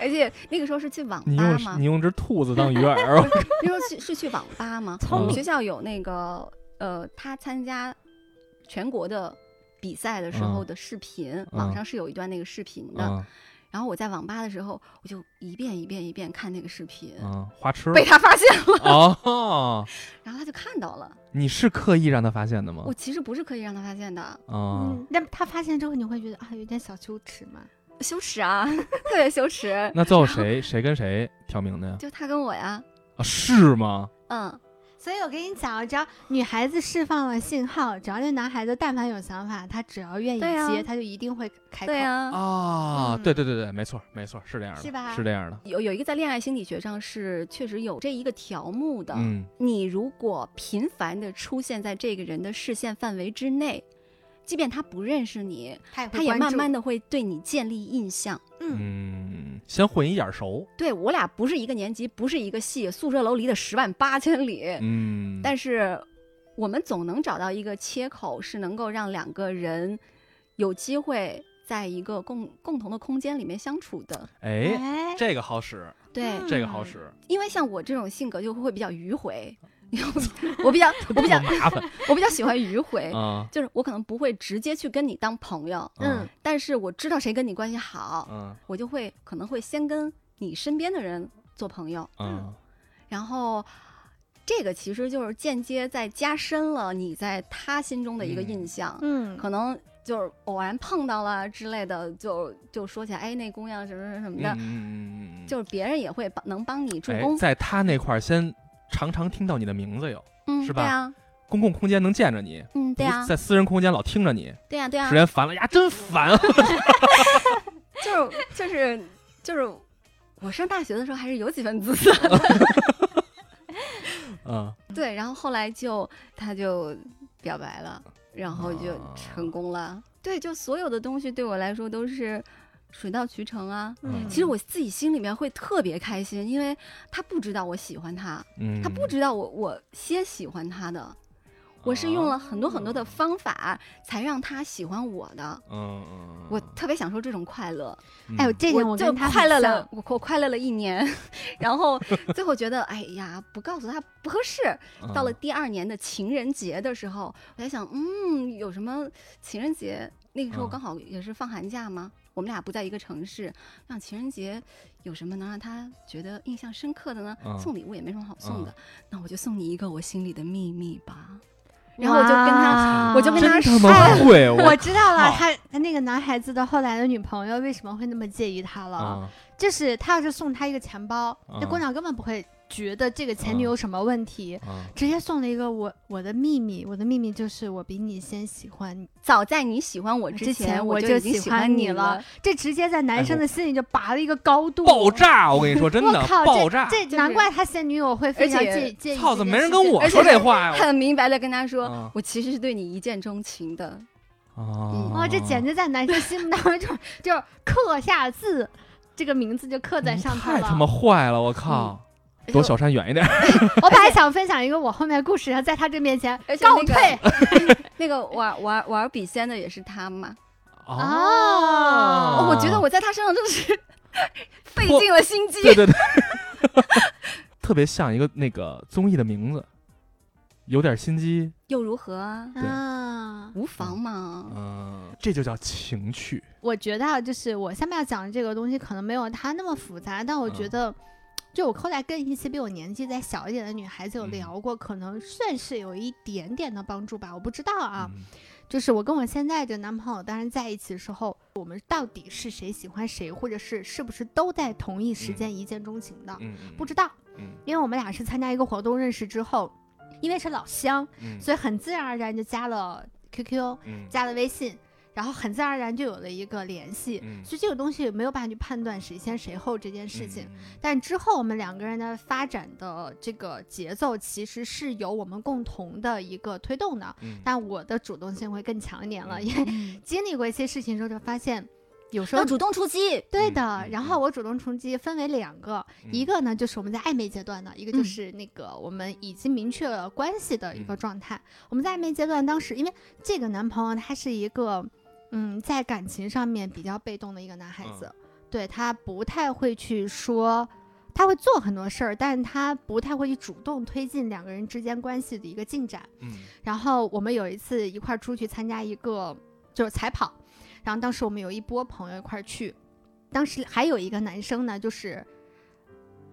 D: 而且那个时候是去网
C: 你
D: 吧
C: 用
D: 嘛
C: 你，用只兔子当鱼 饵，
D: 那时候去是去网吧吗？
B: 聪
C: 明
D: 学校有那个呃，他参加全国的比赛的时候的视频，网上是有一段那个视频的。
C: 嗯
D: 然后我在网吧的时候，我就一遍一遍一遍看那个视频，
C: 嗯，花痴了
D: 被他发现了，
C: 哦，
D: 然后他就看到了。
C: 你是刻意让他发现的吗
D: 我？其实不是可以让他发现的，
C: 啊，
B: 嗯，那他发现之后，你会觉得啊，有点小羞耻吗？
D: 羞耻啊， 特别羞耻。
C: 那最后谁谁跟谁挑明的呀？
D: 就他跟我呀，
C: 啊，是吗？
D: 嗯，
B: 所以我跟你讲，只要女孩子释放了信号，只要这男孩子但凡有想法，他只要愿意
D: 对啊
B: 接，他就一定会开口。
D: 对啊。
C: 啊，
B: 嗯
C: 对对对对，没错没错，是这样的，
B: 是吧
C: 这样的，
D: 有有一个在恋爱心理学上是确实有这一个条目的，
C: 嗯
D: 你如果频繁的出现在这个人的视线范围之内，即便他不认识你，
B: 他也
D: 他
B: 会
D: 也
B: 关注
D: 慢慢的会对你建立印象。
B: 嗯，
C: 嗯，先混一眼熟，
D: 对我俩不是一个年级，不是一个系，宿舍楼离得十万八千里，
C: 嗯，
D: 但是我们总能找到一个切口，是能够让两个人有机会在一个共共同的空间里面相处的。
C: 哎，
B: 哎，
C: 这个好使，
D: 对，
B: 嗯
C: 这个好使，
D: 因为像我这种性格就会比较迂 回，我比较我比
C: 这
D: 较
C: 么麻 烦
D: 我比较喜欢迂回。
C: 啊，
D: 就是我可能不会直接去跟你当朋友，
B: 嗯
D: 但是我知道谁跟你关系好，
C: 嗯
D: 我就会可能会先跟你身边的人做朋友，
C: 嗯
D: 然后这个其实就是间接在加深了你在他心中的一个印象，
B: 嗯，
D: 可能就是偶然碰到了之类的，就就说起来，哎，那姑娘什么什么什么
C: 嗯
D: 的，
C: 嗯嗯嗯，
D: 就是别人也会帮能帮你助
C: 哎
D: 攻，
C: 在他那块儿先常常听到你的名字有，
D: 嗯，
C: 是
D: 对啊，
C: 公共空间能见着你，
D: 嗯，对
C: 不
D: 啊，
C: 在私人空间老听着你，
D: 对啊，对啊
C: 时，间烦了呀，真烦啊，
D: 就是就是就是，我上大学的时候还是有几分自私的。
C: 嗯，
D: 对，然后后来就他就表白了，然后就
C: 啊
D: 成功了。对，就所有的东西对我来说都是水到渠成啊。
B: 嗯
D: 其实我自己心里面会特别开心，因为他不知道我喜欢他，
C: 嗯，
D: 他不知道我我先喜欢他的，我是
C: 啊
D: 用了很多很多的方法才让他喜欢我的。
C: 嗯，嗯，
D: 我特别享受这种快乐，
C: 嗯
B: 哎呦，这点
D: 我就
B: 跟他
D: 快
B: 很
D: 乐
B: 像
D: 了，，我我快乐了一年， 然后最后觉得，哎呀，不告诉他不合适，
C: 嗯
D: 到了第二年的情人节的时候，我在想，嗯，有什么情人节那个时候
C: 嗯
D: 刚好也是放寒假嘛，我们俩不在一个城市，像情人节有什么能让他觉得印象深刻的呢？
C: 嗯
D: 送礼物也没什么好送的，
C: 嗯
D: 那我就送你一个我心里的秘密吧。然后我就跟他，
B: 哇
D: 我就跟他
C: 嗯真
D: 说，
C: 他妈 啊会
B: 哎我知道了，
C: 靠
B: 他他那个男孩子的后来的女朋友为什么会那么介意他了？
C: 啊！
B: 就是他要是送他一个钱包，那
C: 嗯
B: 姑娘根本不会觉得这个前女友什么问题，
C: 啊
B: 直接送了一个我我的秘密，我的秘密就是我比你先喜欢你，
D: 早在你喜欢我
B: 之
D: 之
B: 前
D: 前，
B: 我
D: 就
B: 就
D: 已经
B: 喜
D: 喜
B: 欢
D: 欢
B: 你了
D: 了。
B: 这直接在男生的心里就拔了一个高度，
C: 爆！炸！我跟你说，真
B: 我
C: 的
B: 靠，
C: 爆炸！
B: 这
D: 是
B: 这难怪他前女友会非常
D: 而且
B: 介介意。
C: 操，怎么没人跟哎我
D: 而且
C: 说这话呀？
D: 很明白的跟他说，
C: 嗯
D: 我其实是对你一见钟情的。 嗯
B: 哦，这简
C: 直
B: 直在男生心目当中就就是刻下字，这个名字就刻在上头
C: 太
B: 了。
C: 他妈坏了！我靠，
D: 嗯
C: 躲小山远一点。
B: 我本来想分享一个我后面的故事，然后在他这面前
D: 而且
B: 告
D: 那个
B: 退。
D: 那个玩玩玩笔仙的也是他嘛。
B: 哦
D: 嗯 哦，我觉得我在他身上真的是 费
C: 我
D: 尽了心机。
C: 对对 对，特别像一个那个综艺的名字，有点心机，
D: 又如何啊？
C: 对
B: 啊，
D: 无妨嘛。
C: 嗯，这就叫情趣。
B: 我觉得啊，就是我下面要讲的这个东西可能没有他那么复杂，但我觉
C: 嗯
B: 得，就我后来跟一些比我年纪再小一点的女孩子有
C: 嗯
B: 聊过，可能算是有一点点的帮助吧。我不知道啊，
C: 嗯
B: 就是我跟我现在这男朋友，当时在一起的时候，我们到底是谁喜欢谁，或者是是不是都在同一时间一见钟情的，
C: 嗯，嗯
B: 不知道，
C: 嗯
B: 因为我们俩是参加一个活动认识之后，因为是老乡，
C: 嗯
B: 所以很自然而然就加了 QQ，
C: 嗯
B: 加了微信，然后很自然而然就有了一个联系。
C: 嗯
B: 所以这个东西没有办法去判断谁先谁后这件事情。
C: 嗯
B: 但之后我们两个人的发展的这个节奏，其实是有我们共同的一个推动的。
C: 嗯
B: 但我的主动性会更强一点了，
C: 嗯
B: 因为经历过一些事情之后，就发现有时候
D: 要主动出击。
B: 对
C: 嗯
B: 的。
C: 嗯
B: 然后我主动冲击分为两个，
C: 嗯
B: 一个呢就是我们在暧昧阶段的，一个就
D: 嗯
B: 是那个我们已经明确了关系的一个
C: 嗯
B: 状态。我们在暧昧阶段，当时因为这个男朋友他是一个，嗯，在感情上面比较被动的一个男孩
C: 嗯
B: 子，对他不太会去说。他会做很多事儿，但是他不太会去主动推进两个人之间关系的一个进展。
C: 嗯
B: 然后我们有一次一块儿出去参加一个就是采跑，然后当时我们有一波朋友一块儿去，当时还有一个男生呢，就是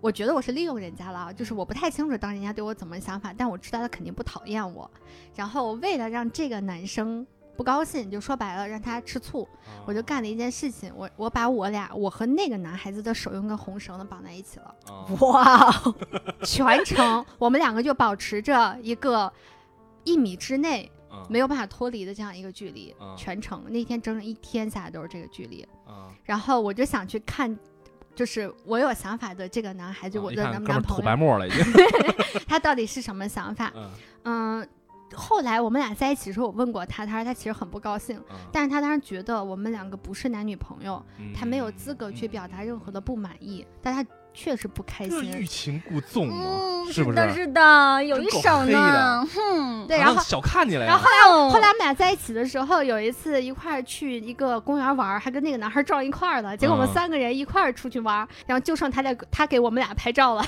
B: 我觉得我是利用人家了啊，就是我不太清楚当时人家对我怎么想法，但我知道他肯定不讨厌我，然后为了让这个男生。不高兴就说白了，让他吃醋，
C: 嗯
B: 我
C: 哦
B: 就干了一件事情，我我把我俩我和那个男孩子的手用根红绳子绑在一起了，
C: 啊
D: 哦哇，
B: 全程 我们两个就保持着一个一米之内
C: 啊
B: 没有办法脱离的这样一个距离，
C: 啊
B: 全程那天整整一天下来都是这个距离。
C: 啊
B: 然后我就想去看，就是我有想法的这个男孩，就
C: 啊
B: 我
C: 一
B: 的
C: 看
B: 男
C: 哥
B: 男
C: 们儿吐
B: 朋
C: 白
B: 友，
C: 沫了 已经。
B: 他到底是什么想法？
C: 嗯
B: 嗯，后来我们俩在一起的时候，我问过他，他说他其实很不高兴，
C: 嗯
B: 但是他当时觉得我们两个不是男女朋友，
C: 嗯嗯
B: 他没有资格去表达任何的不满意，但他确实不开
C: 这欲
B: 心。
C: 擒故纵嘛，
D: 嗯，
C: 是啊不
D: 的，是的，有一手
C: 真够黑的
D: 呢。哼，哎
B: 对，
C: 啊
B: 然
C: 那
B: 后
C: 小看你了呀，
B: 然后
D: 后
C: 嗯
B: 后来我们俩在一起的时候，有一次一块儿去一个公园玩儿，还跟那个男孩撞一块儿了。结果我们
C: 嗯
B: 三个人一块儿出去玩儿，然后就剩他在他给我们俩拍 照了，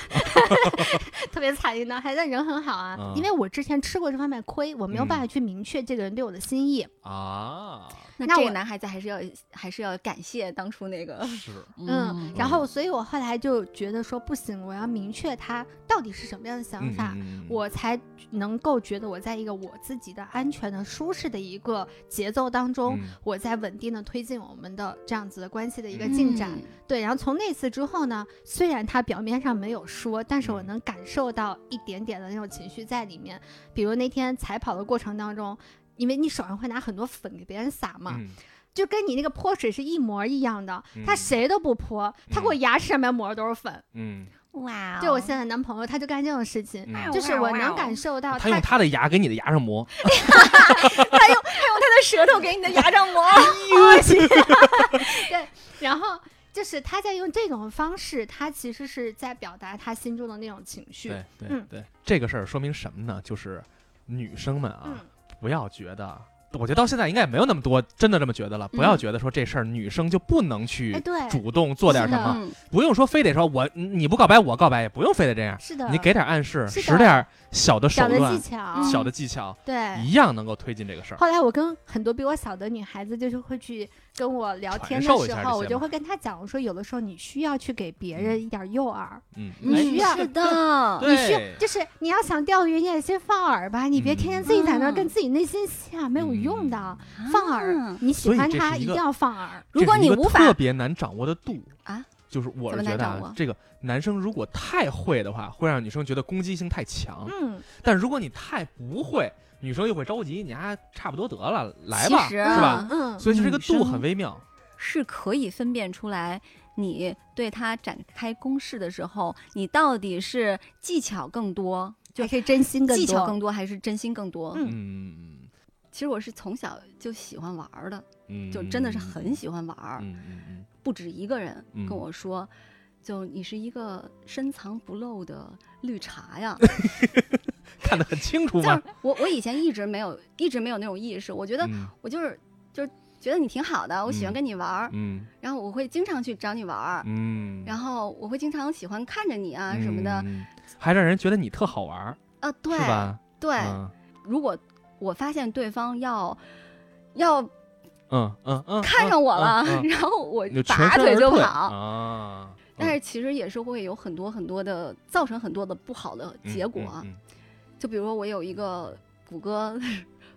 B: 特别惨一个男孩，但人很好啊。
C: 嗯
B: 因为我之前吃过这方面亏，我没有
C: 嗯
B: 办法去明确这个人对我的心意。
C: 啊，
B: 那
D: 那这
B: 我
D: 个男孩子还是要还是要感谢当初那
B: 呃
D: 个。
C: 是
B: 嗯，然后所以我后来就觉得说不行，我要明确他到底是什么样的想法。，
C: 嗯
B: 我才能够觉得我在一个我自己的安全的、舒适的一个节奏当中，
C: 嗯
B: 我在稳定的推进我们的这样子的关系的一个进展。
C: 嗯
D: 嗯
B: 对，然后从那次之后呢，虽然他表面上没有说，但是我
C: 嗯
B: 能感受到一点点的那种情绪在里面。比如那天采跑的过程当中。因为你手上会拿很多粉给别人撒嘛，
C: 嗯
B: 就跟你那个泼水是一模一样的。
C: 嗯
B: 他谁都不泼，他给我牙齿上面抹的都是粉。
C: 嗯，
D: 哇哦
B: 对我现在男朋友，他就干这种事情，
C: 嗯
B: 就是我能感受到
C: 啊他用他的牙给你的牙 上磨，
D: 他的舌头给你的牙上磨。
B: 然后就是他在用这种方式，他其实是在表达他心中的那种情绪。
C: 对对
B: 嗯
C: 对，这个事儿说明什么呢？就是女生们啊，
B: 嗯，
C: 不要觉得我觉得到现在应该也没有那么多真的这么觉得了。不要觉得说这事儿女生就不能
B: 嗯哎，
C: 去
B: 对，
C: 主动做点
B: 是
C: 什
B: 的
C: 么，
D: 嗯，
C: 不用说非得说我你不告白我告白，也不用非得这样。
B: 是的，
C: 你给点暗示，
B: 是的
C: 使点小的手
B: 小的技
C: 段、
B: 巧，
C: 小的技巧，
B: 对。
C: 一样能够推进这个事儿。
B: 后来我跟很多比我小的女孩子，就是会去跟我聊
C: 传
B: 天的
C: 授
B: 时
C: 一下这
B: 候，我
C: 些
B: 就
C: 嘛
B: 会跟她讲，我说有的时候你需要去给别人一点诱饵，
C: 嗯，
B: 你
C: 哎
B: 需要
D: 是的，
B: 你需
C: 对，
B: 就是你要想钓鱼，你也先放饵吧，你别天天自己在那儿
D: 嗯
B: 跟自己内心戏啊，没有用的。放饵
D: 啊，
B: 你喜
C: 嗯所以
B: 欢
C: 这
B: 他
C: 是一
B: 一
C: 个
B: 定要放饵。
D: 如果
C: 这是一
D: 你
C: 个
D: 无法
C: 特别难掌握的度
D: 啊，
C: 就是我
D: 怎
C: 是觉
D: 么难
C: 得
D: 掌
C: 啊
D: 握，
C: 这个男生如果太会的话，会让女生觉得攻击性太强；
B: 嗯，
C: 但如果你太不会，女生又会着急，你还差不多得了，来吧，
D: 其实
C: 是
D: 啊
C: 吧？
B: 嗯，
C: 所以就这个
D: 女
C: 度
D: 生
C: 很微妙。
D: 是可以分辨出来，你对他展开攻势的时候，你到底是技巧更多，就
B: 还可以真心更
D: 技巧
B: 多
D: 更多，还是真心更多？
B: 嗯
C: 嗯
D: 其实我是从小就喜欢玩儿的，
C: 嗯，
D: 就真的是很喜欢玩儿，
C: 嗯嗯嗯
D: 不止一个人
C: 嗯
D: 跟我说。就你是一个深藏不露的绿茶 呀！
C: 嗯，看得很清楚
D: 就
C: 嘛
D: 是。我我以前一直没有一直没有那种意识，我觉得
C: 嗯
D: 我就是就是觉得你挺好的，我喜欢
C: 嗯
D: 跟你玩儿，
C: 嗯
D: 然后我会经常去找你玩儿，
C: 嗯，
D: 然后我会经常喜欢看着你啊什么的，
C: 嗯，嗯还让人觉得你特好玩儿，
D: 啊，对
C: 是吧？
D: 对，
C: 嗯
D: 如果我发现对方要要
C: 嗯嗯嗯，
D: 看上我了，
C: 嗯嗯嗯
D: 然后我
C: 你就全
D: 拔
C: 身
D: 腿
C: 而
D: 就
C: 退
D: 跑。
C: 啊。
D: 但是其实也是会有很多很多的，造成很多的不好的
C: 嗯
D: 结
C: 嗯
D: 果。啊
C: 嗯
D: 就比如说我有一个谷歌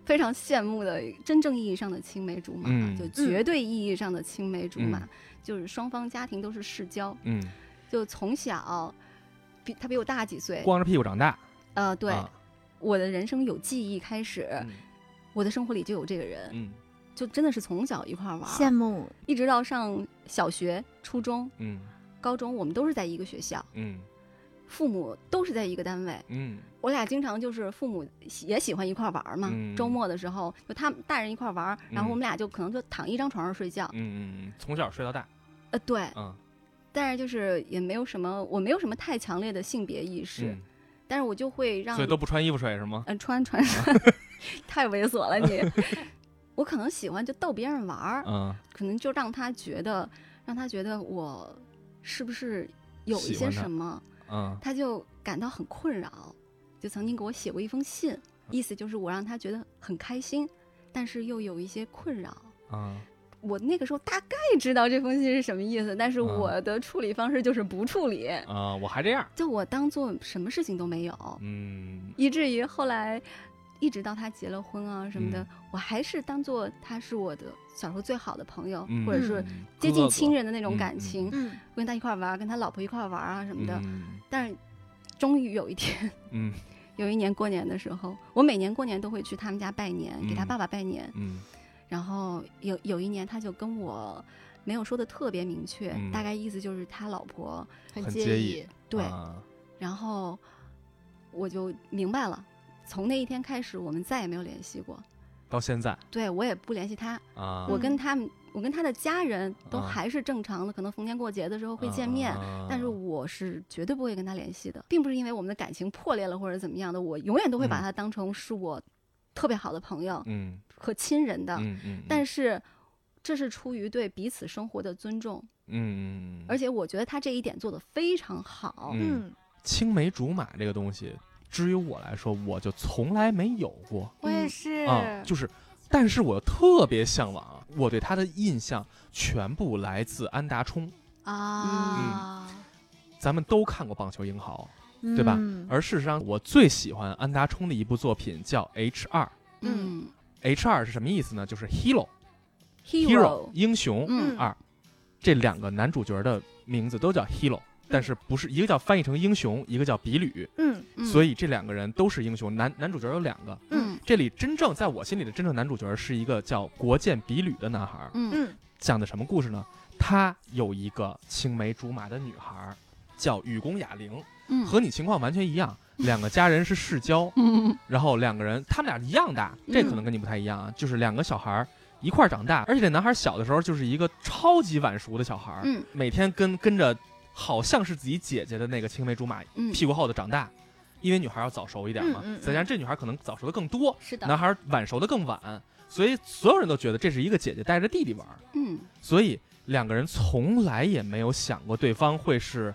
D: 非常羡慕的，真正意义上的青梅竹马，啊
C: 嗯
D: 就绝对意义上的青梅竹马，
C: 嗯
D: 就是双方家庭都是世交，
C: 嗯，
D: 就从小比他比我大几岁，
C: 光着屁股长大，
D: 呃，哎对、
C: 啊
D: 我的人生有记忆开始，
C: 嗯
D: 我的生活里就有这个人，
C: 嗯
D: 就真的是从小一块儿玩
B: 羡
D: 儿，
B: 慕。
D: 一直到上小学、初中、
C: 嗯
D: 高中，我们都是在一个学校，
C: 嗯
D: 父母都是在一个单位，
C: 嗯
D: 我俩经常就是父母喜也喜欢一块儿玩儿嘛，
C: 嗯
D: 周末的时候就他们大人一块儿玩儿，然后
C: 嗯
D: 我们俩就可能就躺一张床上睡觉
C: 嗯，嗯，从小睡到大，
D: 呃，对，
C: 嗯，
D: 但是就是也没有什么，我没有什么太强烈的性别意识，
C: 嗯，
D: 但是我就会让
C: 所以都不穿衣服睡是吗？
D: 嗯，穿 穿太猥琐了你。 我可能喜欢就逗别人玩儿，
C: 嗯，
D: 可能就让他觉得，让他觉得我是不是有一
C: 喜欢
D: 些
C: 他
D: 什么，
C: 嗯
D: 他就感到很困扰。就曾经给我写过一封
C: 嗯
D: 信，意思就是我让他觉得很开心，但是又有一些困扰。
C: 嗯，
D: 我那个时候大概知道这封信是什么意思，但是
C: 嗯
D: 我的处理方式就是不处理，
C: 啊，我还这样，
D: 就我当做什么事情都没有。
C: 嗯
D: 以至于后来一直到他结了婚啊什么的，
C: 嗯
D: 我还是当做他是我的小时候最好的朋友，
C: 嗯，
D: 或者是
C: 嗯
D: 接近亲，
C: 哥
D: 人的那种感情，
B: 嗯，
D: 我跟他一块儿玩儿，跟他老婆一块儿玩儿啊什
C: 哥
D: 么的。
C: 嗯
D: 但是终于有一天，
C: 嗯
D: 有一年过年的时候，我每年过年都会去他们家拜年，给他
C: 嗯
D: 爸爸拜年。
C: 嗯
D: 然后有有一年，他就跟我没有说的特别明确，
C: 嗯
D: 大概意思就是他老婆
C: 很介
B: 介
C: 意
B: 意。
D: 对，
C: 啊
D: 然后我就明白了。从那一天开始，我们再也没有联系过。
C: 到现在
D: 对我也不联系他，
C: 啊，
D: 我
B: 嗯
D: 跟他们，我跟他的家人都
C: 啊
D: 还是正常的，可能逢年过节的时候会见面，
C: 啊
D: 但是我是绝对不会跟他联系的，并不是因为我们的感情破裂了或者怎么样的，我永远都会把
C: 嗯
D: 他当成是我特别好的朋友
C: 嗯
D: 和亲人的，
C: 嗯嗯，
D: 但
C: 是
D: 是。这是出于对彼此生活的尊重，
C: 嗯嗯，
D: 而
C: 且
D: 且我觉得他这一点做得非常好。
C: 嗯，
B: 嗯，
C: 青梅竹马这个东西，至于我来说，我就从来没有过，
B: 我也是。
C: 啊，就是，但是我特别向往，我对他的印象全部来自安达充。
B: 嗯啊，
C: 咱们都看过《棒球英豪》，对吧
B: 嗯
C: 而事实上，我最喜欢安达充的一部作品叫《H 二》。
D: 嗯
C: H 二是什么意思呢？就是 hero
D: ，hero，
C: 英雄、
D: 嗯
C: 二，这两个男主角的名字都叫 hero，但是不是一个叫翻译成英雄，一个叫比吕，
B: 嗯
C: 所
D: 以
C: 以这两个人都是英雄。男男主角有两个，
D: 嗯
C: 这里真正在我心里的真正男主角是一个叫国见比吕的男孩儿。
D: 嗯
B: 嗯
C: 讲的什么故事呢？他有一个青梅竹马的女孩儿，叫雨宫雅玲，
D: 嗯，
C: 和你情况完全一样，两个家人是世交，
D: 嗯
C: 然后两个人他们俩一样大，这可能跟你不太一样啊，就是两个小孩儿一块儿长大，而且这男孩儿小的时候就是一个超级晚熟的小孩儿，
D: 嗯
C: 每天跟跟着好像是自己姐姐的那个青梅竹马
D: 嗯，
C: 屁股后头长大，因为女孩儿要早熟一点嘛
B: 嗯嗯嗯，
C: 再加上这女孩儿可能早熟的更多，
B: 是的，
C: 男孩儿晚熟的更晚，所以所有人都觉得这是一个姐姐带着弟弟玩儿，
D: 嗯，
C: 所以两个人从来也没有想过对方会是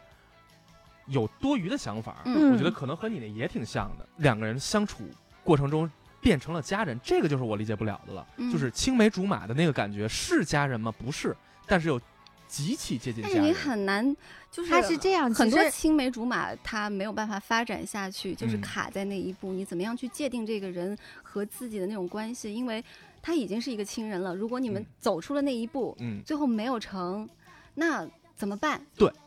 C: 有多余的想法儿。
D: 嗯
C: 我觉得可能和你那也挺像的，两个人相处过程中变成了家人，这个就是我理解不了的了，
D: 嗯
C: 就是青梅竹马的那个感觉是家人吗？不是，但是又极其接近
D: 但
C: 家
D: 是你
C: 人。
D: 很难，就是
B: 他嗯是
C: 啊
B: 这样，
D: 很
B: 其
D: 多
B: 实
D: 青梅竹马，它没有办法发展下去，就是
C: 嗯
D: 卡在那一步。你怎么样去界定这个人和自己的那种关系？因为他已经是一个亲人了。如果你们
C: 嗯
D: 走出了那一步，
C: 嗯，
D: 最后没有成，那怎么办？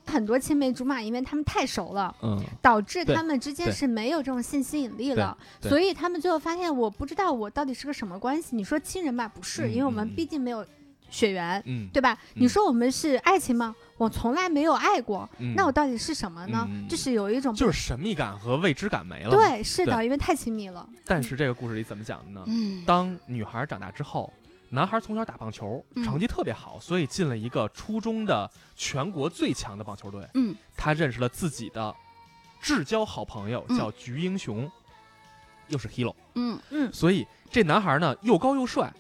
B: 很多青梅竹马，因为他们太熟了，
C: 嗯，
B: 导致
C: 对
B: 他们之间
C: 对
B: 是没有这种性吸引力了，
C: 对对
B: 所以他们最后发现，我不知道我到底是个什么关系。你说亲人吧，不是，
C: 嗯
B: 因为我
C: 嗯
B: 们
C: 嗯
B: 毕竟没有血缘，
C: 嗯，
B: 对吧？
C: 嗯
B: 你说我们是爱情吗？我从来没有爱过，
C: 嗯
B: 那我到底是什么呢？
C: 嗯嗯嗯
B: 就是有一种
C: 就是神秘感和未知感没了。，
B: 对，是的，因为太亲密了。
C: 但是这个故事里怎么讲的呢？
D: 嗯，
C: 啊当女孩长大之后，男孩从小打棒球，
D: 嗯
C: 成绩特别好，所以进了一个初中的全国最强的棒球队。
D: 嗯，
C: 他认识了自己的至交好朋友，
D: 嗯
C: 叫菊英雄，又是 Hero。
D: 嗯
C: 所以这男孩呢又高又帅，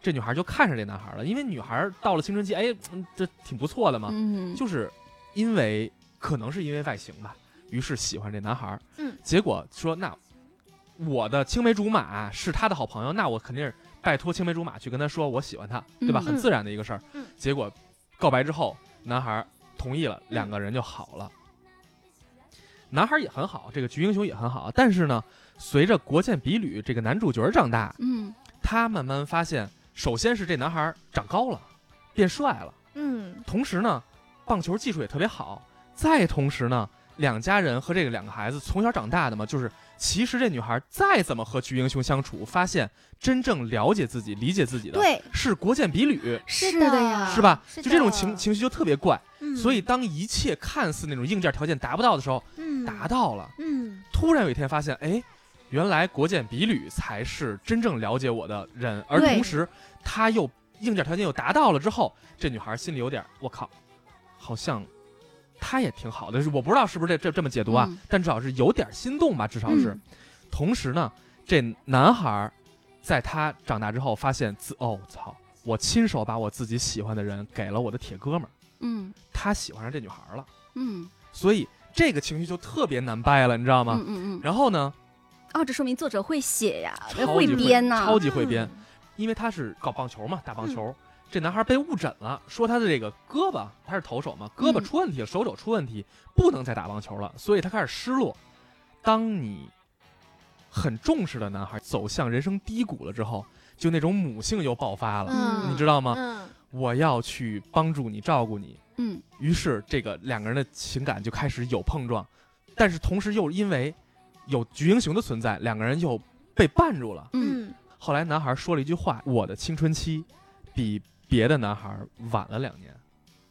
C: 这女孩就看上这男孩了，因为女孩到了青春期，哎，嗯这挺不错的嘛，
D: 嗯，
C: 啊就是因为可能是因为外形吧，于是喜欢这男孩。
B: 嗯，
C: 结果说那我的青梅竹马是他的好朋友，那我肯定是拜托青梅竹马去跟他说我喜欢他，对吧？
D: 嗯
C: 很自然的一个事儿。
B: 嗯
C: 结果告白之后，男孩同意了，两个人就好了。男孩也很好，这个菊英雄也很好，但是呢，随着国见比吕这个男主角长大，
D: 嗯
C: 他慢慢发现，首先是这男孩长高了，变帅了。
B: 嗯
C: 同时呢，棒球技术也特别好。再同时呢，两家人和这个两个孩子从小长大的嘛，就是其实这女孩再怎么和菊英雄相处，发现真正了解自己、理解自己的
D: 对，
C: 是国见比吕，
D: 是
B: 的
D: 呀，
C: 是吧？
B: 是的
C: 就这种情情绪就特别怪。
B: 嗯，
C: 所以当一切看似那种硬件条件达不到的时候，
B: 嗯
C: 达到了。
B: 嗯
C: 突然有一天发现，哎，原来国见比吕才是真正了解我的人，而
D: 对
C: 同时他又硬件条件又达到了之后，这女孩心里有点儿，我靠，好像他也挺好的，我不知道是不是这这这么解读啊，
D: 嗯
C: 但至少是有点心动吧，至少是。
D: 嗯
C: 同时呢，这男孩儿在他长大之后发现自，哦操，我亲手把我自己喜欢的人给了我的铁哥们儿，
D: 嗯
C: 他喜欢上这女孩儿了，
D: 嗯
C: 所以这个情绪就特别难掰了，你知道吗？
D: 嗯嗯嗯，
C: 然后呢？
D: 哦，这说明作者会写呀，
C: 超级
D: 会
C: 会
D: 编呐，
C: 超级会编，因为他是搞棒球嘛，打
B: 嗯
C: 棒球。这男孩被误诊了，说他的这个胳膊，他是投手嘛，胳膊
D: 嗯
C: 出问题了，手肘出问题，不能再打棒球了，所以他开始失落。当你很重视的男孩走向人生低谷了之后，就那种母性又爆发了，
B: 嗯
C: 你知道吗？
B: 嗯
C: 我要去帮助你，照顾你。
D: 嗯
C: 于是这个两个人的情感就开始有碰撞，但是同时又因为有菊英雄的存在，两个人又被绊住了。
D: 嗯
B: 嗯
C: 后来男孩说了一句话：“我的青春期比别的男孩晚了两年。”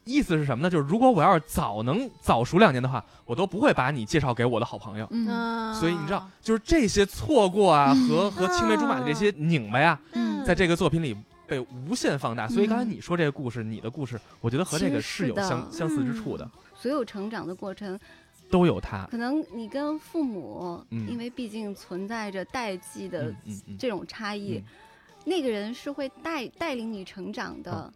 C: 意思是什么呢？就是如果我要是早能早熟两年的话，我都不会把你介绍给我的好朋友。
D: 嗯
B: 嗯，
C: 所以你知道，就是这些错过啊和和青梅竹马的这些拧巴呀，
B: 嗯，
C: 在这个作品里被无限放大。所以刚才
D: 嗯
C: 你说这个故事，你的故事，我觉得和这个是有
D: 其实是的嗯
C: 相相似之处的，
D: 所有成长的过程
C: 都有它。
D: 可能你跟父母，
C: 嗯
D: 因为毕竟存在着代际的
C: 嗯嗯嗯
D: 这种差异，
C: 嗯
D: 那个人是会带带领你成长的，
C: 啊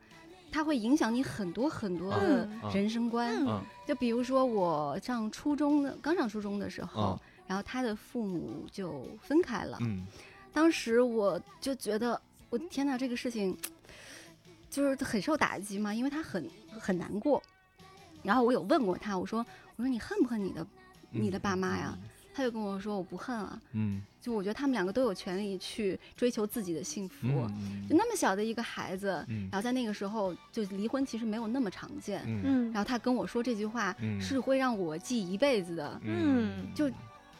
D: 他会影响你很多很多的
B: 嗯
C: 啊
D: 人生观。
B: 嗯
C: 嗯
D: 就比如说我上初中的，刚上初中的时候，
C: 啊
D: 然后他的父母就分开了，
C: 嗯
D: 当时我就觉得，我天哪，这个事情就是很受打击嘛，因为他很很难过。然后我有问过他，我说我说你恨不恨你的你的爸妈呀？他就跟我说我不恨啊，
C: 嗯，
D: 就我觉得他们两个都有权利去追求自己的幸福。
C: 嗯
D: 就那么小的一个孩子，
C: 嗯
D: 然后在那个时候就离婚其实没有那么常见。
C: 嗯
B: 嗯
D: 然后他跟我说这句话、
C: 嗯
D: 是会让我记一辈子的，
B: 嗯
D: 就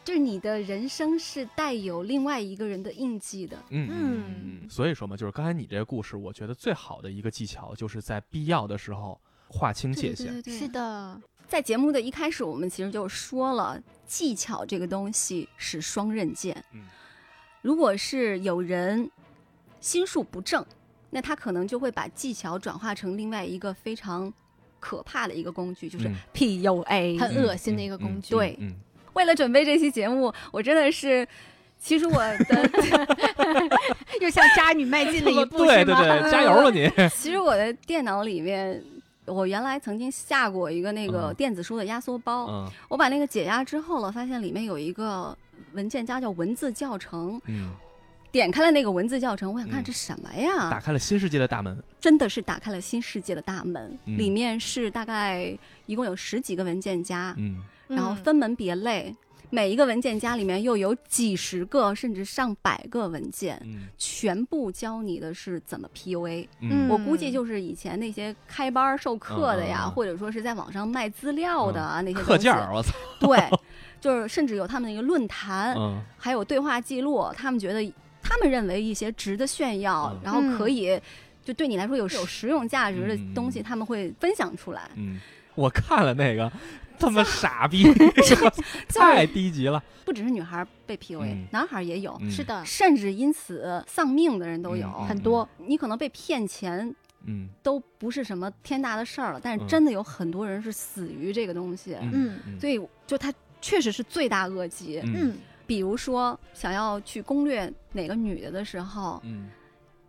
D: 就是你的人生是带有另外一个人的印记的。
C: 嗯
B: 嗯
C: 嗯，所以说嘛，就是刚才你这个故事，我觉得最好的一个技巧，就是在必要的时候划清界
D: 对
C: 限。
D: 对对对，
B: 是的，
D: 在节目的一开始，我们其实就说了，技巧这个东西是双刃剑。
C: 嗯，
D: 如果是有人心术不正，那他可能就会把技巧转化成另外一个非常可怕的一个工具，就是
C: 嗯
D: PUA。
B: 很恶心的一个工具。
D: 对
C: 嗯，
D: 为了准备这期节目，我真的是其实我 的
B: 又向渣女迈进了一步，
C: 对
B: 是
C: 对
B: 吗
C: 对，加油吧 你！
D: 其实我的电脑里面，我原来曾经下过一个那个
C: 嗯
D: 电子书的压缩包，
C: 嗯
D: 我把那个解压之后了，发现里面有一个文件夹叫文字教程，
C: 嗯，
D: 点开了那个文字教程，我想看
C: 嗯
D: 这什么呀？
C: 打开了新世界的大门。
D: 真的是打开了新世界的大门，
C: 嗯
D: 里面是大概一共有十几个文件夹，
C: 嗯，
D: 然后
B: 嗯
D: 分门别类，每一个文件夹里面又有几十个甚至上百个文件。
C: 嗯
D: 全部教你的是怎么 PUA，、
B: 嗯
D: 我估计就是以前那些开班儿授课的呀，
C: 嗯嗯嗯嗯
D: 或者说是在网上卖资料的啊、那些
C: 课件
D: 东西
C: 儿，我操，
D: 对， 就是甚至有他们的一个论坛，
C: 嗯
D: 还有对话记录，他们觉得他们认为一些值得炫耀，
C: 嗯
D: 然后可以就对你来说有有实用价值的
C: 嗯嗯嗯
D: 东西，他们会分享出来。
C: 嗯，我看了那个，他妈 傻逼，太低级了，
D: 不只是女孩被 PUA，、
C: 嗯
D: 男孩也有，
C: 嗯
B: 是，的，
D: 甚至因此丧命的人都有。
C: 嗯
B: 很多，
D: 你可能被骗钱
C: 嗯
D: 都不是什么天大的事儿了，但是
C: 嗯
D: 真的有很多人是死于这个东西，
B: 嗯
D: 所以就他确实是罪大恶极。
B: 嗯
D: 比如说，想要去攻略哪个女的的时候，
C: 嗯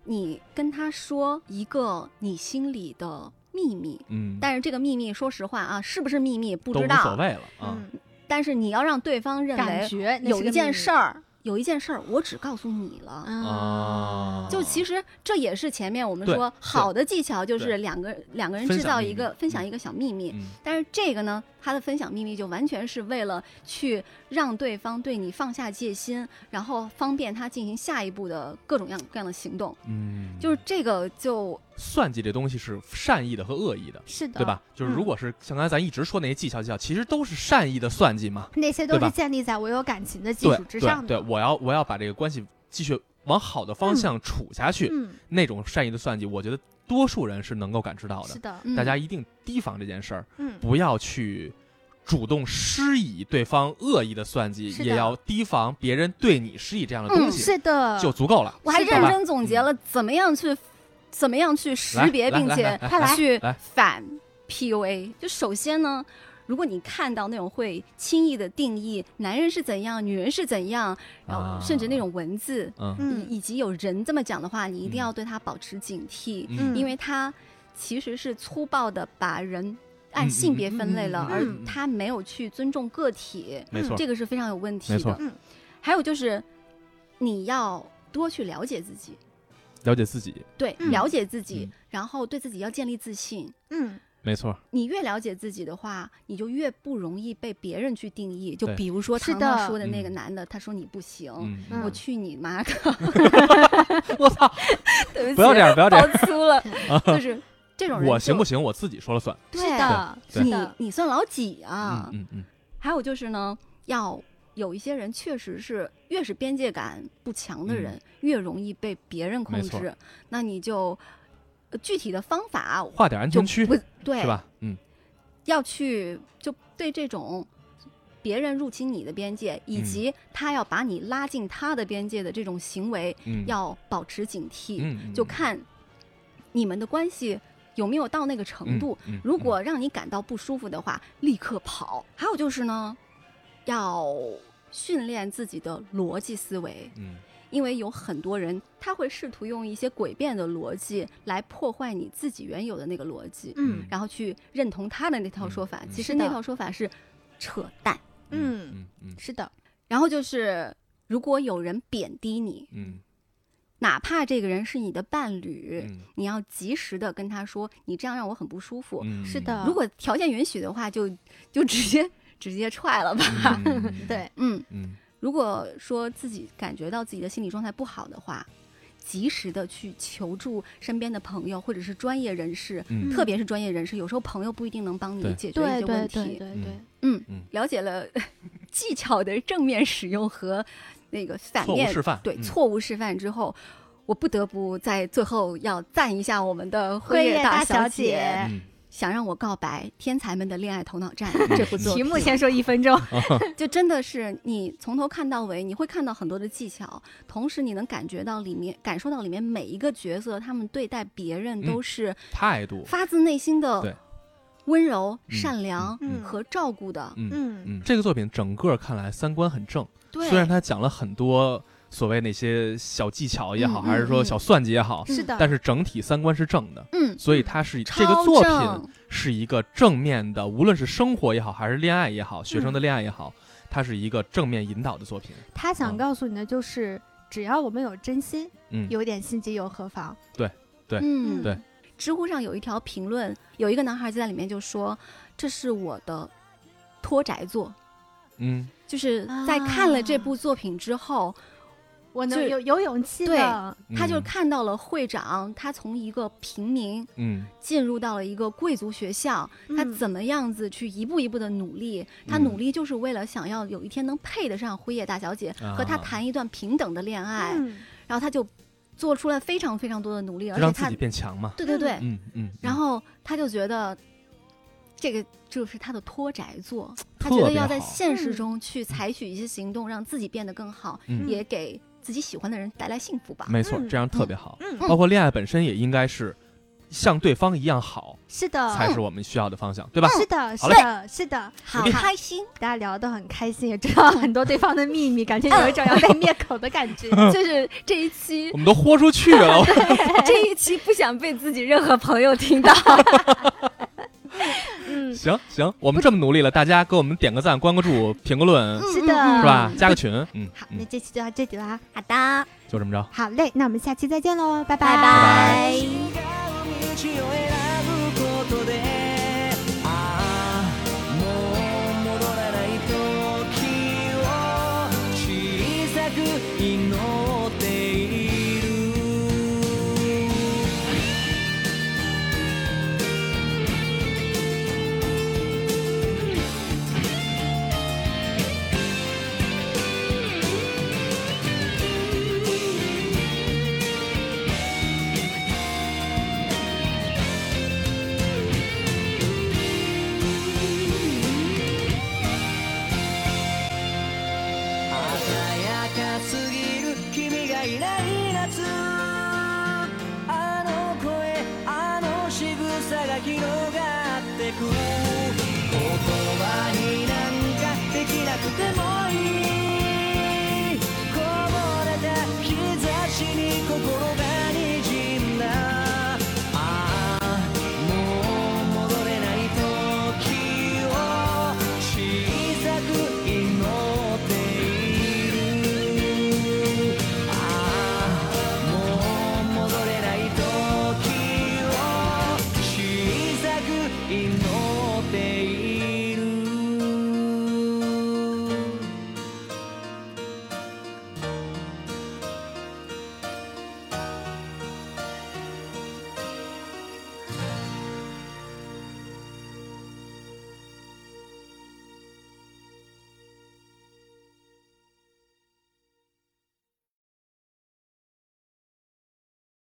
D: 你跟她说一个你心里的秘密，
C: 嗯，
D: 但是这个秘密，说实话啊，是不是秘密不
C: 都
D: 知
C: 无
D: 道，
C: 所谓了啊，
B: 嗯，
D: 但是你要让对方认
B: 感
D: 为
B: 觉那
D: 有
B: 是
D: 一
B: 个秘
D: 件
B: 密
D: 事儿，有一件事儿，我只告诉你了。
B: 嗯
C: 啊
D: 嗯就其实这也是前面我们
C: 对
D: 说
C: 对
D: 好的技巧，就是
C: 对
D: 两个两个人
C: 分
D: 制
C: 享
D: 造
C: 秘
D: 一
C: 密
D: 个分享
C: 嗯
D: 一个小秘密，
C: 嗯
D: 但是这个呢，他的分享秘密就完全是为了去让对方对你放下戒心，然后方便他进行下一步的各种样各样的行动。
C: 嗯，
D: 就是这个就
C: 算计这东西是善意的和恶意的。
B: 是的，
C: 对
D: 啊
C: 吧？？就是
D: 嗯
C: 如果是像刚才咱一直说那些技巧技巧，其实都是善意的算计嘛。
B: 那些都
C: 对吧
B: 是建立在我有感情的基
C: 对
B: 础之上
C: 对
B: 的。
C: 对，我要我要把这个关系继续往好的方向处下去，
B: 嗯，
C: 那种善意的算计，我觉得多数人是能够感知到
B: 是
C: 的。
B: 的，
D: 嗯
C: 大家一定提防这件事儿，
B: 嗯，
C: 不要去主动施以对方恶意的算计，
B: 是的
C: 也要提防别人对你施以这样
D: 嗯
C: 的东西，
B: 是的，
C: 就足够了。
D: 我还
B: 是的
D: 认
C: 吧嗯
D: 真总结了怎么样去怎么样去识
C: 来
D: 别，
C: 来
D: 并
C: 来
D: 且
C: 来来
B: 快来
D: 去
C: 来
D: 反 PUA。就首先呢，如果你看到那种会轻易的定义男人是怎样，女人是怎样，然
C: 啊
D: 后甚至那种文字，
C: 嗯
B: 嗯
D: 以以及有人这么讲的话，你一定
C: 嗯
D: 要对他保持警惕，
B: 嗯
D: 因为他其实是粗暴的把人按
C: 嗯
D: 性
C: 嗯
D: 别
C: 嗯
D: 分类了，
B: 嗯
D: 而
B: 嗯
C: 嗯
D: 他没有去尊重个体，
C: 没错，
D: 嗯这个是非常有问题
C: 没错
D: 的。
B: 嗯
D: 还有就是，你要多去了解自己，
C: 了解自己，
D: 对，
B: 嗯
D: 了解自己
C: 嗯，
D: 然后对自己要建立自信。
B: 嗯，
C: 没错，
D: 你越了解自己的话，你就越不容易被别人去定义。就
C: 对
D: 比如说
B: 是
D: 唐唐
B: 的
D: 说的那
C: 嗯
D: 个男的，他说你不行，
C: 嗯，
B: 嗯
D: 我去你妈的！
C: 我操，
D: 对起
C: 不要这样，不要这样，
D: 爆粗 了，就是这种人
C: 我行
D: 就
C: 不行，我自己说了算。
B: 是
D: 对
B: 的，
C: 对
B: 是
D: 你
B: 的，
D: 你算老几啊？
C: 嗯嗯
D: 还有就是呢，要有一些人确实是越是边界感不强的人，越容易被别人控
C: 嗯没错
D: 制。那你就呃具体的方法
C: 嗯，画点安
D: 就
C: 全区
D: 不
C: 是
D: 对，
C: 吧？嗯
D: 要去就对这种。别人入侵你的边界，以
C: 嗯
D: 及他要把你拉进他的边界的这种行为，
C: 嗯，
D: 要保持警惕。
C: 嗯嗯
D: 就看你们的关系有没有到那个程度。，
C: 嗯嗯嗯
D: 如果让你感到不舒服的话，立刻跑。还有就是呢，要训练自己的逻辑思维，
C: 嗯
D: 因为有很多人他会试图用一些诡辩的逻辑来破坏你自己原有的那个逻辑，
B: 嗯
D: 然后去认同他的那套说法。
C: 嗯嗯
D: 其实
B: 是的
D: 那套说法是扯淡。
B: 嗯
C: 嗯嗯
B: 是的，
D: 然后就是，如果有人贬低你，
C: 嗯
D: 哪怕这个人是你的伴侣，
C: 嗯
D: 你要及时的跟他说，你这样让我很不舒服。
C: 嗯，
B: 是的
D: 如果条件允许的话，就就直接直接踹了吧。
C: 嗯，嗯嗯
B: 对，
D: 嗯，
C: 嗯
D: 如果说自己感觉到自己的心理状态不好的话，及时的去求助身边的朋友或者是专业人士，
C: 嗯
D: 特别是专业人士，有时候朋友不一定能帮
C: 对
D: 你解决一
B: 对
D: 些
B: 对
D: 问题。
B: 对对对
C: 嗯，
D: 了解了 技巧的正面使用和那个反
C: 错误
D: 面
C: 示范，
D: 对
C: 嗯
D: 错误示范之后，我不得不在最后要赞一下我们的
B: 辉夜
D: 夜
B: 大
D: 小
B: 小姐
C: 嗯
D: 想让我告白，天才们的恋爱头脑 战这部作
B: 题
D: 品，
B: 目先说一分钟，
D: 就真的是你从头看到尾，你会看到很多的技巧，同时你能感觉到里面，感受到里面每一个角色他们对待别人
C: 嗯
D: 都是
C: 态度
D: 发自内心
C: 对
D: 的温柔、
C: 嗯
D: 善良
B: 嗯
D: 和照顾的。
C: 嗯
B: 嗯
C: 嗯，这个作品整个看来三观很正，
B: 对，
C: 虽然他讲了很多所谓那些小技巧也好，
D: 嗯嗯
C: 还是说
D: 嗯
C: 小算计也好，
B: 是的，
C: 嗯但是整体三观是正的，
D: 嗯，
C: 所以它是这
D: 超
C: 个作
D: 正
C: 品是一个正面的，无论是生活也好，还是恋爱也
D: 嗯
C: 好，学生的恋爱也好，它是一个正面引导的作品。
B: 他想
C: 嗯
B: 告诉你的就是，只要我们有真心，
C: 嗯，
B: 有点心机又何妨？
C: 对
D: 嗯，
C: 对。
D: 知乎上有一条评论，有一个男孩子在里面就说：“这是我的脱宅作。
C: 嗯，”
D: 就是在看了这
B: 啊
D: 部作品之后，
B: 我能
D: 就
B: 有有勇气
D: 对
B: 的，
D: 他就
C: 嗯
D: 看到了会长，他从一个平民
C: 嗯
D: 进入到了一个贵族学校，他
B: 嗯
D: 怎么样子去一步一步的努力？他
C: 嗯
D: 努力就是为了想要有一天能配得上辉夜大小姐，和他
C: 啊
D: 谈一段平等的恋爱。
B: 嗯
D: 然后他就做出了非常非常多的努力，而且
C: 让自
D: 他
C: 己变强嘛。
D: 对对对，
C: 嗯嗯，
D: 然
C: 嗯
D: 后他就觉得这个就是他的脱宅作，他
C: 特
D: 觉得
C: 别
D: 要在
C: 好
D: 现实中去采取一些行动，让自己变得更好，
C: 嗯
D: 也给自己喜欢的人带来幸福吧。
C: 没错，
B: 嗯
C: 这样特别好。
B: 嗯，
C: 包括恋爱本身也应该是像对方一样好，
B: 是
D: 嗯
B: 的，
C: 才是我们需要的方向，对吧？
B: 是的，是
C: 好嘞
B: 的，是的，
D: 好
C: 随便
D: 开心，
B: 大家聊得很开心，也知道很多对方的秘密，感觉有一种要被灭口的感觉。
D: 就是这一期
C: 我们都豁出去了，
D: 这一期不想被自己任何朋友听到。
B: 嗯，
C: 行行，我们这么努力了，大家给我们点个赞、关个注、评个论，
B: 是的
D: 嗯嗯嗯
C: 是吧？加个群，嗯，
B: 好，那
C: 嗯，
B: 这期就到这里啦。
D: 好的，
C: 就这么着。
B: 好嘞，那我们下期再见喽，拜
D: 拜
C: 拜
D: 拜
E: 違う道を選